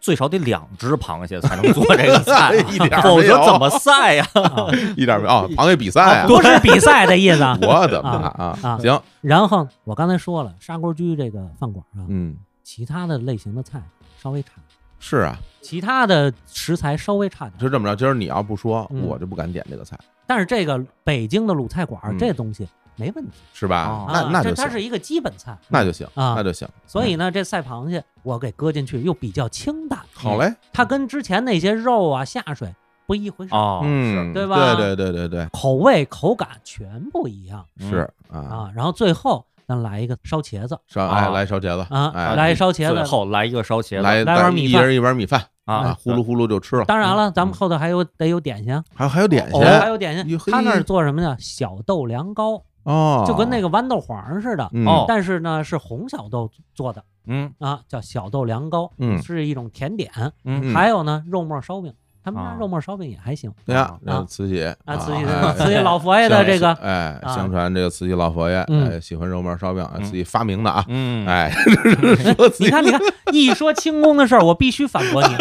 Speaker 2: 最少得两只螃蟹才能做这个菜， 啊
Speaker 1: 一点儿
Speaker 2: 否
Speaker 1: 没有
Speaker 2: 则怎么赛呀？
Speaker 3: 啊
Speaker 1: 一点儿没 有啊？螃蟹比赛啊？
Speaker 3: 不是比赛的意思 啊。
Speaker 1: 我的妈啊！
Speaker 3: 啊
Speaker 1: 行，
Speaker 3: 然后我刚才说了，砂锅居这个饭馆啊，
Speaker 1: 嗯，
Speaker 3: 其他的类型的菜稍微差，
Speaker 1: 是啊，
Speaker 3: 其他的食材稍微差点。
Speaker 1: 就这么着。今儿你要不说，
Speaker 3: 嗯
Speaker 1: 我就不敢点这个菜，
Speaker 3: 但是这个北京的鲁菜馆儿
Speaker 1: 嗯
Speaker 3: 这东西没问题，
Speaker 1: 是吧
Speaker 2: 哦？
Speaker 1: 那
Speaker 3: 啊
Speaker 1: 那
Speaker 3: 这
Speaker 1: 就
Speaker 3: 它是
Speaker 1: 行，
Speaker 3: 一个基本菜，
Speaker 1: 那就行，
Speaker 3: 啊
Speaker 1: 那就行。
Speaker 3: 所以呢，这赛螃蟹我给搁进去又比较清淡，
Speaker 1: 好嘞，
Speaker 3: 它跟之前那些肉啊下水不一回 事，
Speaker 2: 哦，
Speaker 1: 嗯，
Speaker 3: 对吧
Speaker 1: 对对对对
Speaker 3: 口味口感全不一样
Speaker 1: 对，是啊，
Speaker 3: 啊。然后最后咱来一个烧茄子
Speaker 1: 烧哎
Speaker 2: 啊
Speaker 1: 来烧茄子
Speaker 3: 啊，
Speaker 1: 哎
Speaker 3: 来一烧茄
Speaker 2: 最
Speaker 3: 子。
Speaker 2: 后来一个烧茄子，
Speaker 1: 来
Speaker 3: 来碗米
Speaker 1: 一
Speaker 3: 饭
Speaker 1: 人一碗米饭啊
Speaker 2: 啊，，
Speaker 1: 呼噜呼噜就吃了。
Speaker 3: 当然了，咱
Speaker 1: 嗯
Speaker 3: 们后头还有得有点心啊，
Speaker 1: 还有还有点
Speaker 3: 哦
Speaker 1: 心
Speaker 3: 还有点
Speaker 1: 哟
Speaker 3: 心。
Speaker 1: 嘿
Speaker 3: 他那儿做什么呢？小豆凉糕，
Speaker 1: 哦，
Speaker 3: 就跟那个豌豆黄似的，
Speaker 1: 嗯
Speaker 2: 哦
Speaker 3: 但是呢是红小豆做的
Speaker 2: 嗯
Speaker 3: 啊，叫小豆凉糕，
Speaker 1: 嗯
Speaker 3: 是一种甜点。
Speaker 2: 嗯
Speaker 1: 嗯
Speaker 3: 还有呢，肉末烧饼，他们家
Speaker 2: 啊
Speaker 3: 肉末烧饼也还行
Speaker 1: 对呀，
Speaker 3: 啊
Speaker 1: 让慈禧
Speaker 3: 啊。慈禧
Speaker 1: 哎
Speaker 3: 慈禧老佛爷的
Speaker 1: 相
Speaker 3: 这个
Speaker 1: 哎，
Speaker 3: 啊
Speaker 1: 相传这个慈禧老佛爷
Speaker 3: 嗯
Speaker 1: 哎喜欢肉末烧饼，哎
Speaker 2: 嗯
Speaker 1: 自己发明的啊，
Speaker 2: 嗯，
Speaker 1: 哎， 说自
Speaker 3: 你
Speaker 1: 己
Speaker 3: 看，你看，一说清宫的事儿，我必须反 驳你，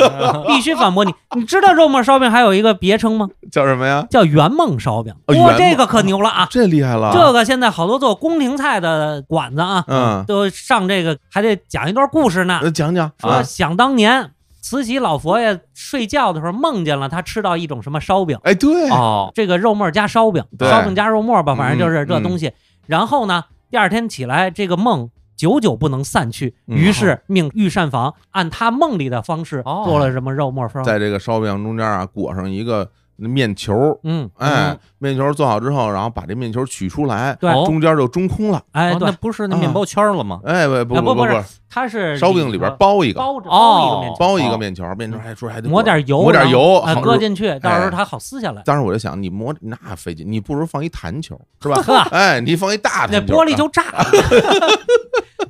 Speaker 3: 必须反驳你。你知道肉末烧饼还有一个别称吗？
Speaker 1: 叫什么呀？
Speaker 3: 叫圆梦烧饼。
Speaker 1: 哦
Speaker 3: 哇、
Speaker 1: 圆梦
Speaker 3: 这个可牛了啊！
Speaker 1: 这厉害了，
Speaker 3: 这个现在好多做宫廷菜的馆子啊，
Speaker 1: 嗯，
Speaker 3: 都上这个还得讲一段故事呢。
Speaker 1: 那讲讲
Speaker 3: 说想当年，慈禧老佛爷睡觉的时候梦见了他吃到一种什么烧饼，
Speaker 1: 哎，对，
Speaker 2: 哦，
Speaker 3: 这个肉末加烧饼，
Speaker 1: 对
Speaker 3: 烧饼加肉末吧，反正就是
Speaker 1: 嗯
Speaker 3: 这
Speaker 1: 嗯
Speaker 3: 东西。然后呢，第二天起来，这个梦久久不能散去，
Speaker 1: 嗯
Speaker 3: 于是命御膳房按他梦里的方式
Speaker 2: 哦
Speaker 3: 做了什么肉末烧饼。
Speaker 1: 在这个烧饼中间啊，裹上一个面球，
Speaker 3: 嗯，
Speaker 1: 哎，面球做好之后，然后把这面球取出来，
Speaker 3: 对
Speaker 2: 哦
Speaker 1: 中间就中空了，
Speaker 3: 哎，
Speaker 2: 哦那
Speaker 3: 对，
Speaker 2: 不是那
Speaker 1: 嗯
Speaker 2: 面包圈了吗？
Speaker 1: 哎，不
Speaker 3: 啊
Speaker 1: 不
Speaker 3: 不
Speaker 1: 不
Speaker 3: 不是它是
Speaker 1: 烧饼里边
Speaker 3: 头
Speaker 1: 包一个，
Speaker 3: 包着包一个
Speaker 2: 哦
Speaker 3: 面条，
Speaker 1: 包一个面球，面球还说还得
Speaker 3: 抹
Speaker 1: 裹
Speaker 3: 点油，
Speaker 1: 抹点油，
Speaker 3: 然后
Speaker 1: 好哎
Speaker 3: 啊搁。进去，到时候它好撕下来。
Speaker 1: 当时我就想，你磨那费劲，你不如放一弹球是吧？
Speaker 3: 呵，
Speaker 1: 哎，你放一大啊
Speaker 3: 那
Speaker 1: 弹球，
Speaker 3: 玻璃就炸 了。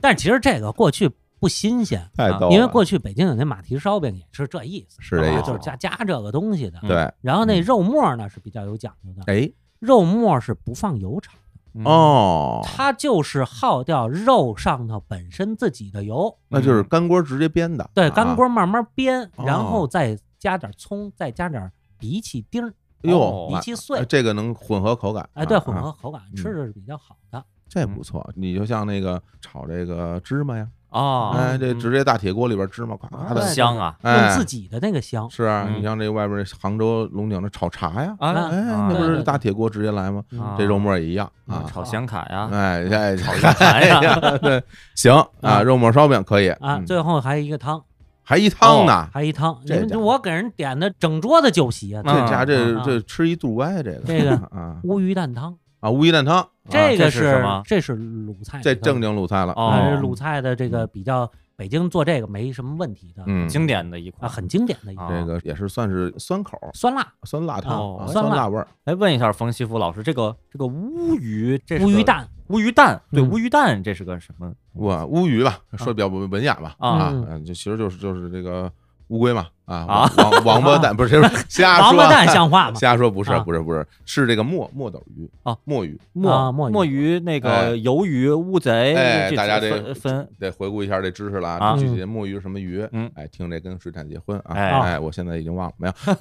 Speaker 3: 但是其实这个过去不新鲜，
Speaker 1: 啊太逗了，
Speaker 3: 因为过去北京有那马蹄烧饼也是这意思，啊
Speaker 1: 是这意
Speaker 2: 思
Speaker 3: 就是加加这个东西的。
Speaker 1: 对，
Speaker 3: 然后
Speaker 1: 嗯
Speaker 3: 那肉末呢是比较有讲究的，
Speaker 1: 哎
Speaker 3: 肉末是不放油炒，
Speaker 2: 嗯，
Speaker 1: 哦，
Speaker 3: 它就是耗掉肉上头本身自己的油，
Speaker 1: 那就是干锅直接煸的，
Speaker 3: 嗯对，
Speaker 1: 啊
Speaker 3: 干锅慢慢煸，
Speaker 1: 哦
Speaker 3: 然后再加点葱，再加点荸荠丁儿、
Speaker 1: 哟
Speaker 2: 哦，
Speaker 3: 荸荠
Speaker 1: 哎
Speaker 3: 碎，
Speaker 1: 这个能混合口感，
Speaker 3: 哎，对，
Speaker 1: 啊
Speaker 3: 混合嗯口感
Speaker 1: 嗯
Speaker 3: 吃着是比较好的。
Speaker 1: 这不错，你就像那个炒这个芝麻呀，
Speaker 2: 哦，
Speaker 1: 哎，这
Speaker 2: 嗯
Speaker 1: 直接大铁锅里边芝麻咵咵
Speaker 3: 对
Speaker 1: 的，
Speaker 2: 香啊，
Speaker 1: 哎
Speaker 3: 哦用自己的那个香，
Speaker 1: 是啊，
Speaker 2: 嗯
Speaker 1: 你像这外边杭州龙井的炒茶呀，
Speaker 2: 啊
Speaker 1: 哎，那不是大铁锅直接来吗？
Speaker 3: 嗯
Speaker 1: 这肉末也一样
Speaker 2: 嗯
Speaker 1: 啊，
Speaker 2: 炒显卡呀，
Speaker 1: 哎哎， 炒
Speaker 2: 炒啊盘呀，
Speaker 1: 对，行啊，
Speaker 3: 啊
Speaker 1: 肉末烧饼可以
Speaker 3: 啊，
Speaker 1: 嗯
Speaker 3: 最后还有一个汤，
Speaker 1: 还一汤呢，
Speaker 3: 还有一汤，你
Speaker 1: 这家
Speaker 3: 们
Speaker 1: 伙
Speaker 3: 我给人点的整桌子酒席啊，
Speaker 1: 这家这
Speaker 3: 嗯
Speaker 1: 这吃一肚歪，这个
Speaker 3: 这个 哎
Speaker 1: 啊
Speaker 3: 乌鱼蛋汤，
Speaker 1: 啊乌鸡蛋汤，啊
Speaker 3: 这个
Speaker 2: 这是什么
Speaker 3: 这是鲁菜，
Speaker 1: 这正经鲁菜了，
Speaker 2: 哦
Speaker 3: 啊，这是鲁菜的这个比较，北京做这个没什么问题的，
Speaker 1: 嗯，
Speaker 2: 经典的一款
Speaker 3: 啊，。很经典的一个
Speaker 2: 啊
Speaker 1: 这个也是算是酸口儿
Speaker 3: 酸辣
Speaker 1: 酸辣汤，
Speaker 2: 哦
Speaker 1: 啊
Speaker 3: 酸
Speaker 1: 酸
Speaker 3: 辣
Speaker 1: 辣味儿，
Speaker 2: 哎，问一下冯西福老师，这个这个乌鱼，这是
Speaker 3: 乌鱼
Speaker 2: 个
Speaker 3: 蛋，
Speaker 2: 乌鱼蛋，对，
Speaker 3: 嗯
Speaker 2: 乌鱼蛋，这是个什么？
Speaker 3: 啊哦
Speaker 1: 我乌鱼吧，说得比较文文雅吧，嗯
Speaker 2: 啊
Speaker 1: 啊，嗯，就其实就是就是这个乌龟嘛，啊
Speaker 2: 啊
Speaker 1: 王王王八蛋不是瞎说， 啊
Speaker 3: 王八蛋像话吗？
Speaker 1: 瞎说不是
Speaker 3: 啊
Speaker 1: 不是不是是这个墨墨斗鱼
Speaker 2: 啊
Speaker 1: 墨鱼，
Speaker 3: 啊
Speaker 2: 墨
Speaker 3: 墨鱼
Speaker 2: 墨鱼那
Speaker 1: 哎
Speaker 2: 个鱿鱼乌贼，
Speaker 1: 哎
Speaker 2: 这
Speaker 1: 大家这
Speaker 2: 分分
Speaker 1: 得回顾一下这知识了
Speaker 2: 啊
Speaker 1: 具体的墨鱼是什么鱼？
Speaker 2: 嗯
Speaker 1: 哎，听这跟水产结婚啊！
Speaker 2: 哎
Speaker 1: 哎，我现在已经忘了没 有？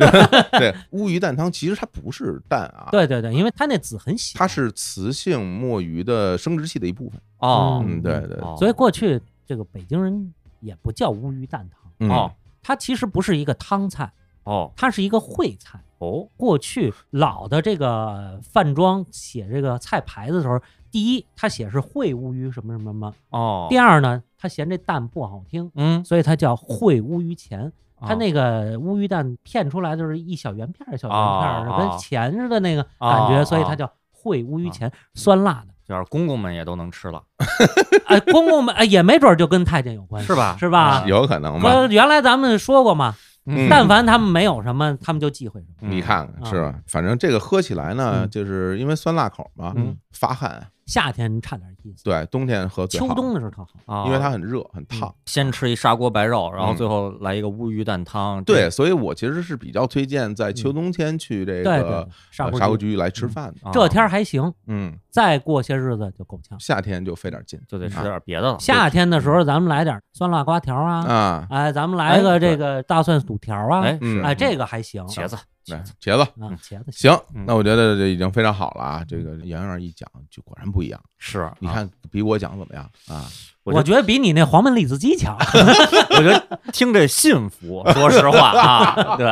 Speaker 1: 对，乌鱼蛋汤其实它不是蛋啊，
Speaker 3: 对对对，因为它那籽很小，
Speaker 1: 它是雌性墨鱼的生殖器的一部分。
Speaker 2: 哦
Speaker 1: 嗯，对对，
Speaker 2: 哦
Speaker 3: 所以过去这个北京人也不叫乌鱼蛋汤，
Speaker 1: 嗯
Speaker 2: 哦
Speaker 3: 它其实不是一个汤菜，
Speaker 2: 哦
Speaker 3: 它是一个烩菜。
Speaker 2: 哦
Speaker 3: 过去老的这个饭庄写这个菜牌子的时候，第一他写是烩乌鱼什么什么什么，
Speaker 2: 哦
Speaker 3: 第，二呢，他嫌这蛋不好听，
Speaker 2: 嗯，
Speaker 3: 所以他叫烩乌鱼钱。他
Speaker 2: 哦
Speaker 3: 那个乌鱼蛋片出来就是一小圆片儿一小圆片儿的，
Speaker 2: 哦
Speaker 3: 跟钱似的那个感
Speaker 2: 哦
Speaker 3: 觉，
Speaker 2: 哦
Speaker 3: 所以它叫烩乌
Speaker 2: 啊
Speaker 3: 鱼钱，酸辣的。
Speaker 2: 就是公公们也都能吃了，
Speaker 3: 哎，公公们哎也没准儿就跟太监有关系，
Speaker 2: 是吧
Speaker 3: 是吧
Speaker 2: 啊？
Speaker 1: 有可能吧？
Speaker 3: 呃，原来咱们说过嘛，
Speaker 1: 嗯
Speaker 3: 但凡他们没有什么，他们就忌讳什么。
Speaker 2: 嗯
Speaker 1: 你看看
Speaker 3: 啊
Speaker 1: 是吧？反正这个喝起来呢，
Speaker 3: 嗯
Speaker 1: 就是因为酸辣口嘛
Speaker 2: 嗯，
Speaker 1: 发汗。
Speaker 3: 夏天差点意思，
Speaker 1: 对，冬天喝最好
Speaker 3: 秋，冬的时候特好。
Speaker 2: 啊
Speaker 1: 因为它很热很烫。
Speaker 2: 先吃一砂锅白肉，然后
Speaker 1: 嗯
Speaker 2: 最后来一个乌鱼蛋汤，这
Speaker 1: 对，所以我其实是比较推荐在秋冬天去这
Speaker 2: 嗯
Speaker 3: 对
Speaker 1: 个
Speaker 3: 对
Speaker 1: 呃，
Speaker 3: 砂
Speaker 1: 砂锅
Speaker 3: 锅居，
Speaker 1: 居来吃饭的。
Speaker 2: 啊
Speaker 3: 这天儿还行，
Speaker 1: 嗯，
Speaker 3: 再过些日子就够呛。
Speaker 1: 夏天就费点劲
Speaker 2: 就得吃
Speaker 1: 啊
Speaker 2: 点别的了，
Speaker 3: 夏天的时候，咱们来点酸辣瓜条啊，
Speaker 1: 嗯啊。
Speaker 3: 哎，咱们来
Speaker 2: 哎
Speaker 3: 个这
Speaker 2: 对
Speaker 3: 个大蒜肚条啊，
Speaker 2: 哎
Speaker 1: 嗯
Speaker 2: 是
Speaker 3: 哎，这个还行。
Speaker 2: 茄子
Speaker 1: 来茄子，
Speaker 3: 啊，茄子
Speaker 1: 行，
Speaker 2: 嗯
Speaker 1: 那我觉得这已经非常好了啊。这个洋洋一讲就果然不一样，
Speaker 2: 是，
Speaker 1: 你
Speaker 2: 啊
Speaker 1: 看比我讲怎么样啊？
Speaker 2: 我
Speaker 3: 我觉得比你那黄焖栗子鸡 强。
Speaker 2: 我觉得听着信服，说实话啊，对，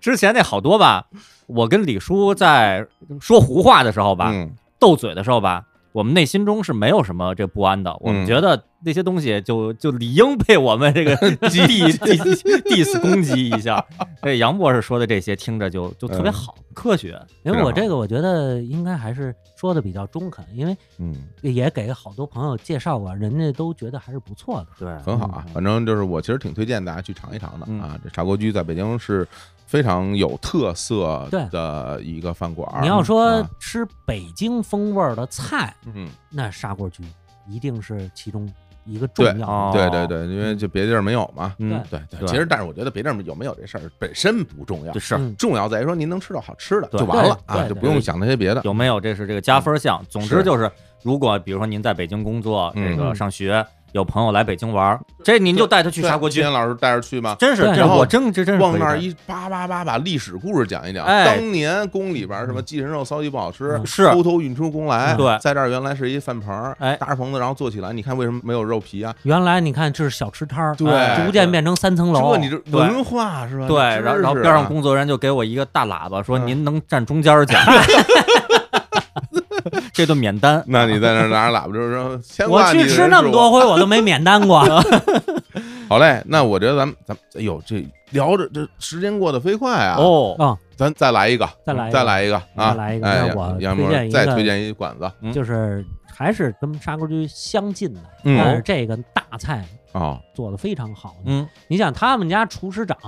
Speaker 2: 之前那好多吧，我跟李叔在说胡话的时候吧，
Speaker 1: 嗯
Speaker 2: 斗嘴的时候吧，我们内心中是没有什么这不安的，我
Speaker 1: 嗯
Speaker 2: 们觉得那些东西就就理应被我们 这个 diss diss diss 攻击一下。 这杨博士说的这些听着就就特
Speaker 1: 嗯
Speaker 2: 别好，科学，
Speaker 3: 因为我这
Speaker 1: 非常
Speaker 3: 个我觉得应该还是说的比较中肯，因为
Speaker 1: 嗯，
Speaker 3: 也给好多朋友介绍过，人家都觉得还是不错的。
Speaker 2: 对，
Speaker 1: 很好啊。反正就是我其实挺推荐大家去尝一尝的
Speaker 2: 嗯
Speaker 1: 啊。这砂锅居在北京是非常有特色
Speaker 3: 对
Speaker 1: 的一个饭馆儿。
Speaker 3: 你要说
Speaker 1: 啊
Speaker 3: 吃北京风味儿的菜，
Speaker 1: 嗯，
Speaker 3: 那砂锅居一定是其中一个重
Speaker 1: 对
Speaker 3: 要的。
Speaker 2: 哦
Speaker 1: 对对对，因为就别地儿没有嘛。
Speaker 2: 嗯，
Speaker 1: 对对，
Speaker 2: 对
Speaker 1: 其实但是我觉得别地儿有没有这事儿本身不重要
Speaker 2: 就，是
Speaker 3: 嗯
Speaker 1: 重要在于说您能吃到好吃的
Speaker 2: 对
Speaker 1: 就完了
Speaker 3: 对
Speaker 1: 啊，
Speaker 3: 对
Speaker 1: 就
Speaker 3: 对
Speaker 1: 不用想那些别的。
Speaker 2: 有没有这是这个加分项。总之
Speaker 1: 是
Speaker 2: 就是，如果比如说您在北京工作，
Speaker 1: 嗯
Speaker 2: 这个上学，有朋友来北京玩儿，这您就带他去
Speaker 1: 对
Speaker 2: 砂锅居
Speaker 1: 今，天老师带着去吗？
Speaker 2: 真是，
Speaker 3: 对
Speaker 2: 这
Speaker 1: 然后
Speaker 2: 我真这真
Speaker 3: 嗯
Speaker 2: 是
Speaker 1: 往
Speaker 2: 可以
Speaker 1: 那儿
Speaker 2: 的
Speaker 1: 一叭叭叭把历史故事讲一讲。
Speaker 2: 哎
Speaker 1: 当年宫里边什么鸡神肉烧鸡不好吃，
Speaker 3: 嗯
Speaker 2: 是
Speaker 1: 偷偷运出宫来。
Speaker 2: 嗯对
Speaker 1: 在这儿原来是一饭棚儿，
Speaker 2: 哎
Speaker 1: 搭着棚子然后做起来。你看为什么没有肉皮啊？
Speaker 3: 原来你看这是小吃摊儿，
Speaker 1: 对
Speaker 3: 哎逐渐变成三层楼。
Speaker 1: 这你这文化啊是吧？
Speaker 2: 对，
Speaker 1: 你知识
Speaker 2: 然后然后
Speaker 1: 啊
Speaker 2: 边上工作人员就给我一个大喇叭，说
Speaker 1: 嗯
Speaker 2: 您能站中间儿讲， 这顿免单。
Speaker 1: 那你在那儿拿着喇叭就是说，牵
Speaker 3: 我
Speaker 1: 挂你
Speaker 3: 去
Speaker 1: 的
Speaker 3: 吃
Speaker 1: 人
Speaker 3: 那
Speaker 1: 是
Speaker 3: 么
Speaker 1: 我嗯
Speaker 3: 多回，我 都没免单过。
Speaker 1: 好嘞，那我觉得咱们咱们，哎呦，这聊着这时间过得飞快啊！，
Speaker 2: 哦，
Speaker 3: 嗯，
Speaker 1: 咱再来一个，
Speaker 3: 再来一个
Speaker 1: 再来一个啊！
Speaker 3: 再来一个
Speaker 1: 哎
Speaker 3: 那
Speaker 1: 呀
Speaker 3: 我
Speaker 1: 杨
Speaker 3: 推
Speaker 1: 博
Speaker 3: 荐一
Speaker 1: 再
Speaker 3: 个
Speaker 1: 推荐一馆子
Speaker 2: 嗯
Speaker 3: 就是还是跟砂锅居相近的，
Speaker 1: 嗯
Speaker 3: 但是这个大菜
Speaker 1: 哦，
Speaker 3: 做的非常好的。
Speaker 2: 嗯，
Speaker 3: 你想，他们家厨师长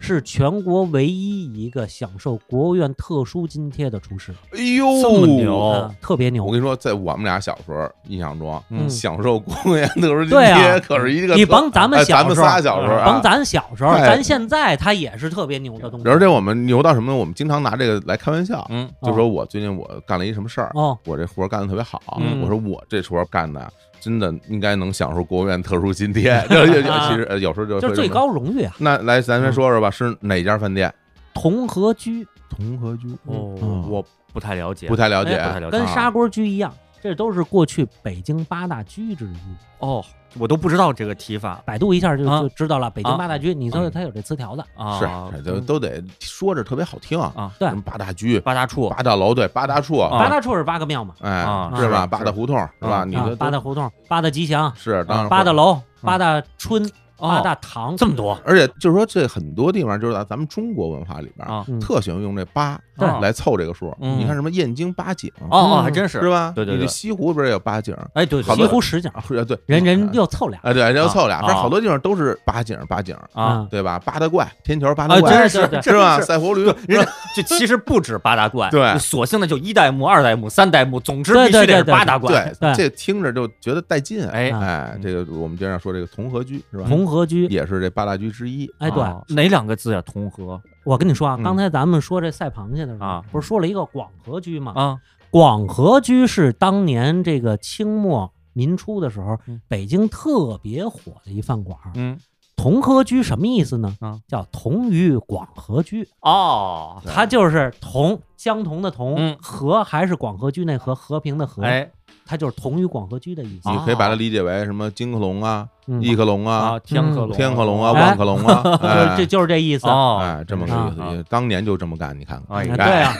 Speaker 3: 是全国唯一一个享受国务院特殊津贴的厨师，
Speaker 1: 哎呦，
Speaker 2: 这么牛
Speaker 3: 啊，特别
Speaker 1: 哦我
Speaker 3: 牛
Speaker 1: 跟。你说，在我们俩小时候印象中，啊
Speaker 2: 嗯
Speaker 1: 享受公园特殊津
Speaker 3: 对
Speaker 1: 贴
Speaker 3: 啊
Speaker 1: 可是一个特，
Speaker 3: 你甭咱们
Speaker 1: 哎
Speaker 3: 小
Speaker 1: 咱们
Speaker 3: 时候
Speaker 1: 仨小时候啊，
Speaker 3: 甭咱小时候，
Speaker 1: 哎
Speaker 3: 咱现在他也是特别牛的东西。
Speaker 1: 而且我们牛到什么呢？我们经常拿这个来开玩笑，
Speaker 2: 嗯，
Speaker 1: 就说我最近我干了一什么事儿，
Speaker 3: 哦，
Speaker 1: 我这活儿干的特别好，
Speaker 2: 嗯
Speaker 1: 我说我这活儿干的真的应该能享受国务院特殊津贴， 这这这其实呃有时候就
Speaker 3: 就
Speaker 1: 会
Speaker 3: 是最
Speaker 1: 这么。
Speaker 3: 高荣誉啊，
Speaker 1: 那来，咱先说说吧，是哪家饭店？
Speaker 3: 同和居
Speaker 1: 同和居
Speaker 2: 哦
Speaker 1: 嗯，
Speaker 2: 我不太了解，
Speaker 1: 不太了解，
Speaker 2: 哎不太了解
Speaker 3: 跟砂锅居一样，这都是过去北京八大居之一。
Speaker 2: 哦，我都不知道这个提法
Speaker 3: 百度一下就
Speaker 2: 啊
Speaker 3: 就知道了，北京
Speaker 2: 啊
Speaker 3: 八大居，你
Speaker 1: 嗯
Speaker 3: 说它有这词条子。
Speaker 2: 啊，
Speaker 1: 是都都得说着特别好听
Speaker 2: 啊，
Speaker 3: 对嗯
Speaker 1: 什么八大居、
Speaker 2: 八大处
Speaker 1: 八大楼，对，八大处，
Speaker 2: 啊
Speaker 3: 八大处是八个庙嘛，
Speaker 1: 哎
Speaker 2: 啊，
Speaker 1: 是吧？
Speaker 2: 是
Speaker 1: 八大胡同是吧？
Speaker 2: 啊
Speaker 1: 你啊
Speaker 3: 啊
Speaker 1: 这
Speaker 3: 八大胡同、八大吉祥、
Speaker 1: 是当然
Speaker 3: 八大
Speaker 1: 会。
Speaker 3: 楼、八大春、八大
Speaker 2: 哦
Speaker 3: 堂，
Speaker 2: 这么多
Speaker 1: 而且就是说，这很多地方就是在咱们中国文化里边，
Speaker 2: 啊，
Speaker 3: 嗯
Speaker 1: 特喜欢用这八
Speaker 3: 对
Speaker 1: 来凑这个数。
Speaker 2: 嗯
Speaker 1: 你看什么燕京八景，
Speaker 2: 哦哦，还
Speaker 3: 嗯
Speaker 2: 真是
Speaker 1: 是，吧？
Speaker 2: 对对
Speaker 1: 你这
Speaker 2: 对
Speaker 1: 西湖不是也有八景？
Speaker 2: 哎对，
Speaker 1: 好
Speaker 2: 对
Speaker 1: 吧
Speaker 3: 西
Speaker 2: 对
Speaker 3: 湖十景，
Speaker 1: 啊，会啊对，
Speaker 3: 人人又凑俩
Speaker 1: 啊，对，人家
Speaker 2: 啊
Speaker 1: 凑俩，反正
Speaker 2: 啊
Speaker 1: 好多地方都是八景八景，
Speaker 2: 啊，
Speaker 3: 嗯
Speaker 1: 对吧？八大怪，天桥八大
Speaker 2: 啊，
Speaker 1: 怪，
Speaker 2: 真是
Speaker 3: 对对对
Speaker 1: 是吧？
Speaker 2: 真
Speaker 1: 赛活驴，
Speaker 2: 人家就其实不止八大怪，
Speaker 1: 对
Speaker 2: 就索性的就一代目、二代目、三代目，总之必
Speaker 3: 对
Speaker 2: 须
Speaker 3: 对
Speaker 2: 得
Speaker 3: 对
Speaker 2: 是
Speaker 3: 对
Speaker 2: 八大怪。
Speaker 1: 对，
Speaker 3: 对
Speaker 1: 这听着就觉得带劲。
Speaker 2: 哎
Speaker 1: 哎，
Speaker 2: 嗯
Speaker 1: 这个我们经常说这个同和居是吧？
Speaker 3: 同同和居。
Speaker 1: 也是这八大居之一。
Speaker 3: 哎，对，
Speaker 2: 哦哪两个字呀？同和
Speaker 3: 我跟你说啊，
Speaker 1: 嗯
Speaker 3: 刚才咱们说这赛螃蟹的时候
Speaker 2: 啊，
Speaker 3: 不是说了一个广和居吗？
Speaker 2: 啊，
Speaker 3: 广和居是当年这个清末民初的时候
Speaker 2: 嗯，
Speaker 3: 北京特别火的一饭馆。
Speaker 2: 嗯，
Speaker 3: 同和居什么意思呢
Speaker 2: 啊？
Speaker 3: 叫同于广和居，
Speaker 2: 哦，
Speaker 1: 对
Speaker 3: 它就是同相同的同
Speaker 2: 嗯，
Speaker 3: 和还是广和居那和和平的和，
Speaker 2: 哎
Speaker 3: 它就是同于广和居的意思
Speaker 1: 你。可以把
Speaker 2: 哦
Speaker 1: 它理解为什么金克龙啊、
Speaker 3: 嗯
Speaker 1: 异克龙啊
Speaker 2: 啊，、天
Speaker 3: 嗯
Speaker 2: 克龙，
Speaker 1: 天克龙啊、
Speaker 3: 哎
Speaker 1: 万克龙啊，
Speaker 3: 就是
Speaker 1: 哎
Speaker 3: 这就是这意思。
Speaker 2: 哦，
Speaker 1: 哎，这么个
Speaker 3: 啊
Speaker 1: 意思，当年就这么干，你看看，
Speaker 2: 哎
Speaker 3: 哎
Speaker 1: 哎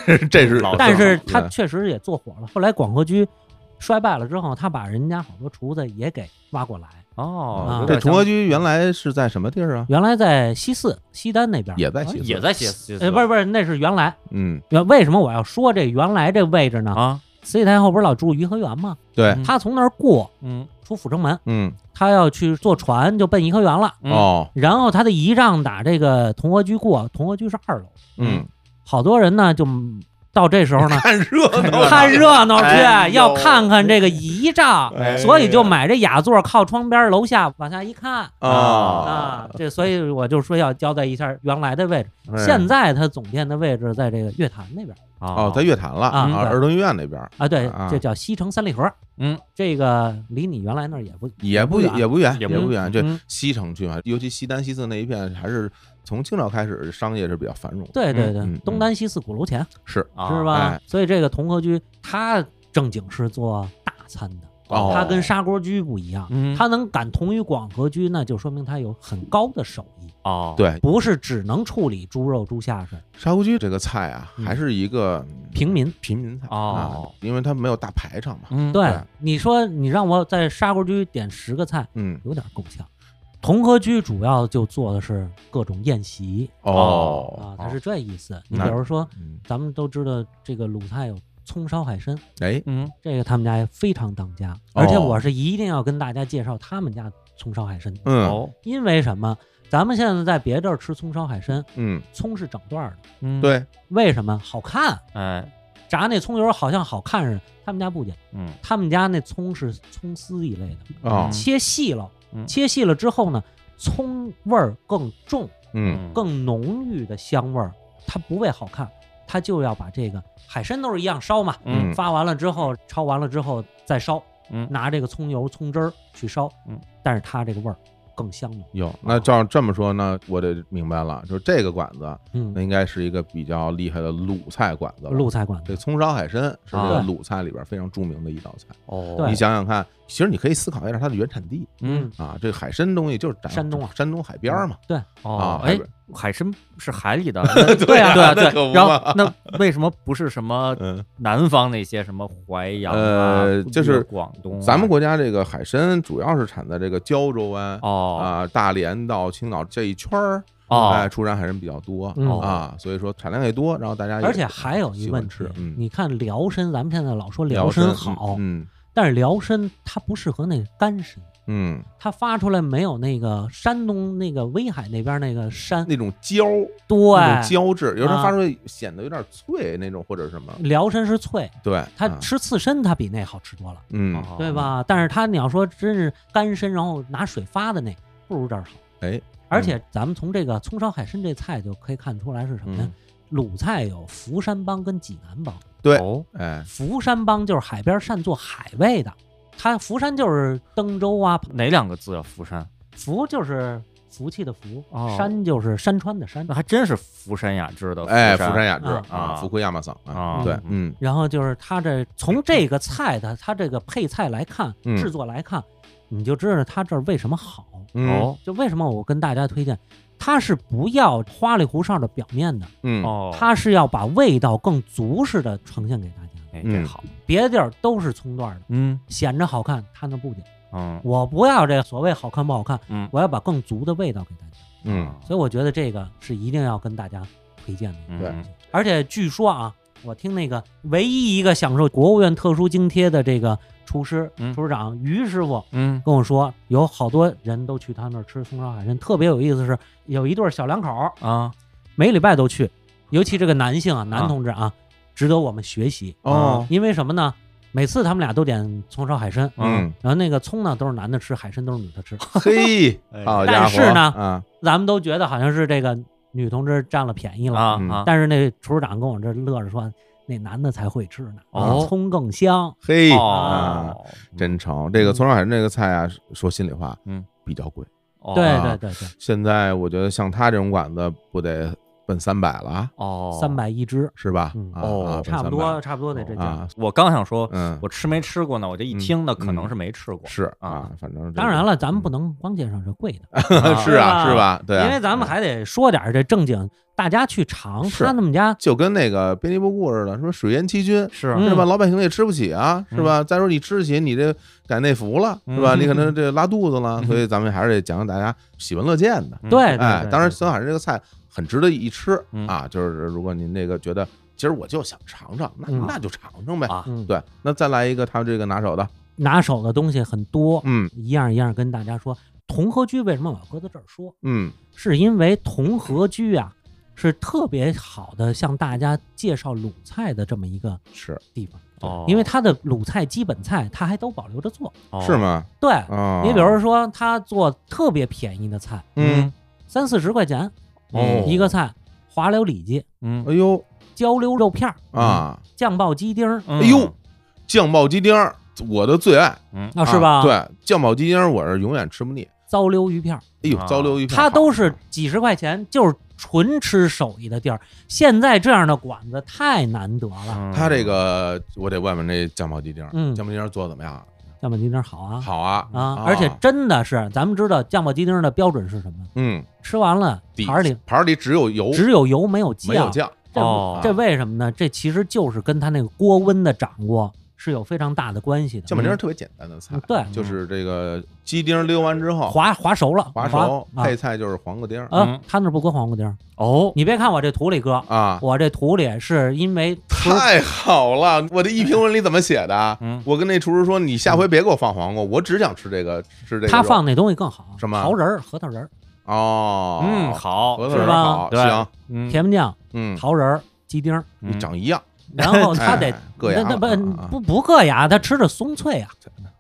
Speaker 3: 对啊，
Speaker 1: 这是
Speaker 2: 老字号
Speaker 3: 但是
Speaker 1: 对
Speaker 3: 他确实也做火了。后来广和居衰败了之后，他把人家好多厨子也给挖过来。
Speaker 2: 哦
Speaker 3: 啊，
Speaker 2: 有
Speaker 1: 这
Speaker 2: 点
Speaker 1: 崇
Speaker 2: 像
Speaker 1: 和居原来是在什么地儿啊？
Speaker 3: 原来在西四西单那边，
Speaker 1: 也在
Speaker 2: 啊
Speaker 1: 西
Speaker 2: 也
Speaker 1: 四，
Speaker 2: 在写写
Speaker 3: 呃，不是不是，那是原来
Speaker 1: 嗯，
Speaker 3: 原为什么我要说这原来这位置呢？
Speaker 2: 啊，
Speaker 3: 慈禧太后不是老住颐和园吗？
Speaker 1: 对
Speaker 2: 嗯，
Speaker 3: 她从那儿过
Speaker 2: 嗯
Speaker 3: 出阜成门，
Speaker 1: 嗯，
Speaker 3: 她要去坐船就奔颐和园了。
Speaker 2: 嗯
Speaker 1: 哦，
Speaker 3: 然后她的姨丈打这个同和居过，同和居是二楼，
Speaker 1: 嗯，
Speaker 3: 好多人呢就到这时候呢
Speaker 1: 看热 闹，
Speaker 3: 看热闹
Speaker 1: 哎
Speaker 3: 去，
Speaker 1: 呦
Speaker 3: 要看看这个姨丈。
Speaker 1: 哎
Speaker 3: 所以就买这雅座，靠窗边楼下往下一看
Speaker 1: 啊
Speaker 3: 嗯啊，，这所以我就说要交代一下原来的位置。
Speaker 1: 哎
Speaker 3: 啊现在它总店的位置在这个乐坛那边
Speaker 1: 哦，在乐坛了
Speaker 3: 啊对
Speaker 1: 儿童医院那边儿
Speaker 3: 啊，对
Speaker 1: 啊，
Speaker 3: 这叫西城三里河。
Speaker 2: 嗯，
Speaker 3: 这个离你原来那儿也不
Speaker 1: 也不
Speaker 3: 远
Speaker 1: 也不远，也
Speaker 2: 也
Speaker 1: 不
Speaker 2: 不
Speaker 1: 远，
Speaker 2: 远
Speaker 1: 这
Speaker 3: 嗯
Speaker 1: 西城区嘛，尤其西单西四那一片，还是从清朝开始商业是比较繁荣的，
Speaker 3: 对对对
Speaker 1: 嗯嗯，
Speaker 3: 东单西四鼓楼前
Speaker 1: 是
Speaker 3: 嗯是
Speaker 2: 啊
Speaker 1: 哎
Speaker 3: 吧？所以这个同和居它正经是做大餐的，
Speaker 1: 哦
Speaker 3: 它跟砂锅居不一样，
Speaker 2: 嗯
Speaker 3: 它能敢同于广和居，那就说明它有很高的手艺，
Speaker 2: 哦，
Speaker 1: 对，
Speaker 3: 不是只能处理猪肉猪下水，
Speaker 1: 砂锅居这个菜啊，
Speaker 3: 嗯
Speaker 1: 还是一个嗯
Speaker 3: 平民。
Speaker 1: 平民菜
Speaker 2: 哦
Speaker 1: 啊，因为它没有大排场嘛，
Speaker 2: 嗯，
Speaker 3: 对
Speaker 1: 对，
Speaker 3: 你说你让我在砂锅居点十个菜，
Speaker 1: 嗯，
Speaker 3: 有点够呛。同和居主要就做的是各种宴席
Speaker 1: 哦
Speaker 3: 啊，，它是这意思。你
Speaker 1: 那
Speaker 3: 比如说，
Speaker 1: 嗯，
Speaker 3: 咱们都知道这个鲁菜有葱烧海参，
Speaker 1: 哎，
Speaker 2: 嗯，
Speaker 3: 这个他们家也非常当家。
Speaker 1: 哦
Speaker 3: 而且我是一定要跟大家介绍他们家葱烧海参的，
Speaker 1: 嗯
Speaker 2: 哦，
Speaker 3: 因为什么？咱们现在在别地儿吃葱烧海参，
Speaker 1: 嗯，
Speaker 3: 葱是整段儿的，
Speaker 2: 嗯，，
Speaker 1: 对，
Speaker 3: 为什么？好看，
Speaker 2: 哎，
Speaker 3: 炸那葱油好像好看似的。他们家不讲，
Speaker 2: 嗯，
Speaker 3: 他们家那葱是葱丝一类的，
Speaker 1: 哦，
Speaker 3: 切细了，
Speaker 2: 嗯
Speaker 3: 切细了之后呢，葱味儿更重，
Speaker 1: 嗯，
Speaker 3: 更浓郁的香味儿，它不为好看，它就要把这个海参都是一样烧嘛，
Speaker 1: 嗯
Speaker 2: 嗯
Speaker 3: 发完了之后，焯完了之后再烧，
Speaker 2: 嗯
Speaker 3: 拿这个葱油、葱汁儿去烧，
Speaker 2: 嗯，
Speaker 3: 但是它这个味儿更香浓，
Speaker 1: 有，那照这么说呢，我得明白了，就是这个馆子，那
Speaker 3: 嗯，
Speaker 1: 应该是一个比较厉害的鲁菜馆子了。
Speaker 3: 鲁菜馆
Speaker 1: 这
Speaker 3: 子，
Speaker 1: 葱烧海参是这个
Speaker 2: 啊
Speaker 1: 鲁菜里边非常著名的一道菜。
Speaker 2: 哦，
Speaker 3: 对
Speaker 1: 你想想看，其实你可以思考一下它的原产地
Speaker 2: 嗯，
Speaker 1: 啊，这海参东西就是在
Speaker 3: 山东啊
Speaker 1: 山东海边儿嘛。
Speaker 2: 哦
Speaker 1: 啊，
Speaker 2: 哎
Speaker 1: 海，
Speaker 2: 海参是海 里的，
Speaker 1: 对
Speaker 2: 啊，
Speaker 1: 啊
Speaker 2: 对
Speaker 1: 那可
Speaker 2: 对，
Speaker 1: 不
Speaker 2: 然
Speaker 1: 嘛
Speaker 2: 后那为什么不是什么
Speaker 1: 嗯，
Speaker 2: 南方那些什么淮扬啊
Speaker 1: 呃就是
Speaker 2: 广东啊，
Speaker 1: 咱们国家这个海参主要是产在这个胶州湾
Speaker 2: 哦
Speaker 1: 啊、大连到青岛这一圈儿，哎，
Speaker 2: 哦，
Speaker 1: 出产海参比较多
Speaker 3: 嗯
Speaker 1: 啊，所以说产量也多，然后大家也
Speaker 3: 而且还有一
Speaker 1: 喜
Speaker 3: 问
Speaker 1: 欢
Speaker 3: 题
Speaker 1: 吃，，嗯，
Speaker 3: 你看辽参，咱们现在老说
Speaker 1: 辽
Speaker 3: 参
Speaker 1: 参
Speaker 3: 好，
Speaker 1: 嗯
Speaker 3: 但是辽参它不适合那干参。
Speaker 1: 嗯，
Speaker 3: 它发出来没有那个山东那个威海那边那个山，
Speaker 1: 那种胶那种
Speaker 3: 对，
Speaker 1: 胶质，有时候
Speaker 3: 啊
Speaker 1: 发出来显得有点脆那种或者什么，
Speaker 3: 辽参是脆，
Speaker 1: 对，
Speaker 3: 它
Speaker 1: 啊
Speaker 3: 吃刺身它比那好吃多了，
Speaker 1: 嗯，
Speaker 2: 哦
Speaker 3: 对？吧？但是它你要说真是干参，然后拿水发的那，不如这儿好。
Speaker 1: 哎，
Speaker 3: 而且咱们从这个葱烧海参这菜就可以看出来是什么呀
Speaker 1: 嗯？
Speaker 3: 鲁菜有福山帮跟济南帮，
Speaker 1: 对
Speaker 2: 哦，
Speaker 1: 哎，
Speaker 3: 福山帮就是海边善做海味的，它福山就是登州啊，
Speaker 2: 哪两个字啊？福山，
Speaker 3: 福就是福气的福，
Speaker 2: 哦
Speaker 3: 山就是山川的 山
Speaker 2: 那。还真是福山雅致的，
Speaker 1: 哎，福山雅治
Speaker 3: 啊
Speaker 1: 啊，
Speaker 2: 啊
Speaker 1: 福奎亚麻桑
Speaker 2: 啊
Speaker 1: 对
Speaker 2: 嗯，
Speaker 1: 嗯
Speaker 3: 然后就是它这从这个菜的它这个配菜来看
Speaker 1: 嗯，
Speaker 3: 制作来看，你就知道它这儿为什么好。
Speaker 1: 嗯
Speaker 2: 哦
Speaker 3: 就为什么我跟大家推荐，它是不要花里胡哨的表面的，
Speaker 1: 嗯
Speaker 2: 哦，
Speaker 3: 它是要把味道更足实的呈现给大家。
Speaker 2: 哎，
Speaker 1: 嗯
Speaker 2: 这好，
Speaker 3: 别的地儿都是葱段儿的，
Speaker 2: 嗯
Speaker 3: 显着好看，它那不讲。
Speaker 2: 嗯
Speaker 3: 我不要这所谓好看不好看，
Speaker 2: 嗯
Speaker 3: 我要把更足的味道给大家。
Speaker 1: 嗯，
Speaker 3: 所以我觉得这个是一定要跟大家推荐的。
Speaker 2: 嗯
Speaker 1: 对
Speaker 2: 嗯
Speaker 3: 而且据说啊，我听那个唯一一个享受国务院特殊津贴的这个厨师、
Speaker 2: 嗯
Speaker 3: 厨师长于师傅
Speaker 2: 嗯
Speaker 3: 跟我说，有好多人都去他那儿吃葱烧海参。特别有意思是，有一对小两口儿
Speaker 2: 啊
Speaker 3: 每礼拜都啊去，尤其这个男性啊，男同志啊，值得我们学习。
Speaker 1: 哦，
Speaker 3: 因为什么呢？每次他们俩都点葱烧海参，
Speaker 2: 哦
Speaker 1: 嗯，
Speaker 3: 然后那个葱呢都是男的吃，海参都是女的吃。
Speaker 1: 嘿，好家伙，
Speaker 3: 哎但是呢
Speaker 1: 啊，
Speaker 3: 咱们都觉得好像是这个女同志占了便宜了，
Speaker 2: 啊
Speaker 1: 嗯
Speaker 2: 啊，
Speaker 3: 但是那厨师长跟我这乐着说，那男的才会吃呢，
Speaker 2: 哦
Speaker 3: 葱更香。
Speaker 1: 嘿啊，
Speaker 2: 哦，
Speaker 1: 真成
Speaker 3: 嗯
Speaker 1: 这个葱烧海参这个菜啊，说心里话，
Speaker 2: 嗯，
Speaker 1: 比较贵。
Speaker 2: 哦
Speaker 3: 对
Speaker 1: 啊
Speaker 3: 对对对，
Speaker 1: 现在我觉得像他这种馆子，不得奔三百了啊，
Speaker 2: 哦，
Speaker 3: 三。百一只，
Speaker 1: 是吧
Speaker 3: 嗯？
Speaker 1: 啊
Speaker 2: 哦
Speaker 1: 啊奔
Speaker 3: 差不
Speaker 1: 300
Speaker 3: 多差不多得这价。
Speaker 1: 啊，
Speaker 2: 我刚想说，
Speaker 1: 嗯，
Speaker 2: 我吃没吃过呢？我这一
Speaker 1: 嗯
Speaker 2: 听呢，可
Speaker 1: 嗯
Speaker 2: 能是没吃过。
Speaker 1: 是啊
Speaker 2: 啊，
Speaker 1: 反正这
Speaker 3: 当然
Speaker 1: 个，
Speaker 3: 了，咱
Speaker 2: 嗯
Speaker 3: 们不能光介绍这贵的，
Speaker 2: 啊
Speaker 1: 是啊，
Speaker 3: 对吧
Speaker 1: 是吧？对啊，
Speaker 3: 因为咱
Speaker 2: 哎
Speaker 3: 们
Speaker 1: 嗯
Speaker 3: 还得说点儿这正经，大家去尝。
Speaker 1: 是
Speaker 3: 他们家
Speaker 1: 就跟那个编辑部故事似的，说水淹七军。
Speaker 2: 是
Speaker 3: 嗯
Speaker 1: 是啊吧？老百姓也吃不起啊，
Speaker 2: 嗯
Speaker 1: 是吧？再说你吃得起，你这改内服了，是吧？
Speaker 2: 嗯
Speaker 1: 你可能这拉肚子了，
Speaker 2: 嗯
Speaker 1: 所以咱们还是得讲讲大家喜闻乐见的。
Speaker 2: 嗯
Speaker 3: 对对
Speaker 1: 哎，当然，
Speaker 3: 对
Speaker 1: 孙海这个菜很值得一吃
Speaker 2: 嗯
Speaker 1: 啊，就是如果您那个觉得今儿我就想尝尝，那
Speaker 3: 嗯
Speaker 1: 那就尝尝呗。
Speaker 2: 啊，
Speaker 3: 嗯，
Speaker 1: 对，那再来一个他这个拿手的，
Speaker 3: 拿手的东西很多，
Speaker 1: 嗯
Speaker 3: 一样一样跟大家说。同和居为什么我要搁在这儿说？
Speaker 1: 嗯
Speaker 3: 是因为同和居啊，是特别好的向大家介绍鲁菜的这么一个
Speaker 1: 是
Speaker 3: 地方，
Speaker 2: 哦，
Speaker 3: 因为它的鲁菜基本菜它还都保留着做。
Speaker 2: 哦
Speaker 1: 是？吗？
Speaker 3: 对，
Speaker 1: 啊，
Speaker 3: 你比如说他做特别便宜的菜，
Speaker 1: 嗯，
Speaker 3: 三四十块钱
Speaker 1: 哦
Speaker 3: 一个菜，滑溜里脊、
Speaker 2: 嗯
Speaker 1: 哎呦
Speaker 3: 焦溜肉片儿、
Speaker 1: 啊，
Speaker 3: 酱爆鸡丁儿
Speaker 2: 哎
Speaker 1: 哎呦，酱爆鸡丁儿，我的最爱
Speaker 2: 嗯，
Speaker 3: 嗯啊，是吧？，
Speaker 1: 对，酱爆鸡丁儿我是永远吃不腻。
Speaker 3: 糟溜鱼片儿，
Speaker 1: 哎呦
Speaker 2: 啊，
Speaker 1: 糟溜一片儿好，
Speaker 3: 它都是几十块钱，就是纯吃手艺的地儿。现在这样的馆子太难得了，
Speaker 2: 嗯
Speaker 1: 他这个我得问问这酱爆鸡丁儿，
Speaker 3: 嗯
Speaker 1: 酱爆鸡丁儿做得怎么样？
Speaker 3: 酱爆鸡丁儿好啊。
Speaker 1: 好啊
Speaker 3: 啊，而且真的是，咱们知道酱爆鸡丁儿的标准是什么？
Speaker 1: 嗯，
Speaker 3: 吃完了
Speaker 1: 底
Speaker 3: 盘儿里
Speaker 1: 盘儿里只有油，
Speaker 3: 只有油没有啊
Speaker 1: 没有
Speaker 3: 酱，嗯
Speaker 1: 酱。
Speaker 3: 这
Speaker 2: 哦
Speaker 3: 这为什么呢？这其实就是跟它那个锅温的掌握是有非常大的关系的。
Speaker 1: 酱爆鸡丁儿特别简单的菜
Speaker 3: 嗯，对
Speaker 1: 就是这个鸡丁儿溜完之后
Speaker 3: 滑滑熟了，
Speaker 1: 滑熟，
Speaker 3: 啊
Speaker 1: 配菜就是黄瓜丁儿
Speaker 3: 啊
Speaker 2: 嗯，
Speaker 3: 他那儿不搁黄瓜丁儿。
Speaker 2: 哦，
Speaker 3: 你别看我这图里搁，
Speaker 1: 啊，
Speaker 3: 我这图里是因为厨
Speaker 1: 太好了！我的一评论里怎么写的？
Speaker 2: 嗯
Speaker 1: 我跟那厨师说，你下回别给我放黄瓜，我只想吃这个，吃这个肉。
Speaker 3: 他放那东西更好，
Speaker 1: 什么
Speaker 3: 桃仁儿、核桃仁儿、
Speaker 1: 哦，
Speaker 2: 嗯，好，
Speaker 1: 核桃
Speaker 3: 是
Speaker 1: 仁
Speaker 3: 吧
Speaker 1: 好，
Speaker 2: 对
Speaker 1: 行，
Speaker 2: 嗯，
Speaker 3: 甜面酱、
Speaker 1: 嗯，
Speaker 3: 桃仁儿、鸡丁儿，
Speaker 1: 你长一样，
Speaker 3: 然后嗯哦他得
Speaker 1: 哎硌牙
Speaker 3: 那
Speaker 1: 了
Speaker 3: 那
Speaker 1: 啊啊
Speaker 3: 不不不硌牙，它吃着松脆啊，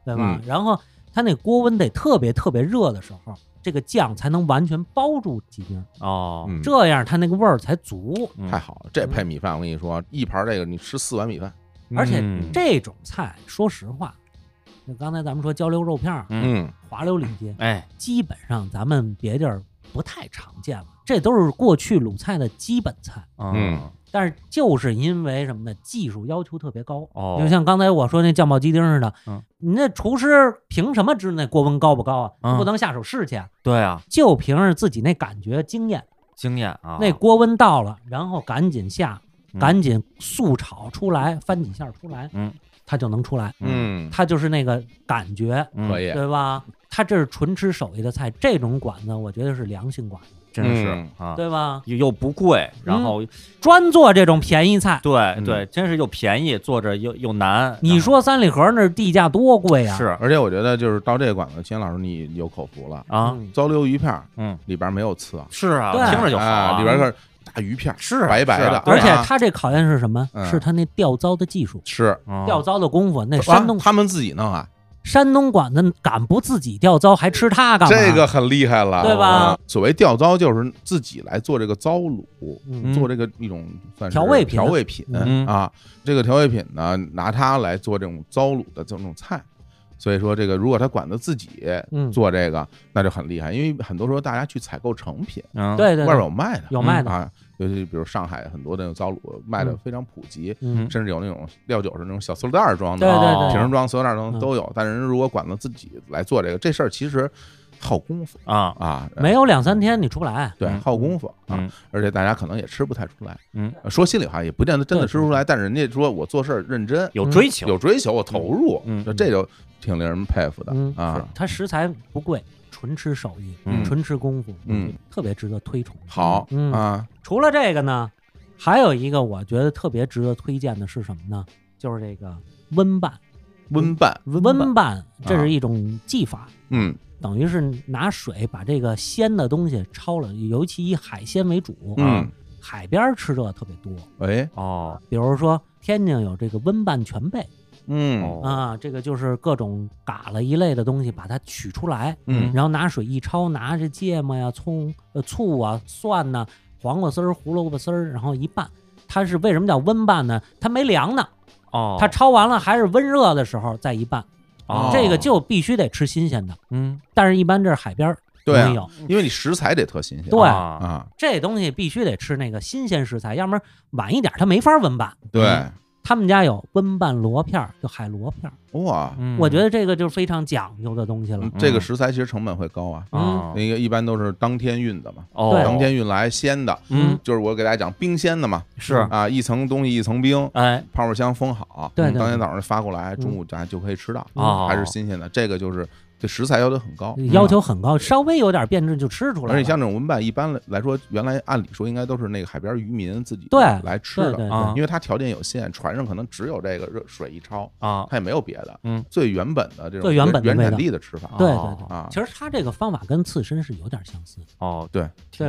Speaker 3: 对吧
Speaker 1: 嗯？
Speaker 3: 然后它那锅温得特别特别热的时候，这个酱才能完全包住鸡丁，
Speaker 2: 哦，
Speaker 1: 嗯
Speaker 3: 这样它那个味儿才足。
Speaker 2: 嗯
Speaker 1: 太好了，这配米饭，我跟你说，一盘这个你吃四碗米饭，
Speaker 3: 而且
Speaker 2: 嗯
Speaker 3: 这种菜，说实话，就刚才咱们说焦溜肉片儿、
Speaker 2: 嗯，
Speaker 1: 嗯，
Speaker 3: 滑溜里脊，
Speaker 2: 哎，
Speaker 3: 基本上咱们别地儿不太常见了，这都是过去鲁菜的基本菜。
Speaker 1: 嗯，
Speaker 3: 但是就是因为什么呢？技术要求特别高，
Speaker 2: 哦
Speaker 3: 就像刚才我说那酱爆鸡丁似的，
Speaker 2: 嗯
Speaker 3: 你那厨师凭什么知那锅温高不高啊？
Speaker 2: 嗯
Speaker 3: 不能下手试去啊，
Speaker 2: 对啊，
Speaker 3: 就凭着自己那感觉经验，
Speaker 2: 经验啊，
Speaker 3: 那锅温到了，然后赶紧下，
Speaker 2: 嗯
Speaker 3: 赶紧速炒出来，翻几下出来，
Speaker 2: 嗯，
Speaker 3: 它就能出来，
Speaker 1: 嗯，
Speaker 3: 它就是那个感觉，
Speaker 2: 嗯
Speaker 1: 可，以，
Speaker 3: 对吧？它这是纯吃手艺的菜，这种馆子我觉得是良心馆子，
Speaker 2: 真是
Speaker 1: 嗯
Speaker 2: 啊，
Speaker 3: 对吧？
Speaker 2: 又又不贵，然
Speaker 3: 嗯
Speaker 2: 后
Speaker 3: 专做这种便宜菜，
Speaker 2: 对
Speaker 1: 嗯
Speaker 2: 对，真是又便宜，坐着又又难。
Speaker 3: 你
Speaker 2: 然后
Speaker 3: 说三里河那儿地价多贵啊呀、
Speaker 2: 是
Speaker 1: 而且我觉得就是到这馆子，秦老师你有口福了，
Speaker 2: 啊？
Speaker 3: 嗯
Speaker 1: 糟溜鱼片儿
Speaker 2: 嗯，
Speaker 1: 里边没有刺，
Speaker 2: 是啊，
Speaker 3: 对
Speaker 2: 听着就好
Speaker 1: 啊，
Speaker 2: 啊。
Speaker 1: 里边是大鱼片儿，
Speaker 2: 是啊
Speaker 1: 白白的
Speaker 2: 是啊
Speaker 1: 对
Speaker 3: 而且
Speaker 1: 啊
Speaker 3: 他这考验是什么？
Speaker 1: 嗯啊
Speaker 3: 是他那吊糟的技术，
Speaker 1: 吃，
Speaker 2: 嗯
Speaker 3: 吊糟的功夫。那
Speaker 1: 啊
Speaker 3: 山东
Speaker 1: 他们自己弄啊，
Speaker 3: 山东馆子敢不自己吊糟，还吃它干嘛？
Speaker 1: 这个很厉害了，
Speaker 3: 对吧
Speaker 1: 啊？所谓吊糟就是自己来做这个糟卤，
Speaker 3: 嗯
Speaker 1: 做这个一种算是
Speaker 3: 调味品
Speaker 1: 调味品
Speaker 2: 嗯
Speaker 1: 啊，这个调味品呢，拿它来做这种糟卤的这种菜。所以说，这个如果他管他自己
Speaker 3: 嗯，
Speaker 1: 做这个，那就很厉害，因为很多时候大家去采购成品，
Speaker 2: 嗯，
Speaker 3: 对对
Speaker 1: 外
Speaker 3: 对
Speaker 1: 边有卖的，
Speaker 3: 有卖的，
Speaker 1: 啊，尤其比如上海很多的那种糟卤卖的
Speaker 3: 嗯
Speaker 1: 非常普及，
Speaker 3: 嗯
Speaker 1: 甚至有那种料酒是那种小塑料袋儿装
Speaker 3: 对
Speaker 1: 的，
Speaker 3: 对对，
Speaker 1: 瓶儿装、塑料袋儿装
Speaker 3: 嗯
Speaker 1: 都有。但人如果管到自己来做这个，这事儿其实耗功夫
Speaker 2: 啊，
Speaker 1: 啊，
Speaker 3: 没有两三天你出不来。
Speaker 1: 对
Speaker 2: 嗯
Speaker 1: 耗功夫啊
Speaker 2: 嗯，
Speaker 1: 而且大家可能也吃不太出来。呃
Speaker 2: 嗯，
Speaker 1: 说心里话，也不见得真的
Speaker 3: 对嗯
Speaker 1: 吃出来，但人家说我做事儿认真，
Speaker 2: 有追求，
Speaker 1: 有追求，我投入
Speaker 2: 嗯，
Speaker 1: 这这就挺令人佩服的
Speaker 3: 嗯
Speaker 1: 啊。
Speaker 3: 它食材不贵，纯吃手艺，
Speaker 2: 嗯
Speaker 3: 纯吃功夫，
Speaker 1: 嗯，
Speaker 3: 特别值得推崇。
Speaker 1: 好
Speaker 3: 嗯
Speaker 1: 啊，
Speaker 3: 除了这个呢，还有一个我觉得特别值得推荐的是什么呢？就是这个温拌。
Speaker 1: 温拌，
Speaker 3: 嗯温拌这
Speaker 1: 啊
Speaker 3: 是一种技法，
Speaker 1: 嗯
Speaker 3: 等于是拿水把这个鲜的东西焯了，尤其以海鲜为主，啊
Speaker 1: 嗯，
Speaker 3: 海边吃这特别多，
Speaker 1: 哎，
Speaker 2: 哦，
Speaker 3: 比如说天津有这个温拌全贝
Speaker 1: 嗯
Speaker 2: 哦
Speaker 3: 啊，这个就是各种嘎了一类的东西，把它取出来，
Speaker 1: 嗯
Speaker 3: 然后拿水一焯，拿着芥末呀、葱、呃醋啊、蒜呐、黄瓜丝儿、胡萝卜丝儿，然后一拌。它是为什么叫温拌呢？它没凉呢，
Speaker 2: 哦，
Speaker 3: 它焯完了还是温热的时候再一拌，
Speaker 2: 哦
Speaker 3: 这个就必须得吃新鲜的。
Speaker 2: 嗯，
Speaker 3: 但是，一般这是海边儿
Speaker 1: 对啊
Speaker 3: 没有，
Speaker 1: 因为你食材得特新鲜，
Speaker 3: 对
Speaker 2: 啊，
Speaker 1: 啊，
Speaker 3: 这东西必须得吃那个新鲜食材，要不然晚一点它没法温拌。
Speaker 1: 对，
Speaker 3: 他们家有温拌螺片儿，就海螺片儿，
Speaker 1: 哇，
Speaker 2: 嗯
Speaker 3: 我觉得这个就是非常讲究的东西了
Speaker 1: 嗯。这个
Speaker 2: 嗯
Speaker 1: 食材其实成本会高啊，
Speaker 2: 啊
Speaker 3: 哦
Speaker 1: 那个一般都是当天运的嘛，
Speaker 2: 哦，
Speaker 3: 嗯对
Speaker 1: 当天运来鲜的，
Speaker 2: 嗯
Speaker 1: 就是我给大家讲冰鲜的嘛，
Speaker 2: 是，
Speaker 1: 啊，一层东西一层冰，
Speaker 2: 哎
Speaker 1: 泡沫箱封好，
Speaker 3: 啊
Speaker 1: 嗯
Speaker 3: 对对嗯
Speaker 1: 当天早上发过来，中午咱就可以吃到，
Speaker 2: 哦
Speaker 1: 还是新鲜的，这个就是对食材要求很高。
Speaker 3: 嗯要求很高，稍微有点变质就吃出
Speaker 1: 嗯
Speaker 3: 来
Speaker 1: 而
Speaker 3: 了。
Speaker 1: 且像这种温拌，一般来说，原来按理说应该都是那个海边渔民自己
Speaker 3: 对
Speaker 1: 来吃
Speaker 3: 对
Speaker 1: 的，
Speaker 3: 对嗯
Speaker 2: 啊
Speaker 3: 对，
Speaker 1: 因为它条件有限，船上可能只有这个热水一焯，
Speaker 2: 啊，
Speaker 1: 它也没有别的。
Speaker 2: 嗯，
Speaker 1: 最原本的这种
Speaker 3: 嗯最原本的
Speaker 1: 原
Speaker 3: 味道
Speaker 1: 产地的吃法
Speaker 3: 对
Speaker 2: 哦
Speaker 3: 对
Speaker 1: 啊，
Speaker 3: 其实它这个方法跟刺身是有点相似，
Speaker 2: 哦，
Speaker 3: 对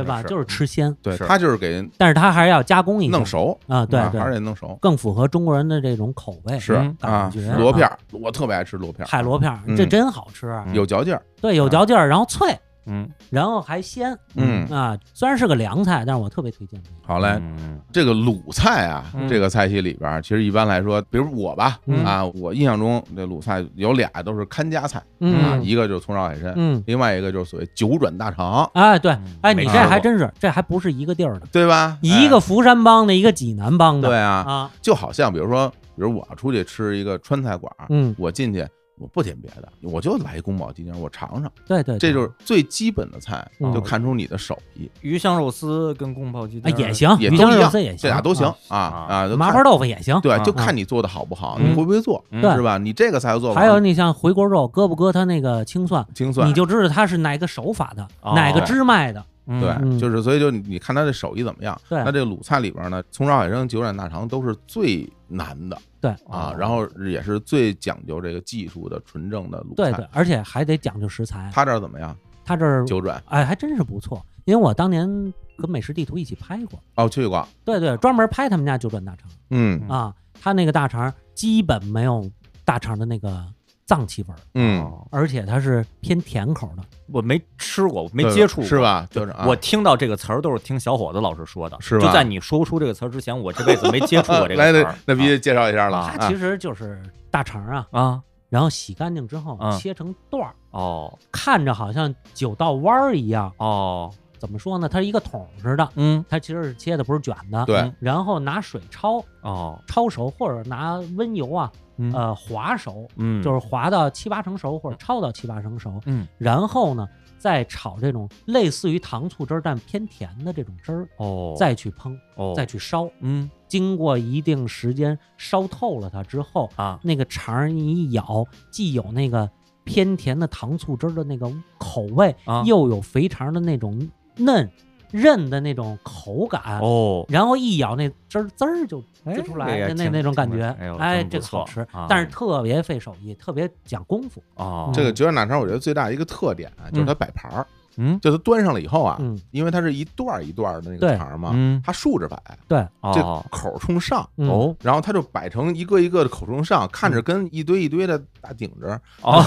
Speaker 3: 吧？
Speaker 2: 是
Speaker 3: 就是吃鲜，
Speaker 1: 对，
Speaker 2: 是
Speaker 1: 它就是给人
Speaker 3: 但是它还是要加工一下
Speaker 1: 嗯弄熟，
Speaker 3: 啊，对
Speaker 1: 啊还是
Speaker 3: 对，
Speaker 1: 得弄熟。
Speaker 3: 更符合中国人的这种口味。
Speaker 1: 是
Speaker 2: 嗯
Speaker 1: 啊
Speaker 3: 感觉，
Speaker 1: 螺片儿，我特别爱吃螺片儿，
Speaker 3: 海螺片儿，这
Speaker 1: 嗯
Speaker 3: 真好吃，
Speaker 2: 嗯
Speaker 1: 有嚼劲儿。
Speaker 3: 对，有嚼劲儿，然后脆，
Speaker 2: 嗯，
Speaker 3: 然后还鲜
Speaker 1: 嗯，
Speaker 3: 啊。虽然是个凉菜，但是我特别推荐你。
Speaker 1: 好嘞，
Speaker 2: 嗯
Speaker 1: 这个鲁菜啊，
Speaker 2: 嗯
Speaker 1: 这个菜系里边儿，其实一般来说，比如我吧，
Speaker 3: 嗯
Speaker 1: 啊，我印象中这鲁菜有俩都是看家菜啊，
Speaker 2: 嗯
Speaker 1: 一个就是葱烧海参，
Speaker 3: 嗯，
Speaker 1: 另外一个就是所谓九转大肠，
Speaker 3: 哎对
Speaker 2: 嗯，
Speaker 3: 哎
Speaker 2: 没
Speaker 3: 你这
Speaker 1: 吃过
Speaker 3: 还真是，这还不是一个地儿的，
Speaker 1: 对吧？
Speaker 3: 一个福山帮的，一个济南帮
Speaker 1: 哎
Speaker 3: 的。
Speaker 1: 对啊，
Speaker 3: 啊，
Speaker 1: 就好像比如说，比如我出去吃一个川菜馆儿，
Speaker 3: 嗯，
Speaker 1: 我进去我不点别的，我就来一宫保鸡丁，我尝尝，
Speaker 3: 对对，
Speaker 1: 这
Speaker 3: 对
Speaker 1: 就是最基本的菜，
Speaker 3: 嗯
Speaker 1: 就看出你的手艺，
Speaker 2: 鱼香肉丝跟宫保鸡
Speaker 3: 啊
Speaker 2: 丁
Speaker 3: 也，行，
Speaker 1: 也都
Speaker 3: 鱼香
Speaker 1: 一
Speaker 3: 肉
Speaker 1: 样
Speaker 3: 丝也，行，
Speaker 1: 这俩都行
Speaker 3: 啊
Speaker 1: 啊啊，就
Speaker 3: 麻
Speaker 1: 看
Speaker 3: 婆豆腐也 行。
Speaker 1: 对，就
Speaker 2: 啊
Speaker 1: 看你做的好不好，
Speaker 2: 嗯
Speaker 1: 你会不会做，
Speaker 2: 嗯
Speaker 3: 对
Speaker 1: 是吧？你这个菜做法
Speaker 3: 还有你像回锅肉，搁不搁它那个青蒜，
Speaker 1: 精算
Speaker 3: 你。就知道它是哪个手法的，
Speaker 2: 哦
Speaker 3: 哪个支脉的。
Speaker 2: 嗯
Speaker 1: 对，
Speaker 3: 嗯
Speaker 1: 就是所以就你看他的手艺怎么样。
Speaker 3: 对
Speaker 1: 那这个鲁菜里边呢，葱烧海参、九转大肠都是最难的
Speaker 3: 对
Speaker 1: 啊
Speaker 2: 哦，
Speaker 1: 然后也是最讲究这个技术的纯正的鲁
Speaker 3: 对
Speaker 1: 菜
Speaker 3: 对。，而且还得讲究食材。
Speaker 1: 他这儿怎么样？
Speaker 3: 它这儿
Speaker 1: 九转
Speaker 3: 哎还真是不错，因为我当年跟美食地图一起拍过，
Speaker 1: 哦，去过，
Speaker 3: 对对，专门拍他们家九转大肠
Speaker 1: 嗯
Speaker 3: 啊，他那个大肠基本没有大肠的那个脏气味儿，
Speaker 1: 嗯，
Speaker 2: 哦
Speaker 3: 而且它是偏甜口的。
Speaker 2: 我没吃过，我没
Speaker 1: 对
Speaker 2: 接触过，
Speaker 1: 是？吧？就是啊
Speaker 2: 我听到这个词儿都是听小伙子老师说的，
Speaker 1: 是吧
Speaker 2: 就在你说出这个词儿之前，我这辈子没接触
Speaker 1: 啊
Speaker 2: 过这
Speaker 1: 来
Speaker 2: 个词
Speaker 1: 那
Speaker 2: 儿。
Speaker 1: 那必须介绍一下了
Speaker 2: 啊
Speaker 3: 它
Speaker 1: 啊
Speaker 3: 其。实就是大肠啊，
Speaker 2: 啊，
Speaker 3: 然后洗干净之后
Speaker 2: 嗯
Speaker 3: 切成段儿，
Speaker 2: 哦
Speaker 3: 看着好像九道弯儿一样，
Speaker 2: 哦，
Speaker 3: 怎么说呢？它是一个桶似的，
Speaker 2: 嗯，
Speaker 3: 它其实是切的，不是卷的。
Speaker 1: 对
Speaker 2: 嗯，
Speaker 3: 然后拿水焯
Speaker 2: 哦，
Speaker 3: 焯熟，或者拿温油啊，
Speaker 2: 嗯
Speaker 3: 呃，滑熟，
Speaker 2: 嗯，
Speaker 3: 就是滑到七八成熟，或者焯到七八成熟。
Speaker 2: 嗯，
Speaker 3: 然后呢，再炒这种类似于糖醋汁儿但偏甜的这种汁儿，
Speaker 2: 哦，
Speaker 3: 再去烹，
Speaker 2: 哦
Speaker 3: 再去烧。
Speaker 2: 嗯
Speaker 3: 经过一定时间烧透了它之后，
Speaker 2: 啊
Speaker 3: 那个肠儿你一咬，既有那个偏甜的糖醋汁儿的那个口味，
Speaker 2: 啊
Speaker 3: 又有肥肠的那种嫩韧的那种口感，
Speaker 2: 哦，
Speaker 3: 然后一咬那汁儿滋儿就
Speaker 2: 哎
Speaker 3: 滋出
Speaker 2: 这
Speaker 3: 来，
Speaker 2: 也
Speaker 3: 那那
Speaker 2: 挺
Speaker 3: 那种感
Speaker 2: 挺
Speaker 3: 觉
Speaker 2: 哎呦，
Speaker 3: 哎，
Speaker 2: 真不
Speaker 3: 这个好
Speaker 2: 错
Speaker 3: 吃
Speaker 2: 啊，
Speaker 3: 但是特别费手艺，特别讲功夫。
Speaker 2: 哦，
Speaker 1: 这个九转大肠，我觉得最大一个特点啊就是它摆盘儿，
Speaker 2: 嗯
Speaker 1: 就它端上了以后啊，
Speaker 3: 嗯
Speaker 1: 因为它是一段儿一段儿的那个
Speaker 3: 对
Speaker 1: 肠儿嘛，
Speaker 2: 嗯
Speaker 1: 它竖着摆，
Speaker 3: 对，
Speaker 1: 这
Speaker 2: 哦
Speaker 1: 口儿冲上，
Speaker 3: 嗯，
Speaker 2: 哦
Speaker 1: 然后它就摆成一个一个的口冲上，看着跟一堆一堆的大顶着，
Speaker 2: 哦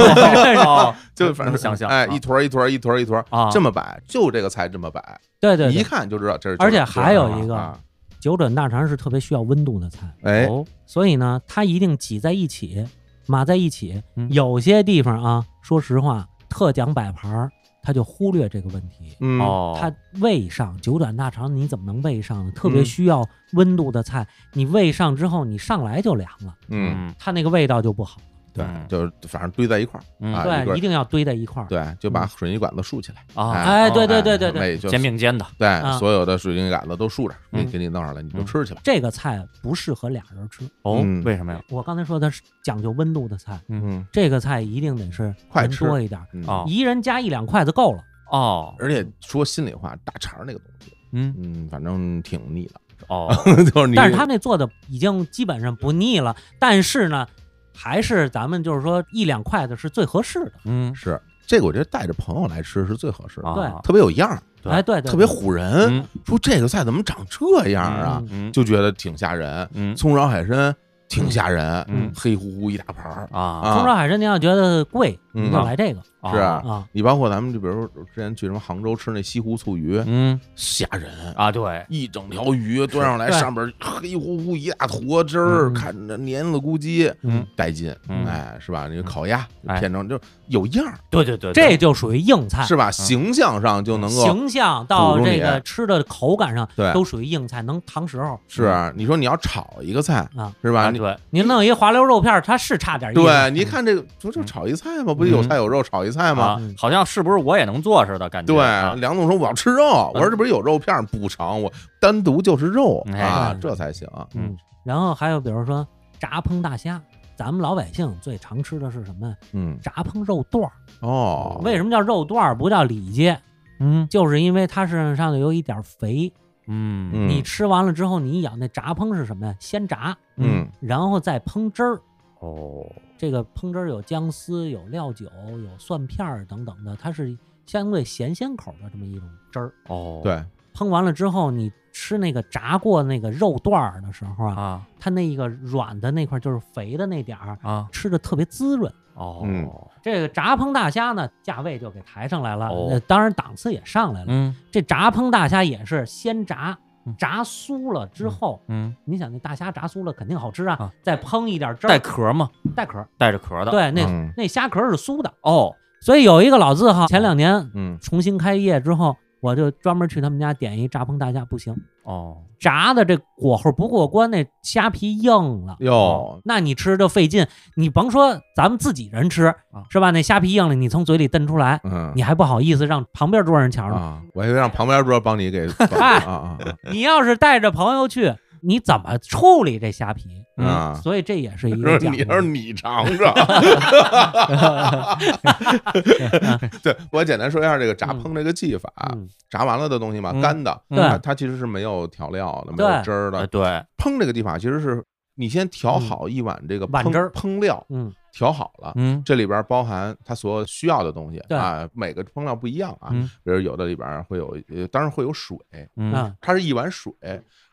Speaker 2: 哦，
Speaker 1: 就反正
Speaker 2: 能想象
Speaker 1: 哎，
Speaker 2: 啊
Speaker 1: 一坨儿一坨儿一坨儿一坨儿
Speaker 2: 啊
Speaker 1: 这么摆，就这个菜这么摆，
Speaker 3: 对对
Speaker 1: 你一
Speaker 3: 对，
Speaker 1: 看就知道这是。
Speaker 3: 而且还有一
Speaker 1: 这
Speaker 3: 个
Speaker 1: 是啊，
Speaker 3: 九转大肠是特别需要温度的菜，
Speaker 1: 哎，
Speaker 2: 哦
Speaker 3: 所以呢，它一定挤在一起，码在一起。
Speaker 2: 嗯
Speaker 3: 有些地方啊，说实话，特讲摆盘儿，它就忽略这个问题。
Speaker 1: 嗯，
Speaker 2: 哦，
Speaker 3: 它喂上九转大肠，你怎么能喂上呢？特别
Speaker 1: 嗯
Speaker 3: 需要温度的菜，你喂上之后，你上来就凉了，
Speaker 1: 嗯，
Speaker 3: 它那个味道就不好。
Speaker 1: 对
Speaker 2: 嗯，
Speaker 1: 就是反正堆在一块儿，
Speaker 2: 嗯
Speaker 1: 啊一
Speaker 3: 对，
Speaker 1: 个
Speaker 3: 一定要堆在一块儿。
Speaker 1: 对，就把水泥管子竖起来。
Speaker 2: 啊
Speaker 3: 哎嗯对对对对对
Speaker 1: 对，就
Speaker 2: 肩并肩的
Speaker 1: 对
Speaker 3: 啊
Speaker 1: 所有的水泥杆子都竖着，给
Speaker 2: 嗯
Speaker 1: 给你弄上来，你就吃去吧。
Speaker 3: 这个菜不适合俩人吃。
Speaker 2: 哦
Speaker 1: 嗯，
Speaker 2: 为什么呀？
Speaker 3: 我刚才说它是讲究温度的菜，
Speaker 1: 嗯，
Speaker 3: 这个菜一定得是
Speaker 1: 快
Speaker 3: 人
Speaker 1: 吃
Speaker 3: 多一点儿，
Speaker 1: 嗯
Speaker 2: 啊
Speaker 3: 一人夹一两筷子够了。
Speaker 2: 哦，
Speaker 1: 而且说心里话，大肠那个东西，
Speaker 2: 嗯
Speaker 1: 嗯，反正挺腻的，
Speaker 2: 哦，
Speaker 1: 就是你。
Speaker 3: 但是他那做的已经基本上不腻了，但是呢，还是咱们就是说一两筷子是最合适的。
Speaker 2: 嗯
Speaker 1: 是这个，我觉得带着朋友来吃是最合适的。
Speaker 2: 啊
Speaker 3: 对
Speaker 1: 特别有样儿，
Speaker 2: 对
Speaker 3: 哎，对对，
Speaker 1: 特别唬人，
Speaker 2: 嗯
Speaker 1: 说这个菜怎么长这样啊
Speaker 3: 嗯？
Speaker 2: 嗯
Speaker 1: 就觉得挺吓人。
Speaker 2: 嗯
Speaker 1: 葱烧海参挺吓人，
Speaker 2: 嗯
Speaker 1: 黑乎乎一大盘儿。
Speaker 2: 啊
Speaker 1: 啊
Speaker 3: 葱烧海参，您要觉得贵，
Speaker 1: 嗯
Speaker 3: 您就来这个
Speaker 1: 是啊
Speaker 3: 啊。
Speaker 1: 你包括咱们就比如说之前去什么杭州吃那西湖醋鱼，
Speaker 2: 嗯
Speaker 1: 吓人。
Speaker 2: 啊对
Speaker 1: 一整条鱼端上来，
Speaker 3: 对
Speaker 1: 上面黑乎乎一大坨汁儿，
Speaker 3: 嗯
Speaker 1: 看着黏了咕叽，
Speaker 2: 嗯
Speaker 1: 带劲，
Speaker 2: 嗯
Speaker 1: 哎，是吧？那个烤鸭
Speaker 2: 哎
Speaker 1: 片成就有样儿，
Speaker 2: 对对对，
Speaker 3: 这就属于硬菜，
Speaker 1: 是吧？
Speaker 2: 嗯
Speaker 1: 形象上就能够
Speaker 3: 形象到
Speaker 1: 捕捉
Speaker 3: 这
Speaker 1: 你
Speaker 3: 个吃的口感上
Speaker 1: 对
Speaker 3: 都属于硬菜，能扛时候。
Speaker 1: 是。啊你说你要炒一个菜
Speaker 3: 啊，
Speaker 1: 是
Speaker 2: 啊
Speaker 1: 吧？你
Speaker 2: 对
Speaker 3: 您弄一滑溜肉片儿，它是差点意思。
Speaker 1: 对，你看这个不就
Speaker 2: 嗯
Speaker 1: 炒一菜吗？不就有菜有肉炒一菜吗？
Speaker 2: 啊，好像是不是我也能做似的感觉？
Speaker 1: 对
Speaker 2: 啊，
Speaker 1: 梁总说我要吃肉，我说这不是有肉片儿不成，我单独就是肉
Speaker 2: 哎
Speaker 1: 啊
Speaker 3: 对，
Speaker 1: 这才行。
Speaker 2: 嗯
Speaker 3: 然后还有比如说炸烹大虾，咱们老百姓最常吃的是什么呀？
Speaker 1: 嗯，
Speaker 3: 炸烹肉段儿。
Speaker 1: 哦，
Speaker 3: 为什么叫肉段儿不叫里脊？
Speaker 2: 嗯
Speaker 3: 就是因为它身上有一点儿肥，
Speaker 2: 嗯
Speaker 1: 嗯
Speaker 3: 你吃完了之后，你一咬那炸烹是什么呀？先炸，
Speaker 1: 嗯，
Speaker 3: 然后再烹汁儿。
Speaker 2: 哦
Speaker 3: 这个烹汁儿有姜丝、有料酒、有蒜片儿等等的，它是相对咸鲜口的这么一种汁儿。
Speaker 2: 哦，
Speaker 1: 对，
Speaker 3: 烹完了之后，你吃那个炸过那个肉段儿的时候啊，
Speaker 2: 啊
Speaker 3: 它那个软的那块儿就是肥的那点儿，
Speaker 2: 啊
Speaker 3: 吃的特别滋润。
Speaker 2: 哦
Speaker 1: 嗯
Speaker 3: 这个炸烹大虾呢，价位就给抬上来了，
Speaker 2: 哦
Speaker 3: 呃当然档次也上来了。
Speaker 2: 嗯
Speaker 3: 这炸烹大虾也是先炸
Speaker 2: 嗯，
Speaker 3: 炸酥了之后，
Speaker 2: 嗯，
Speaker 3: 你想那大虾炸酥了肯定好吃啊，
Speaker 2: 啊
Speaker 3: 再烹一点汁
Speaker 2: 带
Speaker 3: 儿，
Speaker 2: 壳嘛，
Speaker 3: 带壳儿，
Speaker 2: 带着壳的。
Speaker 3: 对，那、
Speaker 1: 嗯
Speaker 3: 那虾壳儿是酥的。
Speaker 2: 哦，
Speaker 3: 所以有一个老字号，前两年
Speaker 1: 嗯
Speaker 3: 重新开业之后，我就专门去他们家点一炸烹大虾，不行，
Speaker 2: 哦，
Speaker 3: 炸的这果后不过关，那虾皮硬
Speaker 2: 哎
Speaker 3: 了。
Speaker 1: 哟，
Speaker 3: 那你吃就费劲，你甭说咱们自己人吃
Speaker 2: 啊，
Speaker 3: 是吧？那虾皮硬了，你从嘴里蹬出来，
Speaker 1: 嗯
Speaker 3: 你还不好意思让旁边桌人瞧呢。
Speaker 1: 啊，我还以为让旁边桌帮你给搞
Speaker 3: 哎
Speaker 1: 啊
Speaker 3: 你要是带着朋友去，你怎么处理这虾皮？
Speaker 1: 啊啊！
Speaker 3: 所以这也是一
Speaker 1: 说
Speaker 3: 个
Speaker 1: 你
Speaker 3: 讲
Speaker 1: 说你
Speaker 3: 究。嗯
Speaker 1: 尝尝，对我简单说一下这个炸烹这个技法，啊
Speaker 3: 嗯，
Speaker 1: 炸完了的东西嘛，
Speaker 2: 嗯
Speaker 1: 干的，
Speaker 2: 嗯
Speaker 1: 它它其实是没有调料的，没有
Speaker 3: 对
Speaker 1: 汁儿
Speaker 2: 呃
Speaker 1: 的。
Speaker 2: 对，
Speaker 1: 烹这个技法其实是你先调好一碗这个
Speaker 3: 碗
Speaker 1: 烹
Speaker 3: 汁儿
Speaker 1: 烹料，
Speaker 3: 嗯，
Speaker 1: 调好了，
Speaker 2: 嗯
Speaker 1: 这里边包含它所有需要的东西
Speaker 3: 对
Speaker 1: 啊，每个烹料不一样啊，
Speaker 2: 嗯
Speaker 1: 比如有的里边会有，呃当然会有水，
Speaker 2: 嗯
Speaker 3: 啊，
Speaker 1: 它是一碗水，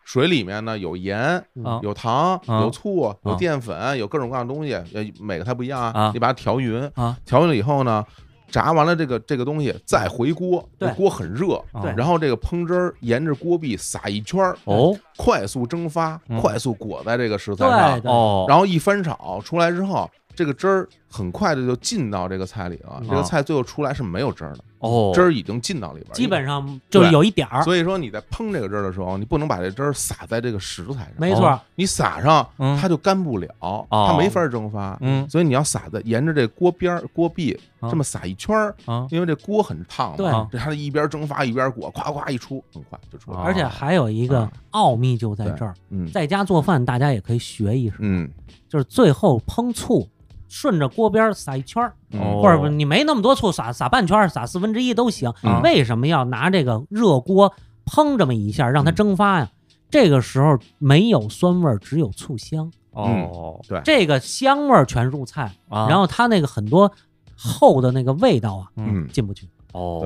Speaker 1: 水里面呢有盐、
Speaker 2: 啊
Speaker 1: 有糖、
Speaker 2: 啊
Speaker 1: 有醋、有淀粉、有各种各样的东西，呃，每个它不一样
Speaker 2: 啊
Speaker 1: 啊，你把它调匀，
Speaker 2: 啊，
Speaker 1: 调匀了以后呢。炸完了这个这个东西，再回锅，
Speaker 3: 对
Speaker 1: 这锅很热，
Speaker 3: 对
Speaker 1: 然后这个烹汁儿沿着锅壁撒一圈儿，
Speaker 2: 哦
Speaker 1: 快速蒸发，
Speaker 2: 嗯
Speaker 1: 快速裹在这个食材
Speaker 3: 对
Speaker 1: 上，
Speaker 3: 对
Speaker 2: 哦，
Speaker 1: 然后一翻炒出来之后，这个汁儿很快的就进到这个菜里了。
Speaker 3: 嗯
Speaker 1: 这个菜最后出来是没有汁儿的，
Speaker 2: 哦
Speaker 1: 汁儿已经进到里边儿，
Speaker 3: 基本上就是有一点儿，
Speaker 1: 所以说你在烹这个汁儿的时候，你不能把这汁儿撒在这个食材上，
Speaker 3: 没哦错。
Speaker 1: 你撒上
Speaker 2: 嗯
Speaker 1: 它就干不了，它没法蒸发。
Speaker 2: 嗯
Speaker 1: 所以你要撒在沿着这锅边儿、锅壁
Speaker 2: 啊
Speaker 1: 这么撒一圈儿，
Speaker 2: 啊
Speaker 1: 因为这锅很烫
Speaker 3: 嗯对哦
Speaker 1: 嘛，这它一边蒸发一边裹，夸夸一出，很快就出来了。
Speaker 3: 而且还有一个
Speaker 1: 啊
Speaker 3: 奥秘就在
Speaker 1: 对
Speaker 3: 这儿，
Speaker 1: 嗯
Speaker 3: 在家做饭大家也可以学一式，
Speaker 1: 嗯
Speaker 3: 就是最后烹醋，顺着锅边儿撒一圈儿，
Speaker 1: 嗯
Speaker 2: 哦
Speaker 3: 或者不你没那么多醋，撒撒半圈儿，撒四分之一都行。
Speaker 1: 嗯
Speaker 3: 为什么要拿这个热锅烹这么一下，
Speaker 2: 嗯
Speaker 3: 让它蒸发呀？这个时候没有酸味儿，只有醋香，
Speaker 1: 嗯
Speaker 2: 哦
Speaker 3: 这个香味儿全入菜，
Speaker 2: 啊，
Speaker 3: 然后它那个很多厚的那个味道啊
Speaker 2: 嗯
Speaker 1: 嗯，
Speaker 3: 进不去，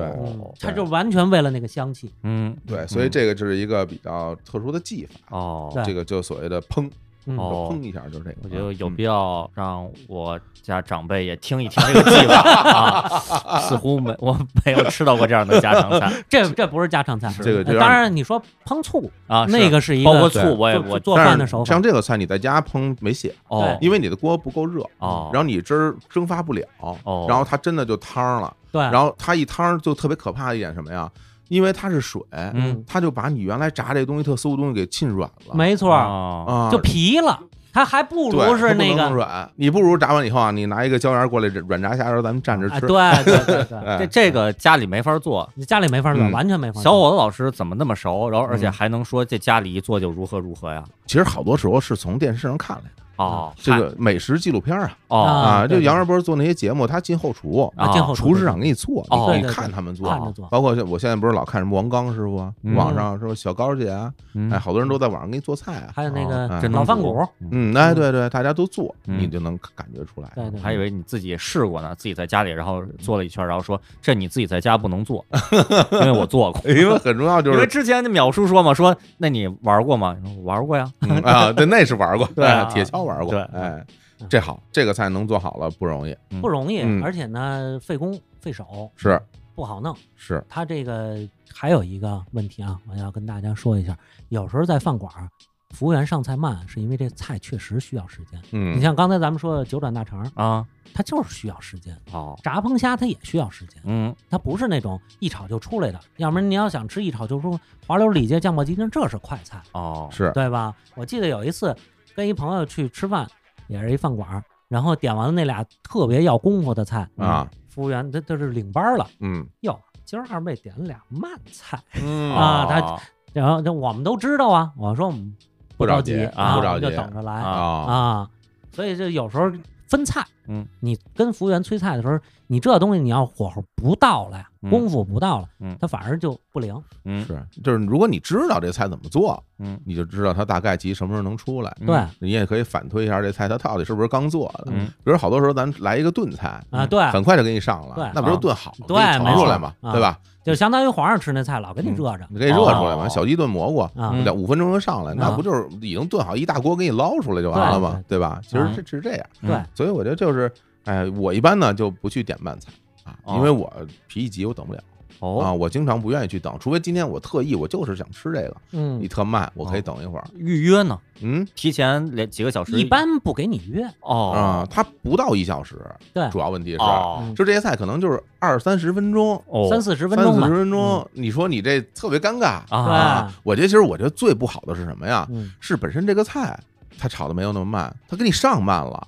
Speaker 2: 哦
Speaker 3: 它就完全为了那个香气。
Speaker 2: 嗯
Speaker 1: 对，所以这个就是一个比较特殊的技法。
Speaker 2: 哦
Speaker 3: 对
Speaker 1: 这个就所谓的烹，
Speaker 3: 嗯
Speaker 2: 哦
Speaker 1: 就烹一下就是这个。
Speaker 2: 我觉得有
Speaker 1: 嗯
Speaker 2: 必要让我家长辈也听一听这个技法啊，似乎没我没有吃到过这样的家常 菜
Speaker 3: 这这不是家常菜，
Speaker 1: 这个就
Speaker 3: 呃
Speaker 1: 让
Speaker 3: 当然你说烹醋
Speaker 2: 啊，
Speaker 3: 那
Speaker 2: 是
Speaker 3: 个是一个
Speaker 2: 包括
Speaker 1: 对
Speaker 2: 醋，我也
Speaker 3: 做
Speaker 2: 我
Speaker 3: 做
Speaker 1: 但是
Speaker 3: 饭的手法
Speaker 1: 像，这个菜你在家烹没写，
Speaker 2: 哦，
Speaker 1: 因为你的锅不够热
Speaker 2: 哦
Speaker 1: 然后你汁儿蒸发不了，
Speaker 2: 哦
Speaker 1: 然后它真的就汤了，
Speaker 3: 对，
Speaker 1: 然后它一汤就特别可怕的一点什么呀？因为它是水，
Speaker 2: 嗯
Speaker 1: 它就把你原来炸这东西特馊的东西给浸软了，
Speaker 3: 没错儿，
Speaker 2: 哦
Speaker 1: 啊，
Speaker 3: 就皮了，它还不
Speaker 1: 对
Speaker 3: 如是
Speaker 1: 它不能
Speaker 3: 那
Speaker 1: 弄
Speaker 3: 个
Speaker 1: 软，你不如炸完以后啊，你拿一个椒盐过来软炸虾仁，咱们蘸着
Speaker 3: 啊，
Speaker 1: 吃，
Speaker 3: 对对对对，
Speaker 1: 哎
Speaker 2: 这这个家里没法做，
Speaker 3: 你家里没法做，
Speaker 1: 嗯
Speaker 3: 完全没法做。
Speaker 2: 小伙子老师怎么那么熟？然后而且
Speaker 1: 嗯
Speaker 2: 还能说这家里一做就如何如何呀？
Speaker 1: 其实好多时候是从电视上看来的，
Speaker 2: 哦，
Speaker 1: 嗯这个美食纪录片啊
Speaker 2: 嗨哦
Speaker 3: 啊
Speaker 1: 啊，
Speaker 3: 对
Speaker 1: 就
Speaker 3: 对
Speaker 1: 杨二波做那些节目，他进后厨，
Speaker 3: 啊，进后
Speaker 1: 厨师长给你做，
Speaker 2: 哦对
Speaker 1: 你可以
Speaker 3: 对
Speaker 1: 看他们做啊
Speaker 3: 看着做，
Speaker 1: 包括像我现在不是老看什么王刚师傅啊，
Speaker 2: 嗯
Speaker 1: 网上是吧？小高姐啊，
Speaker 2: 嗯
Speaker 1: 哎，好多人都在网上给你做菜啊。
Speaker 3: 还有那
Speaker 1: 哦
Speaker 3: 个
Speaker 1: 哎
Speaker 3: 老饭骨，
Speaker 1: 嗯，哎，对对，大家都做，
Speaker 2: 嗯
Speaker 1: 你就能感觉出来。
Speaker 3: 对对，
Speaker 2: 还以为你自己也试过呢，自己在家里，然后做了一圈，然后说这你自己在家不能做， 因为我做过。
Speaker 1: 因为很重要就
Speaker 2: 因为
Speaker 1: 是
Speaker 2: 之前那淼叔说嘛，说那你玩过吗？我玩过呀。
Speaker 1: 嗯啊，对，那是玩过，
Speaker 2: 对啊
Speaker 1: 哎铁锹玩过，
Speaker 2: 对
Speaker 1: 哎，
Speaker 3: 嗯
Speaker 1: 这好，这个菜能做好了不容易，
Speaker 3: 不容易
Speaker 1: 嗯，
Speaker 3: 而且呢费工费手，
Speaker 1: 是
Speaker 3: 不好弄。
Speaker 1: 是，
Speaker 3: 他这个还有一个问题啊，我要跟大家说一下，有时候在饭馆儿，服务员上菜慢，是因为这菜确实需要时间。你
Speaker 1: 嗯，
Speaker 3: 像刚才咱们说的九转大肠，
Speaker 2: 啊，
Speaker 3: 它就是需要时间；
Speaker 2: 哦，
Speaker 3: 炸烹虾它也需要时间，
Speaker 2: 嗯，
Speaker 3: 它不是那种一炒就出来的。要不然你要想吃一炒就出滑溜里脊、酱爆鸡丁，这是快菜，
Speaker 2: 哦，
Speaker 1: 是，
Speaker 3: 对吧？我记得有一次跟一朋友去吃饭，也是一饭馆儿，然后点完了那俩特别要功夫的菜
Speaker 1: 啊，
Speaker 3: 服务员他他是领班儿了，
Speaker 1: 嗯
Speaker 3: 哟，今儿二妹点了俩慢菜。
Speaker 1: 嗯
Speaker 3: 啊他
Speaker 2: 哦
Speaker 3: 然后这我们都知道啊，我说我们
Speaker 1: 不着急
Speaker 3: 急
Speaker 1: 不
Speaker 3: 啊，
Speaker 1: 着
Speaker 3: 我们就
Speaker 1: 急
Speaker 3: 等着来
Speaker 2: 啊
Speaker 1: 啊，
Speaker 3: 啊。所以这有时候分菜，
Speaker 2: 嗯，
Speaker 3: 你跟服务员催菜的时候，你这东西你要火候不到了呀
Speaker 2: 嗯，
Speaker 3: 功夫不到了，
Speaker 2: 嗯
Speaker 3: 它反而就不灵。
Speaker 2: 嗯
Speaker 1: 是，就是如果你知道这菜怎么做，
Speaker 2: 嗯，
Speaker 1: 你就知道它大概其什么时候能出来。
Speaker 2: 嗯
Speaker 3: 对
Speaker 1: 你也可以反推一下这菜它到底是不是刚做的，
Speaker 2: 嗯
Speaker 1: 比如好多时候咱来一个炖菜，
Speaker 3: 啊，对，
Speaker 1: 很快就给你上了
Speaker 3: 对，
Speaker 1: 那不就炖好了，
Speaker 3: 对
Speaker 1: 给你盛出来
Speaker 3: 没
Speaker 1: 嘛，
Speaker 3: 错啊
Speaker 1: 对吧？
Speaker 3: 就相当于皇上吃那菜，老给你热着
Speaker 1: 你可以热出来嘛，
Speaker 2: 哦
Speaker 1: 小鸡炖蘑菇，
Speaker 3: 啊
Speaker 2: 嗯。
Speaker 1: 两五分钟就上来，那
Speaker 3: 啊
Speaker 1: 不就是已经炖好一大锅给你捞出来就完了吗？对吧？其实这是这样，
Speaker 3: 对
Speaker 2: 嗯，
Speaker 1: 所以我觉得就是，哎，我一般呢就不去点慢菜啊，
Speaker 2: 哦
Speaker 1: 因为我脾气急，我等不了啊，
Speaker 2: 哦，
Speaker 1: 我经常不愿意去等，除非今天我特意，我就是想吃这个，你
Speaker 3: 嗯，
Speaker 1: 特慢，我可以等一会儿。
Speaker 2: 预约呢，
Speaker 1: 嗯
Speaker 2: 提前连几个小时，
Speaker 3: 一般不给你约，
Speaker 2: 哦
Speaker 1: 啊，它不到一小时，
Speaker 3: 对
Speaker 1: 主要问题是，
Speaker 2: 哦
Speaker 3: 嗯
Speaker 1: 就这些菜可能就是二三十分钟，
Speaker 2: 哦，
Speaker 3: 三四十分
Speaker 1: 三
Speaker 3: 钟嗯
Speaker 1: 四
Speaker 3: 吧
Speaker 1: 十。分钟，你说你这特别尴尬
Speaker 2: 啊
Speaker 1: 啊！我觉得其实我觉得最不好的是什么呀？
Speaker 3: 嗯，
Speaker 1: 是本身这个菜它炒的没有那么慢，它给你上慢了，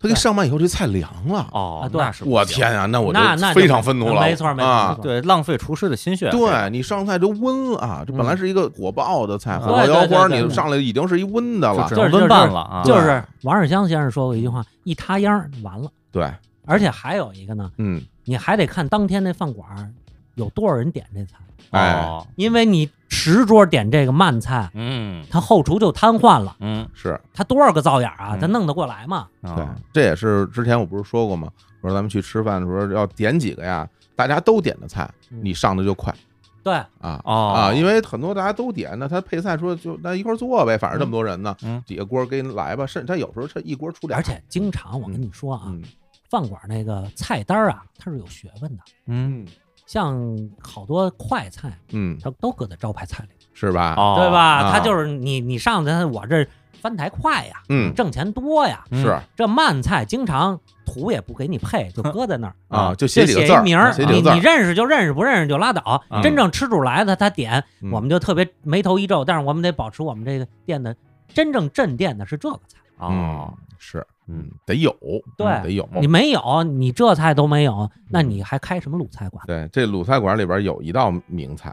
Speaker 1: 它给
Speaker 3: 对
Speaker 1: 上慢以后这菜凉了。
Speaker 2: 哦
Speaker 3: 啊，对
Speaker 2: 那是不
Speaker 1: 我
Speaker 2: 行
Speaker 1: 天，啊，那我
Speaker 3: 那那就
Speaker 1: 非常愤怒了，
Speaker 3: 没错没错
Speaker 1: 啊！
Speaker 2: 对，浪费厨师的心血，啊
Speaker 1: 对你上菜就温了，这本来是一个火爆的菜，
Speaker 2: 嗯
Speaker 1: 火爆腰花，
Speaker 3: 嗯对对对对
Speaker 1: 你上来已经是一温的
Speaker 2: 就
Speaker 1: 了
Speaker 2: 只。
Speaker 3: 就
Speaker 2: 能
Speaker 3: 是
Speaker 2: 温拌了啊，
Speaker 3: 就
Speaker 1: 对
Speaker 3: 是王世襄先生说过一句话：“一塌秧儿完了。
Speaker 1: 对，”
Speaker 3: 而且还有一个呢，
Speaker 1: 嗯，
Speaker 3: 你还得看当天那饭馆儿有多少人点这菜。
Speaker 1: 哎，
Speaker 2: 哦，
Speaker 3: 因为你十桌点这个慢菜，
Speaker 2: 嗯
Speaker 3: 他后厨就瘫痪了，
Speaker 2: 嗯，
Speaker 1: 是
Speaker 3: 他多少个灶眼啊，
Speaker 2: 嗯
Speaker 3: 他弄得过来吗？
Speaker 2: 对
Speaker 1: 对，这也是之前我不是说过吗？我说咱们去吃饭的时候要点几个呀，大家都点的菜，
Speaker 3: 嗯
Speaker 1: 你上的就快
Speaker 3: 对，
Speaker 1: 啊。
Speaker 2: 哦
Speaker 1: 啊，因为很多大家都点，那他配菜说就那一块儿做呗，反正这么多人呢，
Speaker 2: 嗯嗯
Speaker 1: 几个锅儿给你来吧，甚至他有时候这一锅出俩，
Speaker 3: 而且经常我跟你说啊，
Speaker 1: 嗯
Speaker 3: 饭馆那个菜单儿啊，它是有学问的，
Speaker 2: 嗯
Speaker 3: 像好多快菜，
Speaker 1: 嗯，
Speaker 3: 它都搁在招牌菜里，
Speaker 1: 是吧？
Speaker 2: 哦，
Speaker 3: 对吧？
Speaker 1: 啊
Speaker 3: 它就是你你上咱我这翻台快呀，
Speaker 1: 嗯
Speaker 3: 挣钱多呀，
Speaker 2: 嗯？
Speaker 1: 是
Speaker 3: 这慢菜经常图也不给你配，就搁在那儿。
Speaker 1: 啊，就
Speaker 3: 嗯就
Speaker 1: 几个
Speaker 3: 写
Speaker 1: 字
Speaker 3: 一
Speaker 1: 儿，
Speaker 3: 名儿，
Speaker 1: 写几
Speaker 3: 你
Speaker 1: 个字
Speaker 3: 你
Speaker 1: 儿，
Speaker 3: 认识就认识，不认识就拉倒。
Speaker 2: 嗯
Speaker 3: 真正吃主来的，他点
Speaker 1: 嗯
Speaker 3: 我们就特别眉头一皱，但是我们得保持我们这个店的真正镇店的是这个菜，
Speaker 2: 哦，
Speaker 1: 嗯是，
Speaker 2: 嗯
Speaker 1: 嗯，得有，
Speaker 3: 对
Speaker 1: 嗯得有。
Speaker 3: 你没有，你这菜都没
Speaker 1: 嗯
Speaker 3: 有，那你还开什么鲁菜馆？
Speaker 1: 对，这鲁菜馆里边有一道名菜，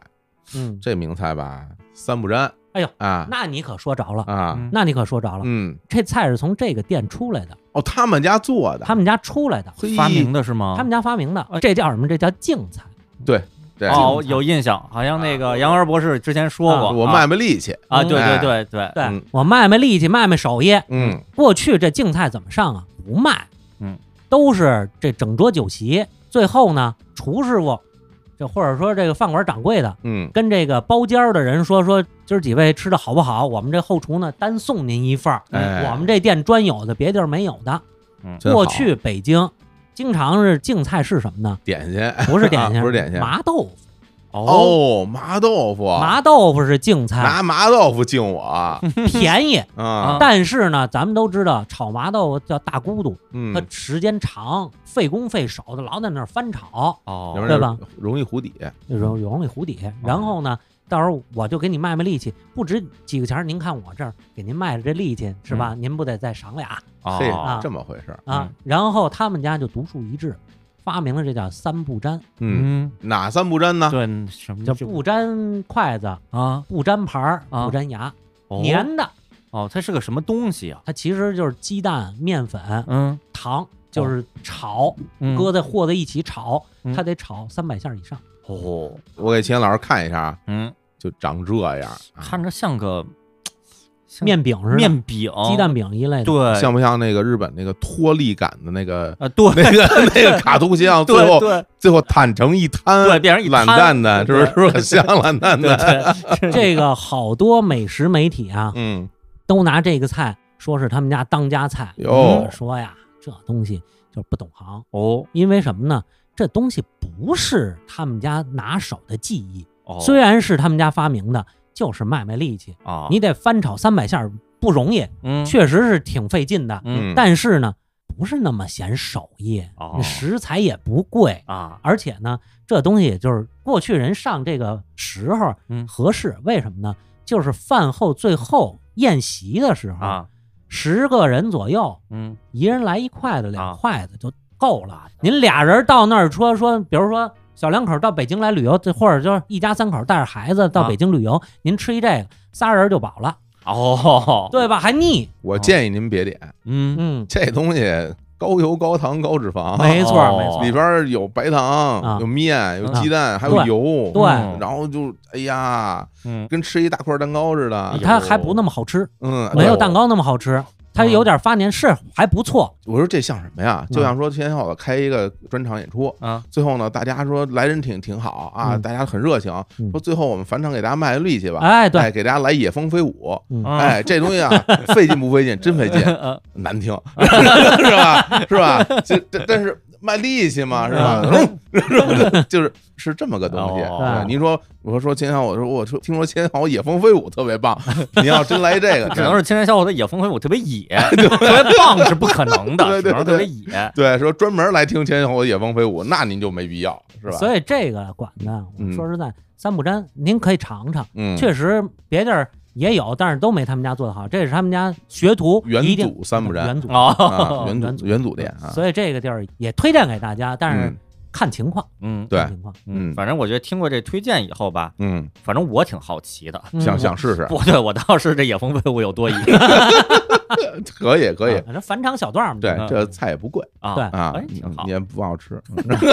Speaker 3: 嗯，
Speaker 1: 这名菜吧，三不沾。
Speaker 3: 哎呦
Speaker 1: 啊
Speaker 3: 那你可说着了，
Speaker 1: 啊，
Speaker 3: 那你可说着了，
Speaker 1: 嗯，
Speaker 3: 这菜是从这个店出来的，
Speaker 1: 哦，他们家做的，
Speaker 3: 他们家出来的，
Speaker 1: 嘿
Speaker 2: 发明的是吗？
Speaker 3: 他们家发明的，这叫什么？这叫净菜。
Speaker 1: 对，啊
Speaker 2: 哦，有印象，好像那个杨元博士之前说过，
Speaker 1: 我卖卖力气，
Speaker 2: 啊，
Speaker 3: 嗯
Speaker 2: 对对
Speaker 1: 哎
Speaker 2: 对对，
Speaker 3: 对、
Speaker 1: 嗯
Speaker 3: 我卖卖力气，卖卖手艺。
Speaker 1: 嗯，
Speaker 3: 过去这净菜怎么上啊？不卖，
Speaker 2: 嗯，
Speaker 3: 都是这整桌酒席，最后呢，厨师傅，这或者说这个饭馆掌柜的，
Speaker 1: 嗯，
Speaker 3: 跟这个包间儿的人说说，今儿几位吃的好不好？我们这后厨呢，单送您一份儿，
Speaker 1: 哎
Speaker 3: 我们这店专有的，别地儿没有的。
Speaker 2: 嗯
Speaker 1: 真
Speaker 3: 过
Speaker 1: 好
Speaker 3: 去北京经常是净菜是什么呢？
Speaker 1: 点心，
Speaker 3: 不是点心，
Speaker 1: 啊不是点心
Speaker 3: 麻豆腐，
Speaker 1: 哦，麻豆腐，
Speaker 3: 麻豆腐是净菜，
Speaker 1: 拿麻豆腐敬我啊，
Speaker 3: 便宜。
Speaker 2: 啊
Speaker 1: 嗯
Speaker 3: 但是呢，咱们都知道炒麻豆腐叫大咕嘟，它
Speaker 1: 嗯，
Speaker 3: 时间长，费工费手的，老在那儿翻炒，
Speaker 1: 要不
Speaker 2: 哦
Speaker 1: 然
Speaker 3: 对吧
Speaker 1: 容易糊底，
Speaker 2: 嗯
Speaker 3: 容容易糊底。然后呢，到时候我就给你卖卖力气，不值几个钱儿。您看我这儿给您卖了这力气是吧？您不得再赏俩
Speaker 1: 嘿
Speaker 2: 哦，，
Speaker 1: 这么回事儿，
Speaker 3: 啊
Speaker 2: 嗯？
Speaker 3: 然后他们家就独树一帜，发明了这叫三不沾，
Speaker 1: 嗯，
Speaker 2: 嗯，
Speaker 1: 哪三不沾呢？
Speaker 2: 对，什么
Speaker 3: 叫
Speaker 2: 就
Speaker 3: 不沾筷子、
Speaker 2: 啊？
Speaker 3: 不沾盘儿、
Speaker 2: 嗯啊
Speaker 3: 不沾牙，
Speaker 2: 哦
Speaker 3: 粘的
Speaker 2: 哦，它是个什么东西啊？
Speaker 3: 它其实就是鸡蛋、面粉、
Speaker 2: 嗯，
Speaker 3: 糖，就是炒，
Speaker 2: 嗯
Speaker 3: 搁在和在一起炒
Speaker 2: 嗯，
Speaker 3: 它得炒三百下以上。
Speaker 2: 哦，
Speaker 1: 我给秦岩老师看一下啊，
Speaker 2: 嗯，
Speaker 1: 就长这样啊，
Speaker 2: 看着像个像
Speaker 3: 面饼似的，
Speaker 2: 面饼、哦
Speaker 3: 鸡蛋饼一类的。
Speaker 2: 对，
Speaker 1: 像不像那个日本那个脱力感的那个
Speaker 2: 啊，对，
Speaker 1: 那个那个卡通形象？最
Speaker 2: 对
Speaker 1: 后
Speaker 2: 对
Speaker 1: 最后坦诚一摊，
Speaker 2: 对，变成一
Speaker 1: 懒
Speaker 2: 摊
Speaker 1: 蛋蛋，是不是？
Speaker 2: 对
Speaker 1: 是不是很像懒蛋
Speaker 2: 对
Speaker 1: 蛋？
Speaker 2: 对，是
Speaker 3: 这个好多美食媒体啊，
Speaker 1: 嗯，
Speaker 3: 都拿这个菜说是他们家当家菜。
Speaker 1: 哟
Speaker 3: 我说呀，这东西就是不懂行，
Speaker 2: 哦
Speaker 3: 因为什么呢？这东西不是他们家拿手的技艺，
Speaker 2: 哦，
Speaker 3: 虽然是他们家发明的，就是卖卖力气。
Speaker 2: 啊，
Speaker 3: 你得翻炒三百下儿不容易，
Speaker 2: 嗯
Speaker 3: 确实是挺费劲的。
Speaker 2: 嗯
Speaker 1: 嗯
Speaker 3: 但是呢，不是那么显手艺
Speaker 2: 哦，
Speaker 3: 食材也不贵，
Speaker 2: 啊
Speaker 3: 而且呢，这东西就是过去人上这个时候
Speaker 2: 嗯
Speaker 3: 合适，为什么呢？就是饭后最后宴席的时候，
Speaker 2: 啊
Speaker 3: 十个人左右，
Speaker 2: 嗯
Speaker 3: 一人来一筷子、
Speaker 2: 啊
Speaker 3: 两筷子就够了。您俩人到那儿说说，比如说小两口到北京来旅游，这或者就是一家三口带着孩子
Speaker 2: 啊
Speaker 3: 到北京旅游，您吃一这个，仨人就饱了，
Speaker 2: 哦，
Speaker 3: 对吧？还腻，
Speaker 1: 我建议您别点
Speaker 2: 嗯
Speaker 3: 嗯，
Speaker 1: 这东西，高油、高糖、高脂肪，
Speaker 3: 没错
Speaker 2: 哦
Speaker 3: 没错，
Speaker 1: 里边儿有白糖
Speaker 3: 啊、
Speaker 1: 有面、有
Speaker 2: 啊
Speaker 1: 鸡蛋，还有
Speaker 3: 对
Speaker 1: 油，
Speaker 3: 对
Speaker 2: 嗯
Speaker 1: 然后就哎呀，
Speaker 2: 嗯
Speaker 1: 跟吃一大块蛋糕似的
Speaker 2: 哎。呦哎
Speaker 3: 它还不那么好吃，
Speaker 1: 嗯，
Speaker 3: 没有
Speaker 1: 对
Speaker 3: 蛋糕那么好吃，它
Speaker 2: 嗯
Speaker 3: 有点发黏，是还不错，
Speaker 1: 我说这像什么呀？就
Speaker 3: 嗯
Speaker 1: 像说前天我开一个专场演出，
Speaker 2: 啊
Speaker 1: 最后呢，大家说来人挺挺好啊，
Speaker 3: 嗯
Speaker 1: 大家很热情，
Speaker 3: 嗯
Speaker 1: 说最后我们返场给大家卖个力气吧，
Speaker 3: 哎，对，
Speaker 1: 哎，给大家来野蜂飞舞。
Speaker 3: 嗯
Speaker 2: 啊嗯
Speaker 1: 哎，这东西啊，费劲不费劲？真费劲，难听， 是吧？是吧？这这但是卖力气嘛，是吧？嗯是吧就是是这么个东西。
Speaker 2: 哦
Speaker 1: 对您说，我说秦昊，我说我说听说秦昊野蜂飞舞特别棒，你要真 来这个，
Speaker 2: 只能是青年小伙子野风飞舞特别野， 特别棒是不可能的，
Speaker 1: 对对
Speaker 2: 只能特别
Speaker 1: 对
Speaker 2: 野。
Speaker 1: 对说专门来听秦昊野蜂飞舞，那您就没必要，是吧？
Speaker 3: 所以这个馆子，我说实在，三不沾，您可以尝尝，
Speaker 1: 嗯，
Speaker 3: 确实别地儿也有，但是都没他们家做的好，这是他们家学徒
Speaker 1: 元
Speaker 3: 一定
Speaker 1: 祖三不沾
Speaker 3: 元祖
Speaker 1: 啊，
Speaker 2: 哦，
Speaker 1: 元
Speaker 3: 元
Speaker 1: 祖
Speaker 3: 祖
Speaker 1: 元祖店啊，
Speaker 3: 所以这个地儿也推荐给大家，但是
Speaker 1: 嗯
Speaker 3: 看情况，
Speaker 2: 嗯，
Speaker 1: 对
Speaker 3: 看情况，
Speaker 1: 嗯
Speaker 2: 反正我觉得听过这推荐以后吧，
Speaker 1: 嗯，
Speaker 2: 反正我挺好奇的。
Speaker 3: 嗯
Speaker 1: 想想试试，
Speaker 2: 不对，我 倒是这野风飞舞有 多野
Speaker 1: 可以可以，
Speaker 3: 反正啊返场小段儿嘛，
Speaker 1: 对
Speaker 2: 嗯，
Speaker 1: 这菜也不贵
Speaker 2: 啊，
Speaker 3: 对
Speaker 1: 啊
Speaker 2: 哎，，挺好。
Speaker 1: 也不好吃，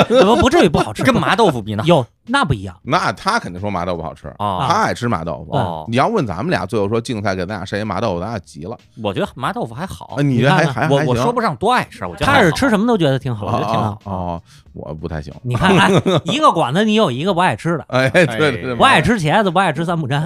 Speaker 3: 不不至于不好吃，
Speaker 2: 这跟麻豆腐比呢？
Speaker 3: 有那不一样，
Speaker 1: 那他肯定说麻豆腐好吃，
Speaker 2: 啊，
Speaker 1: 他爱吃麻豆腐。啊
Speaker 2: 哦
Speaker 1: 你要问咱们俩，最后说竞赛给咱俩谁麻豆腐，咱俩急了。
Speaker 2: 我觉得麻豆腐还好
Speaker 1: 啊，，你
Speaker 3: 哦你
Speaker 1: 这
Speaker 3: 看
Speaker 1: 还
Speaker 3: 看
Speaker 1: 还
Speaker 2: 我
Speaker 1: 还
Speaker 2: 我
Speaker 1: 行
Speaker 2: 说不上多爱吃，我觉得
Speaker 3: 他
Speaker 2: 还
Speaker 3: 是
Speaker 2: 好
Speaker 3: 吃什么都觉得挺好，我觉得挺
Speaker 1: 哦
Speaker 3: 好。
Speaker 1: 哦哦，我不太行。
Speaker 3: 你看，哎，一个馆子你有一个不爱吃的，
Speaker 1: 哎，对对，对
Speaker 3: 不爱吃茄子，不爱吃三不沾。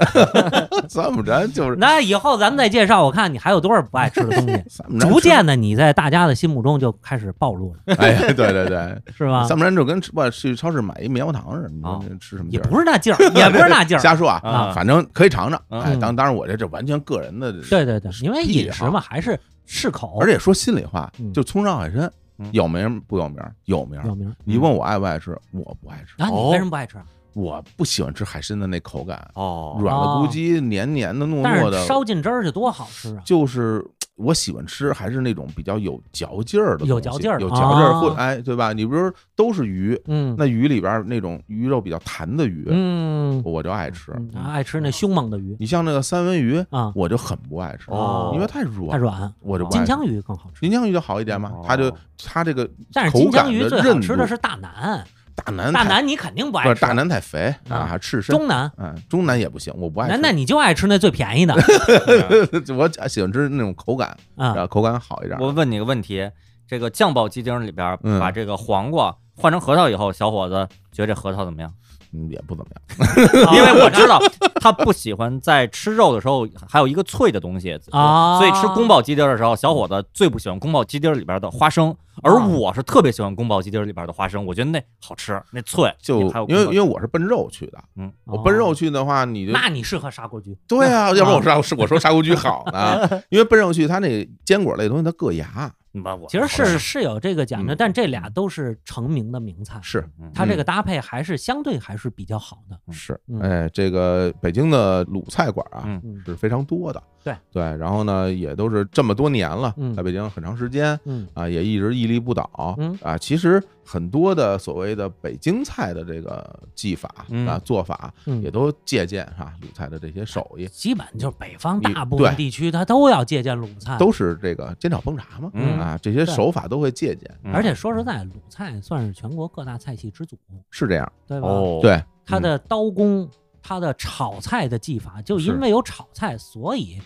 Speaker 1: 三不沾就是。
Speaker 3: 那以后咱们再介绍，我看你还有多少不爱吃的东西
Speaker 1: 三不沾，
Speaker 3: 逐渐的，你在大家的心目中就开始暴露了，
Speaker 1: 哎，对对 对，
Speaker 3: 是吧
Speaker 1: 三？不沾就跟吃不去超市买一棉花糖似的，你
Speaker 2: 哦
Speaker 1: 说那吃什么
Speaker 3: 啊也
Speaker 1: 劲儿？啊
Speaker 3: 不是那劲儿，也不是那劲儿。
Speaker 1: 瞎说啊
Speaker 2: 啊，
Speaker 1: 反正可以尝尝。哎，
Speaker 3: 嗯
Speaker 1: 当当然我这这完全个人的，
Speaker 3: 对对对，因为
Speaker 1: 屁
Speaker 3: 饮食嘛，还是适口，
Speaker 1: 而且说心里话
Speaker 3: 嗯，
Speaker 1: 就葱烧海参
Speaker 2: 嗯
Speaker 1: 有名不有名？有名。
Speaker 3: 有名儿。
Speaker 1: 你问我爱不爱吃，我不爱吃，哦
Speaker 3: 啊，你为什么不爱吃？
Speaker 1: 我不喜欢吃海参的那口感。
Speaker 2: 哦，
Speaker 1: 软了
Speaker 3: 哦
Speaker 1: 咕叽、黏黏的、糯
Speaker 3: 但
Speaker 1: 糯
Speaker 3: 是
Speaker 1: 的，
Speaker 3: 烧进汁儿就多好吃啊！
Speaker 1: 就是我喜欢吃还是那种比较有嚼劲儿的东西，
Speaker 3: 有嚼劲儿
Speaker 1: 有嚼劲儿，
Speaker 3: 啊
Speaker 1: 或者哎，对吧？你比如说都是鱼，
Speaker 3: 嗯
Speaker 1: 那鱼里边儿那种鱼肉比较弹的鱼，
Speaker 3: 嗯，
Speaker 1: 我就爱吃。
Speaker 3: 嗯啊爱吃那凶猛的鱼
Speaker 1: 你像那个三文鱼，
Speaker 3: 啊，
Speaker 1: 我就很不爱吃，
Speaker 2: 哦
Speaker 1: 因为太软，
Speaker 3: 太软。
Speaker 1: 我就不
Speaker 3: 金
Speaker 1: 爱吃。
Speaker 3: 枪鱼更好吃，
Speaker 1: 金枪鱼就好一点嘛
Speaker 2: 哦，
Speaker 1: 它就它这个
Speaker 3: 但是
Speaker 1: 口
Speaker 3: 金
Speaker 1: 感
Speaker 3: 枪
Speaker 1: 的
Speaker 3: 鱼最
Speaker 1: 韧
Speaker 3: 好吃
Speaker 1: 度
Speaker 3: 的，是大南，
Speaker 1: 大南
Speaker 3: 大
Speaker 1: 太
Speaker 3: 南你肯定不爱
Speaker 1: 不
Speaker 3: 吃，
Speaker 1: 是大南太肥啊，
Speaker 3: 啊
Speaker 1: 还赤身。
Speaker 3: 中南，
Speaker 1: 嗯，中南也不行，我不爱
Speaker 3: 那
Speaker 1: 吃。
Speaker 3: 那你就爱吃那最便宜的
Speaker 1: 我喜欢吃那种口感， 然
Speaker 3: 啊，
Speaker 1: 后口感好一点。
Speaker 2: 我问你个问题，这个酱爆鸡丁里边
Speaker 1: 嗯
Speaker 2: 把这个黄瓜换成核桃以后，小伙子觉得这核桃怎么样？
Speaker 1: 嗯也不怎么样。
Speaker 2: 因为我知道他不喜欢在吃肉的时候还有一个脆的东西
Speaker 3: 啊
Speaker 2: 所以吃宫保鸡丁的时候，小伙子最不喜欢宫保鸡丁里边的花生，而
Speaker 3: 啊
Speaker 2: 我是特别喜欢宫保鸡丁里边的花生，我觉得那好吃，那脆，
Speaker 1: 就
Speaker 2: 还有
Speaker 1: 因为因
Speaker 2: 宫
Speaker 1: 为我是奔肉去的，
Speaker 2: 嗯，
Speaker 1: 我奔
Speaker 3: 哦
Speaker 1: 肉去的话，你就
Speaker 3: 那你适合砂锅居，
Speaker 1: 对啊，要不然我
Speaker 3: 啊
Speaker 1: 说是我说砂锅居好 呢，因为奔肉去它那坚果类东西它硌牙，
Speaker 2: 保我
Speaker 3: 其实
Speaker 2: 好
Speaker 3: 是是有这个讲究，
Speaker 1: 嗯
Speaker 3: 但这俩都是成名的名菜，
Speaker 1: 是
Speaker 2: 嗯
Speaker 3: 它这个搭配还是相对还是比较好的。
Speaker 1: 是，
Speaker 3: 嗯
Speaker 1: 哎，这个北京的鲁菜馆啊
Speaker 2: 嗯
Speaker 3: 嗯
Speaker 1: 是非常多的，
Speaker 3: 对
Speaker 1: 对，然后呢，也都是这么多年了
Speaker 3: 嗯，
Speaker 1: 在北京很长时间
Speaker 3: 嗯
Speaker 1: 啊，也一直屹立不倒
Speaker 3: 嗯
Speaker 1: 啊。其实很多的所谓的北京菜的这个技法
Speaker 2: 嗯
Speaker 1: 啊做法，也
Speaker 3: 嗯，
Speaker 1: 都借鉴哈鲁菜的这些手艺，
Speaker 3: 基本就是北方
Speaker 1: 你
Speaker 3: 大部分
Speaker 1: 对
Speaker 3: 地区，它都要借鉴鲁菜，
Speaker 1: 都是这个煎炒烹炸嘛
Speaker 2: 嗯
Speaker 1: 啊，这些
Speaker 3: 啊对
Speaker 1: 手法都会借鉴，
Speaker 2: 嗯
Speaker 3: 而且说实在，鲁菜算是全国各大菜系之祖，
Speaker 1: 是这样。
Speaker 3: 对吧？
Speaker 2: 哦，
Speaker 1: 对，
Speaker 3: 它
Speaker 1: 嗯
Speaker 3: 的刀工，它的炒菜的技法，就是因为有炒菜，所以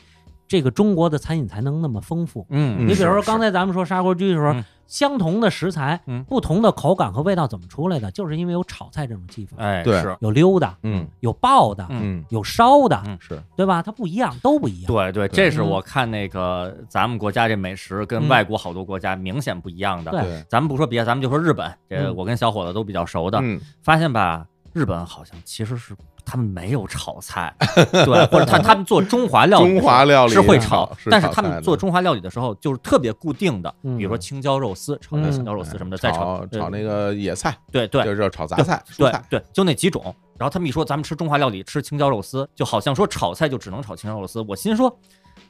Speaker 3: 这个中国的餐饮才能那么丰富。
Speaker 2: 嗯，
Speaker 1: 嗯
Speaker 3: 你比如说
Speaker 2: 是
Speaker 3: 刚，才咱们说砂锅居的时候
Speaker 2: 嗯，
Speaker 3: 相同的食材
Speaker 2: 嗯，
Speaker 3: 不同的口感和味道怎么出来的，就是因为有炒菜这种技
Speaker 2: 是
Speaker 3: 法，
Speaker 2: 哎，
Speaker 1: 对
Speaker 2: 是，
Speaker 3: 有溜的，
Speaker 1: 嗯
Speaker 3: 有爆的，
Speaker 2: 嗯
Speaker 1: 嗯，
Speaker 3: 有烧的
Speaker 2: 嗯，
Speaker 1: 是
Speaker 3: 对吧？它不一样，都不一样。
Speaker 2: 对对，这是
Speaker 3: 嗯
Speaker 2: 我看那个咱们国家这美食跟
Speaker 3: 嗯
Speaker 2: 外国好多国家明显不一样的。
Speaker 3: 对
Speaker 1: 对，
Speaker 2: 咱们不说别的，咱们就说日本，这
Speaker 3: 嗯
Speaker 2: 我跟小伙子都比较熟的，
Speaker 1: 嗯
Speaker 2: 发现吧，日本好像其实是他们没有炒菜，对，或者他他们做中华料理的时候，
Speaker 1: 中华料理
Speaker 2: 是会
Speaker 1: 是炒
Speaker 2: 炒，
Speaker 1: 是
Speaker 2: 但是
Speaker 1: 炒
Speaker 2: 他
Speaker 1: 菜
Speaker 2: 们
Speaker 1: 的
Speaker 2: 做中华料理的时候就是特别固定的，
Speaker 3: 嗯
Speaker 2: 比如说青椒肉丝，炒那
Speaker 3: 嗯
Speaker 2: 青椒肉丝什么的，再
Speaker 1: 哎
Speaker 3: 呃
Speaker 1: 炒
Speaker 2: 对
Speaker 1: 炒那个野菜，
Speaker 2: 对对
Speaker 1: 就是炒杂
Speaker 2: 对
Speaker 1: 菜、蔬
Speaker 2: 对
Speaker 1: 菜，
Speaker 2: 对，就那几种。然后他们一说咱们吃中华料理，吃青椒肉丝，就好像说炒菜就只能炒青椒肉丝。我心说，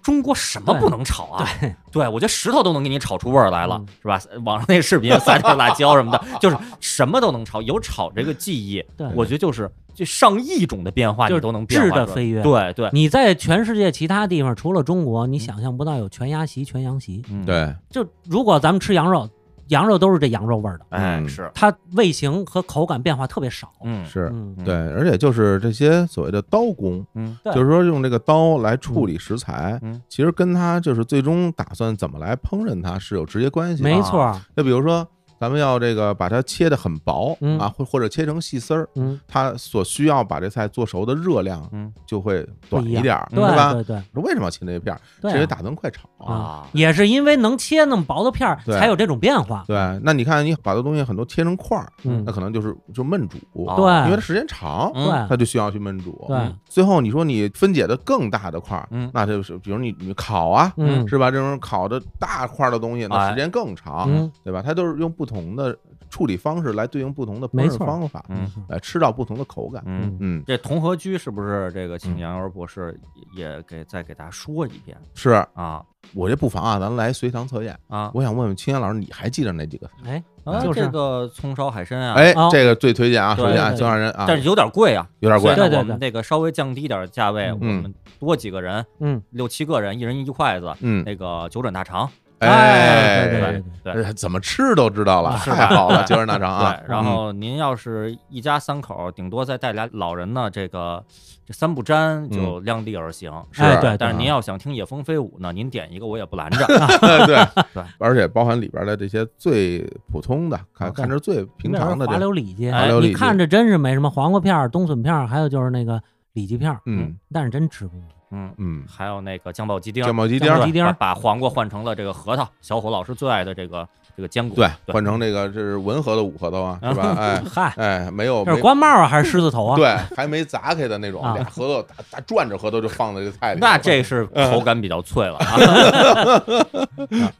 Speaker 2: 中国什么不能炒啊？对我觉得石头都能给你炒出味儿来了，
Speaker 3: 嗯
Speaker 2: 是吧？网上那视频撒点辣椒什 么的，就是什么都能炒，有炒这个技艺，
Speaker 3: 对
Speaker 2: 我觉得就是这上亿种的变化
Speaker 3: 就
Speaker 2: 你
Speaker 3: 是
Speaker 2: 都能变化
Speaker 3: 质的
Speaker 2: 出来
Speaker 3: 飞跃嗯
Speaker 2: 对对，
Speaker 3: 你在全世界其他地方，除了中国，你想象不到有全鸭席、全羊席。
Speaker 2: 嗯，
Speaker 1: 对，
Speaker 3: 就如果咱们吃羊肉，羊肉都是这羊肉味儿的，
Speaker 2: 哎
Speaker 1: 嗯
Speaker 2: 是，
Speaker 3: 它味型和口感变化特别少。
Speaker 2: 嗯
Speaker 1: 是。
Speaker 3: 嗯，
Speaker 1: 对，而且就是这些所谓的刀工，
Speaker 2: 嗯
Speaker 3: 对
Speaker 1: 就是说用这个刀来处理食材，
Speaker 2: 嗯
Speaker 1: 其实跟它就是最终打算怎么来烹饪它是有直接关系的。
Speaker 2: 啊
Speaker 3: 没错儿。
Speaker 1: 那比如说，咱们要这个把它切的很薄、
Speaker 3: 嗯
Speaker 1: 啊，或或者切成细丝儿，
Speaker 3: 嗯，
Speaker 1: 它所需要把这菜做熟的热量
Speaker 2: 嗯
Speaker 1: 就会短
Speaker 3: 不一
Speaker 1: 一
Speaker 3: 样
Speaker 1: 点儿，
Speaker 3: 对
Speaker 1: 是吧？
Speaker 3: 对对
Speaker 1: 说为什么要切那片儿？
Speaker 3: 对啊
Speaker 1: 是因为打灯快炒
Speaker 3: 嗯
Speaker 1: 啊。
Speaker 2: 啊，
Speaker 3: 也是因为能切那么薄的片儿，
Speaker 1: 对
Speaker 3: 才有这种变化。
Speaker 1: 对，那你看，你把这东西很多切成块儿，
Speaker 3: 嗯
Speaker 1: 那可能就是就焖煮，
Speaker 2: 哦
Speaker 3: 对，
Speaker 1: 因为它时间长，
Speaker 2: 嗯
Speaker 3: 对
Speaker 1: 它就需要去焖煮。
Speaker 3: 对，
Speaker 1: 最后你说你分解的更大的块儿，
Speaker 2: 嗯
Speaker 1: 那就是比如你你烤啊，
Speaker 3: 嗯
Speaker 1: 是吧？这种烤的大块儿的东西，那
Speaker 2: 哎
Speaker 1: 时间更长，
Speaker 3: 嗯
Speaker 1: 对吧？它都是用不同的处理方式来对应不同的烹
Speaker 3: 没
Speaker 1: 饪
Speaker 3: 错
Speaker 1: 方法，
Speaker 2: 嗯
Speaker 1: 来吃到不同的口感。
Speaker 2: 嗯。
Speaker 1: 嗯，
Speaker 2: 这同和居是不是这个
Speaker 3: 嗯
Speaker 2: 请杨元博士也给再给大家说一遍
Speaker 1: 是
Speaker 2: 啊
Speaker 1: 我这不妨啊，咱来随堂测验。
Speaker 2: 啊？
Speaker 1: 我想问问青岩老师，你还记得哪几个？
Speaker 3: 哎，
Speaker 2: 啊，
Speaker 3: 就是
Speaker 2: 这个葱烧海参啊，，
Speaker 1: 哎
Speaker 3: 哦，
Speaker 1: 这个最推荐啊！
Speaker 2: 对
Speaker 1: 首先啊，
Speaker 3: 对对
Speaker 1: 青让人啊，
Speaker 2: 但是有点贵啊，
Speaker 1: 有点
Speaker 2: 所
Speaker 1: 贵
Speaker 2: 以呢
Speaker 3: 对对
Speaker 2: 我们那个稍微降低点价位，
Speaker 3: 嗯
Speaker 2: 我们多几个人，
Speaker 3: 嗯，
Speaker 2: 六七个人，一人一筷子，
Speaker 1: 嗯，
Speaker 2: 那个九转大肠，
Speaker 3: 哎对对
Speaker 2: 对
Speaker 3: 对
Speaker 2: 对。
Speaker 1: 哎怎么吃都知道了，
Speaker 2: 是吧
Speaker 1: 太好了，九人大肠 啊
Speaker 2: 对，！然后您要是一家三口，顶多再带俩老人呢，这个这三不沾就量力而行。
Speaker 1: 是
Speaker 3: 哎对
Speaker 2: 但是
Speaker 1: 啊
Speaker 2: 您要想听《野蜂飞舞》呢，您点一个我也不拦着。
Speaker 1: 嗯对
Speaker 2: 对，
Speaker 1: 而且包含里边的这些最普通的，看
Speaker 3: 对
Speaker 1: 看着最平常的
Speaker 3: 滑
Speaker 1: 这，
Speaker 3: 溜里脊，
Speaker 2: 滑
Speaker 1: 溜里
Speaker 3: 哎你
Speaker 1: 脊
Speaker 3: 看着真是没什么，黄瓜片儿、冬笋片儿，还有就是那个里脊片儿，
Speaker 1: 嗯
Speaker 3: 但是真吃不 过。
Speaker 2: 嗯，
Speaker 1: 嗯，
Speaker 2: 还有那个酱爆鸡丁，
Speaker 1: 酱爆鸡丁
Speaker 3: 酱
Speaker 1: 儿
Speaker 3: 爆，鸡丁
Speaker 2: 把把黄瓜换成了这个核桃，小虎老师最爱的这个这个坚果。
Speaker 1: 对，换成这个这是文和的武和头啊，是吧？ 哎
Speaker 3: 嗨，
Speaker 1: 哎，没有
Speaker 3: 这
Speaker 1: 没
Speaker 3: 是。官帽啊还是狮子头啊？
Speaker 1: 对，还没砸开的 那种，
Speaker 3: 啊
Speaker 1: 俩核桃打打转着核桃就放在这菜里，
Speaker 2: 那这是
Speaker 1: 嗯
Speaker 2: 口感比较脆了 啊。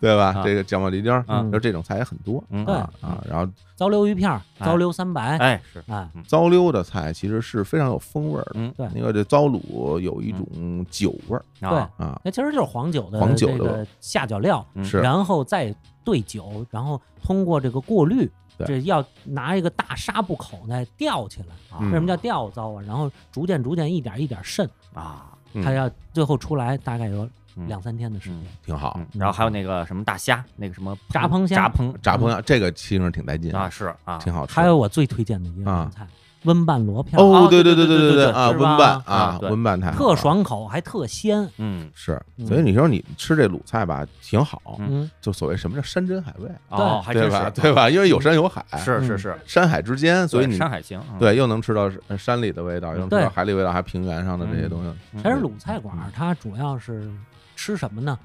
Speaker 1: 对吧？
Speaker 2: 啊
Speaker 1: 这个酱爆鸡丁儿，
Speaker 3: 嗯
Speaker 1: 就这种菜也很多
Speaker 2: 嗯
Speaker 1: 啊啊。然后
Speaker 3: 糟溜鱼片儿、
Speaker 2: 哎
Speaker 3: 糟溜三白，
Speaker 2: 哎，是，
Speaker 3: 哎，
Speaker 1: 糟溜的菜其实是非常有风味儿的，
Speaker 2: 嗯，
Speaker 3: 对
Speaker 1: 那个这糟卤有一种酒味儿
Speaker 2: 啊，
Speaker 1: 啊，
Speaker 3: 那其实就是黄酒的
Speaker 1: 黄酒的
Speaker 3: 这
Speaker 1: 味
Speaker 3: 个下脚料，
Speaker 2: 嗯
Speaker 1: 是
Speaker 3: 然后再兑酒，然后通过这个过滤，
Speaker 1: 对
Speaker 3: 这要拿一个大纱布口袋吊起来。
Speaker 2: 啊
Speaker 1: 嗯
Speaker 3: 为什么叫吊糟啊？然后逐渐逐渐一点一点渗，
Speaker 2: 啊，
Speaker 1: 嗯
Speaker 3: 它要最后出来大概有
Speaker 2: 嗯
Speaker 3: 两三天的时间。
Speaker 1: 挺好
Speaker 2: 嗯。然后还有那个什么大虾，那个什么
Speaker 3: 炸
Speaker 2: 烹
Speaker 3: 烹虾
Speaker 2: 炸烹
Speaker 1: 炸烹羊这个其实挺带劲
Speaker 2: 啊，，是啊，
Speaker 1: 挺好吃。
Speaker 3: 还有我最推荐的一个菜，温拌螺片儿，
Speaker 1: 啊哦，
Speaker 2: 对
Speaker 1: 对
Speaker 2: 对
Speaker 1: 对
Speaker 2: 对
Speaker 1: 对
Speaker 2: 对对
Speaker 1: 啊，
Speaker 3: 是
Speaker 1: 温
Speaker 3: 吧
Speaker 1: 拌
Speaker 2: 啊
Speaker 1: 啊，
Speaker 2: 对
Speaker 1: 温拌太好
Speaker 3: 特
Speaker 1: 了
Speaker 3: 爽口还特鲜。
Speaker 2: 嗯
Speaker 1: 是，
Speaker 3: 嗯
Speaker 1: 所以你说你吃这鲁菜吧，挺好，
Speaker 2: 嗯
Speaker 3: 嗯，
Speaker 1: 就所谓什么叫山珍海味，
Speaker 2: 哦，还真
Speaker 1: 对
Speaker 2: 是嗯
Speaker 1: 吧？对吧？因为有山有海，
Speaker 2: 是
Speaker 3: 嗯
Speaker 2: 是是，
Speaker 1: 山海之间，所以
Speaker 2: 对
Speaker 1: 你
Speaker 2: 山海情，嗯，
Speaker 1: 对又能吃到呃山里的味道，又能吃
Speaker 3: 对
Speaker 1: 到海里味道，还平原上的这些东西。
Speaker 2: 嗯
Speaker 3: 其实鲁菜馆儿它主要是吃什么呢？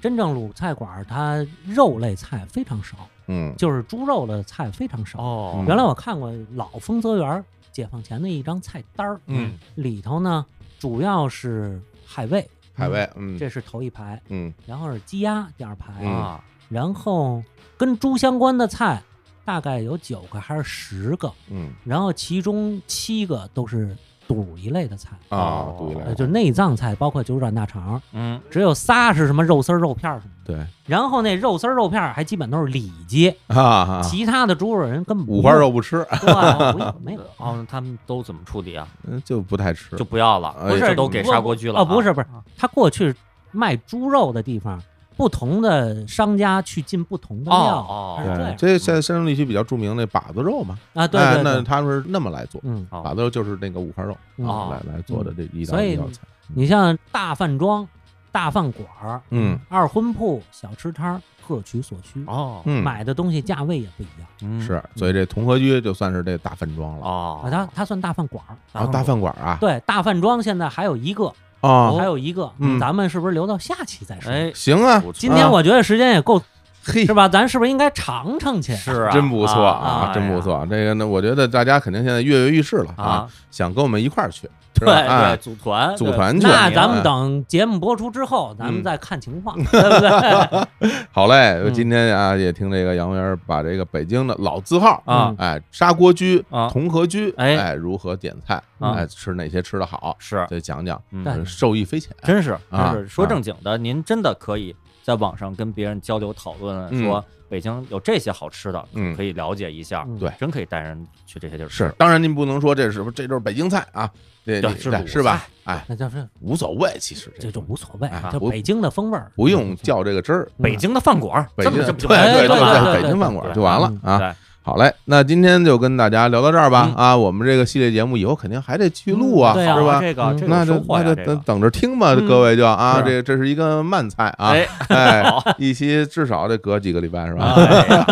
Speaker 3: 真正鲁菜馆儿它肉类菜非常少，
Speaker 1: 嗯
Speaker 3: 就是猪肉的菜非常少。
Speaker 2: 哦，
Speaker 3: 原来我看过老丰泽园儿解放前的一张菜单儿，
Speaker 1: 嗯，
Speaker 3: 里头呢主要是海味，
Speaker 1: 海味，嗯
Speaker 3: 这是头一排，
Speaker 1: 嗯
Speaker 3: 然后是鸡鸭第二排，
Speaker 1: 嗯
Speaker 2: 啊，
Speaker 3: 然后跟猪相关的菜大概有九个还是十个，
Speaker 1: 嗯
Speaker 3: 然后其中七个都是肚一类的菜，
Speaker 2: 哦
Speaker 1: 啊，对
Speaker 3: 呃，
Speaker 2: 哎
Speaker 1: 了，
Speaker 3: 就内脏菜，包括九转大肠，
Speaker 2: 嗯，
Speaker 3: 只有仨是什么肉丝儿、肉片儿什么的。
Speaker 1: 对
Speaker 3: 然后那肉丝儿、肉片儿还基本都是里脊，
Speaker 1: 啊啊，
Speaker 3: 其他的猪肉人根本不
Speaker 1: 五花
Speaker 3: 用，
Speaker 1: 肉不吃，
Speaker 3: 对，不用 没有。
Speaker 2: 哦，那他们都怎么处理啊？
Speaker 1: 嗯就不太吃
Speaker 2: 就不要了，
Speaker 1: 哎不是
Speaker 2: 就都给砂锅居了
Speaker 3: 哦，
Speaker 2: 啊？
Speaker 3: 不是不是，他过去卖猪肉的地方，不同的商家去进不同的
Speaker 2: 哦
Speaker 3: 料，
Speaker 2: 哦
Speaker 3: 它是这
Speaker 1: 对
Speaker 3: 样，
Speaker 1: 这在山东地区比较著名那把子肉嘛，
Speaker 3: 啊，哎对
Speaker 1: 哎
Speaker 3: 对
Speaker 1: 那
Speaker 3: 对，
Speaker 1: 他们是那么来做，
Speaker 3: 嗯，
Speaker 2: 哦
Speaker 1: 把子肉就是那个五花肉
Speaker 3: 嗯
Speaker 2: 哦
Speaker 1: 来来做的这一道
Speaker 3: 所以
Speaker 1: 一道菜，
Speaker 3: 你像大饭庄、大饭馆儿、
Speaker 1: 嗯
Speaker 3: 二婚铺、小吃摊儿，各取所需，
Speaker 2: 哦，
Speaker 1: 嗯，
Speaker 3: 买的东西价位也不一样。
Speaker 2: 嗯
Speaker 1: 是，所以这同和居就算是这大饭庄了。
Speaker 2: 哦
Speaker 3: 啊，，它它算大饭馆儿，
Speaker 1: 然后大饭馆啊，
Speaker 3: 对，大饭庄现在还有一个，
Speaker 1: 啊，
Speaker 3: 还有一个，
Speaker 1: 嗯
Speaker 3: 咱们是不是留到下期再说？
Speaker 2: 哎，
Speaker 1: 行啊，
Speaker 2: 不错
Speaker 3: 今天我觉得时间也够，
Speaker 1: 嘿
Speaker 3: 是，吧？咱是不是应该尝尝去？
Speaker 2: 是啊，
Speaker 1: 真不错
Speaker 2: 啊，
Speaker 1: 真不错。这个呢，我觉得大家肯定现在跃跃欲试了
Speaker 2: 哎呀啊！，
Speaker 1: 想跟我们一块儿去，是
Speaker 2: 对
Speaker 1: 吧？
Speaker 2: 对，
Speaker 1: 哎，
Speaker 2: 组团
Speaker 1: 组
Speaker 2: 对
Speaker 1: 团去
Speaker 3: 那
Speaker 1: 哎
Speaker 3: 咱们等节目播出之后，咱
Speaker 1: 嗯
Speaker 3: 们再看情 况，对不对？
Speaker 1: 好嘞，
Speaker 3: 嗯
Speaker 1: 今天啊也听这个杨元把这个北京的老字号。
Speaker 2: 啊
Speaker 3: 嗯
Speaker 1: 哎，砂锅居、
Speaker 2: 啊
Speaker 1: 同和居，
Speaker 2: 哎
Speaker 1: 哎，如何点菜？
Speaker 2: 啊
Speaker 1: 哎，吃哪些吃的好？
Speaker 2: 是，
Speaker 1: 再讲讲，
Speaker 2: 嗯
Speaker 3: 对
Speaker 1: 受益匪浅。
Speaker 2: 真是，真
Speaker 1: 啊
Speaker 2: 是说正经的，您真的可以在网上跟别人交流讨论，
Speaker 1: 嗯
Speaker 2: 说北京有这些好吃的，
Speaker 1: 嗯
Speaker 2: 可以了解一下
Speaker 3: 嗯，
Speaker 1: 对
Speaker 2: 真可以带人去这些地儿吃
Speaker 1: 是，当然您不能说这是不是这就是北京菜啊，这
Speaker 2: 对
Speaker 1: 你
Speaker 2: 是鲁
Speaker 1: 是吧？哎，
Speaker 3: 那就是
Speaker 1: 无所谓，其实
Speaker 3: 这就无所谓
Speaker 1: 哎，
Speaker 3: 就
Speaker 1: 不
Speaker 3: 北京的风味儿，
Speaker 1: 不用较这个真儿，
Speaker 2: 北京的饭馆儿，
Speaker 1: 北
Speaker 2: 这
Speaker 1: 京
Speaker 2: 么
Speaker 1: 对
Speaker 2: 嗯这
Speaker 1: 对
Speaker 2: 么就完
Speaker 1: 对
Speaker 2: 了嘛
Speaker 1: 对，
Speaker 3: 对
Speaker 1: 北京饭馆
Speaker 2: 对哎
Speaker 1: 就完了
Speaker 3: 嗯
Speaker 1: 啊。
Speaker 2: 对
Speaker 1: 好嘞，那今天就跟大家聊到这儿吧
Speaker 2: 嗯
Speaker 1: 啊，我们这个系列节目以后肯定还得去录啊，
Speaker 3: 嗯对啊
Speaker 1: 是吧？
Speaker 2: 这个
Speaker 3: 嗯
Speaker 2: 这
Speaker 1: 那
Speaker 2: 个
Speaker 1: 就
Speaker 2: 收获
Speaker 1: 那
Speaker 2: 呀，
Speaker 1: 就
Speaker 2: 这
Speaker 1: 等
Speaker 2: 个，
Speaker 1: 等着听吧，
Speaker 2: 嗯
Speaker 1: 各位就啊，
Speaker 2: 是
Speaker 1: 这这是一个慢菜啊，
Speaker 2: 哎，
Speaker 1: 哎，
Speaker 2: 好，
Speaker 1: 一期至少得隔几个礼拜是吧？
Speaker 2: 哎 呀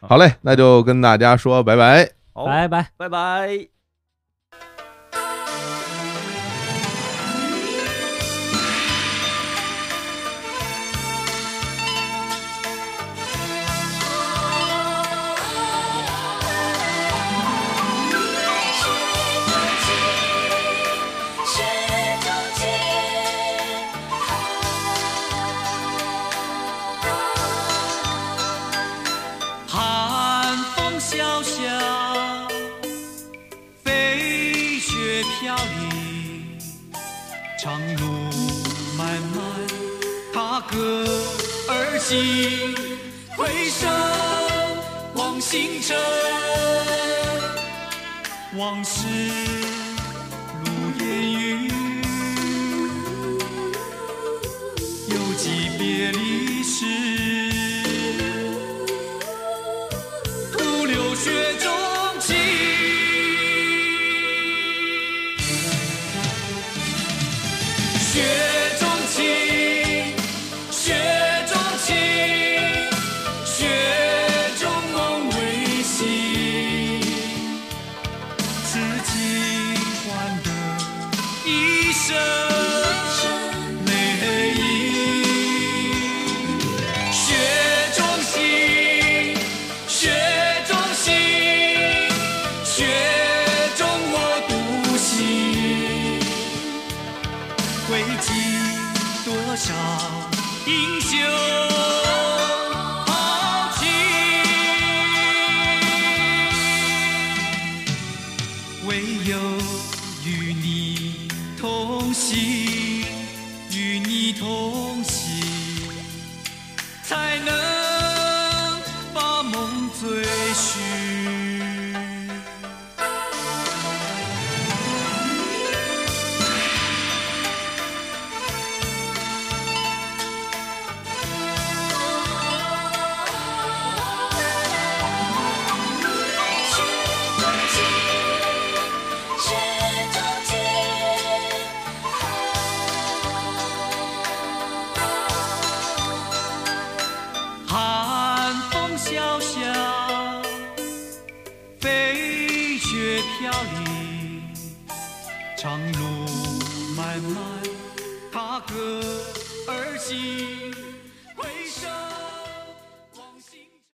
Speaker 1: 好嘞，那就跟大家说拜拜。
Speaker 2: 好，
Speaker 3: 拜拜。
Speaker 2: 拜拜。
Speaker 4: 是冬季。
Speaker 5: 寒风萧萧，飞雪飘零，长路漫漫，踏歌而行，回首望星辰，往事如烟云，犹记别离时。徒留雪中情。雪中情，雪中情，雪中梦未醒，是尽欢的一生泪影。雪中行，雪中行，雪中我独行。汇集多少英雄豪情？唯有与你同行，与你同行。才能把梦追寻。
Speaker 4: 雪中情，雪中情，
Speaker 5: 寒风萧萧，飞雪飘零，长路漫漫，踏歌而行，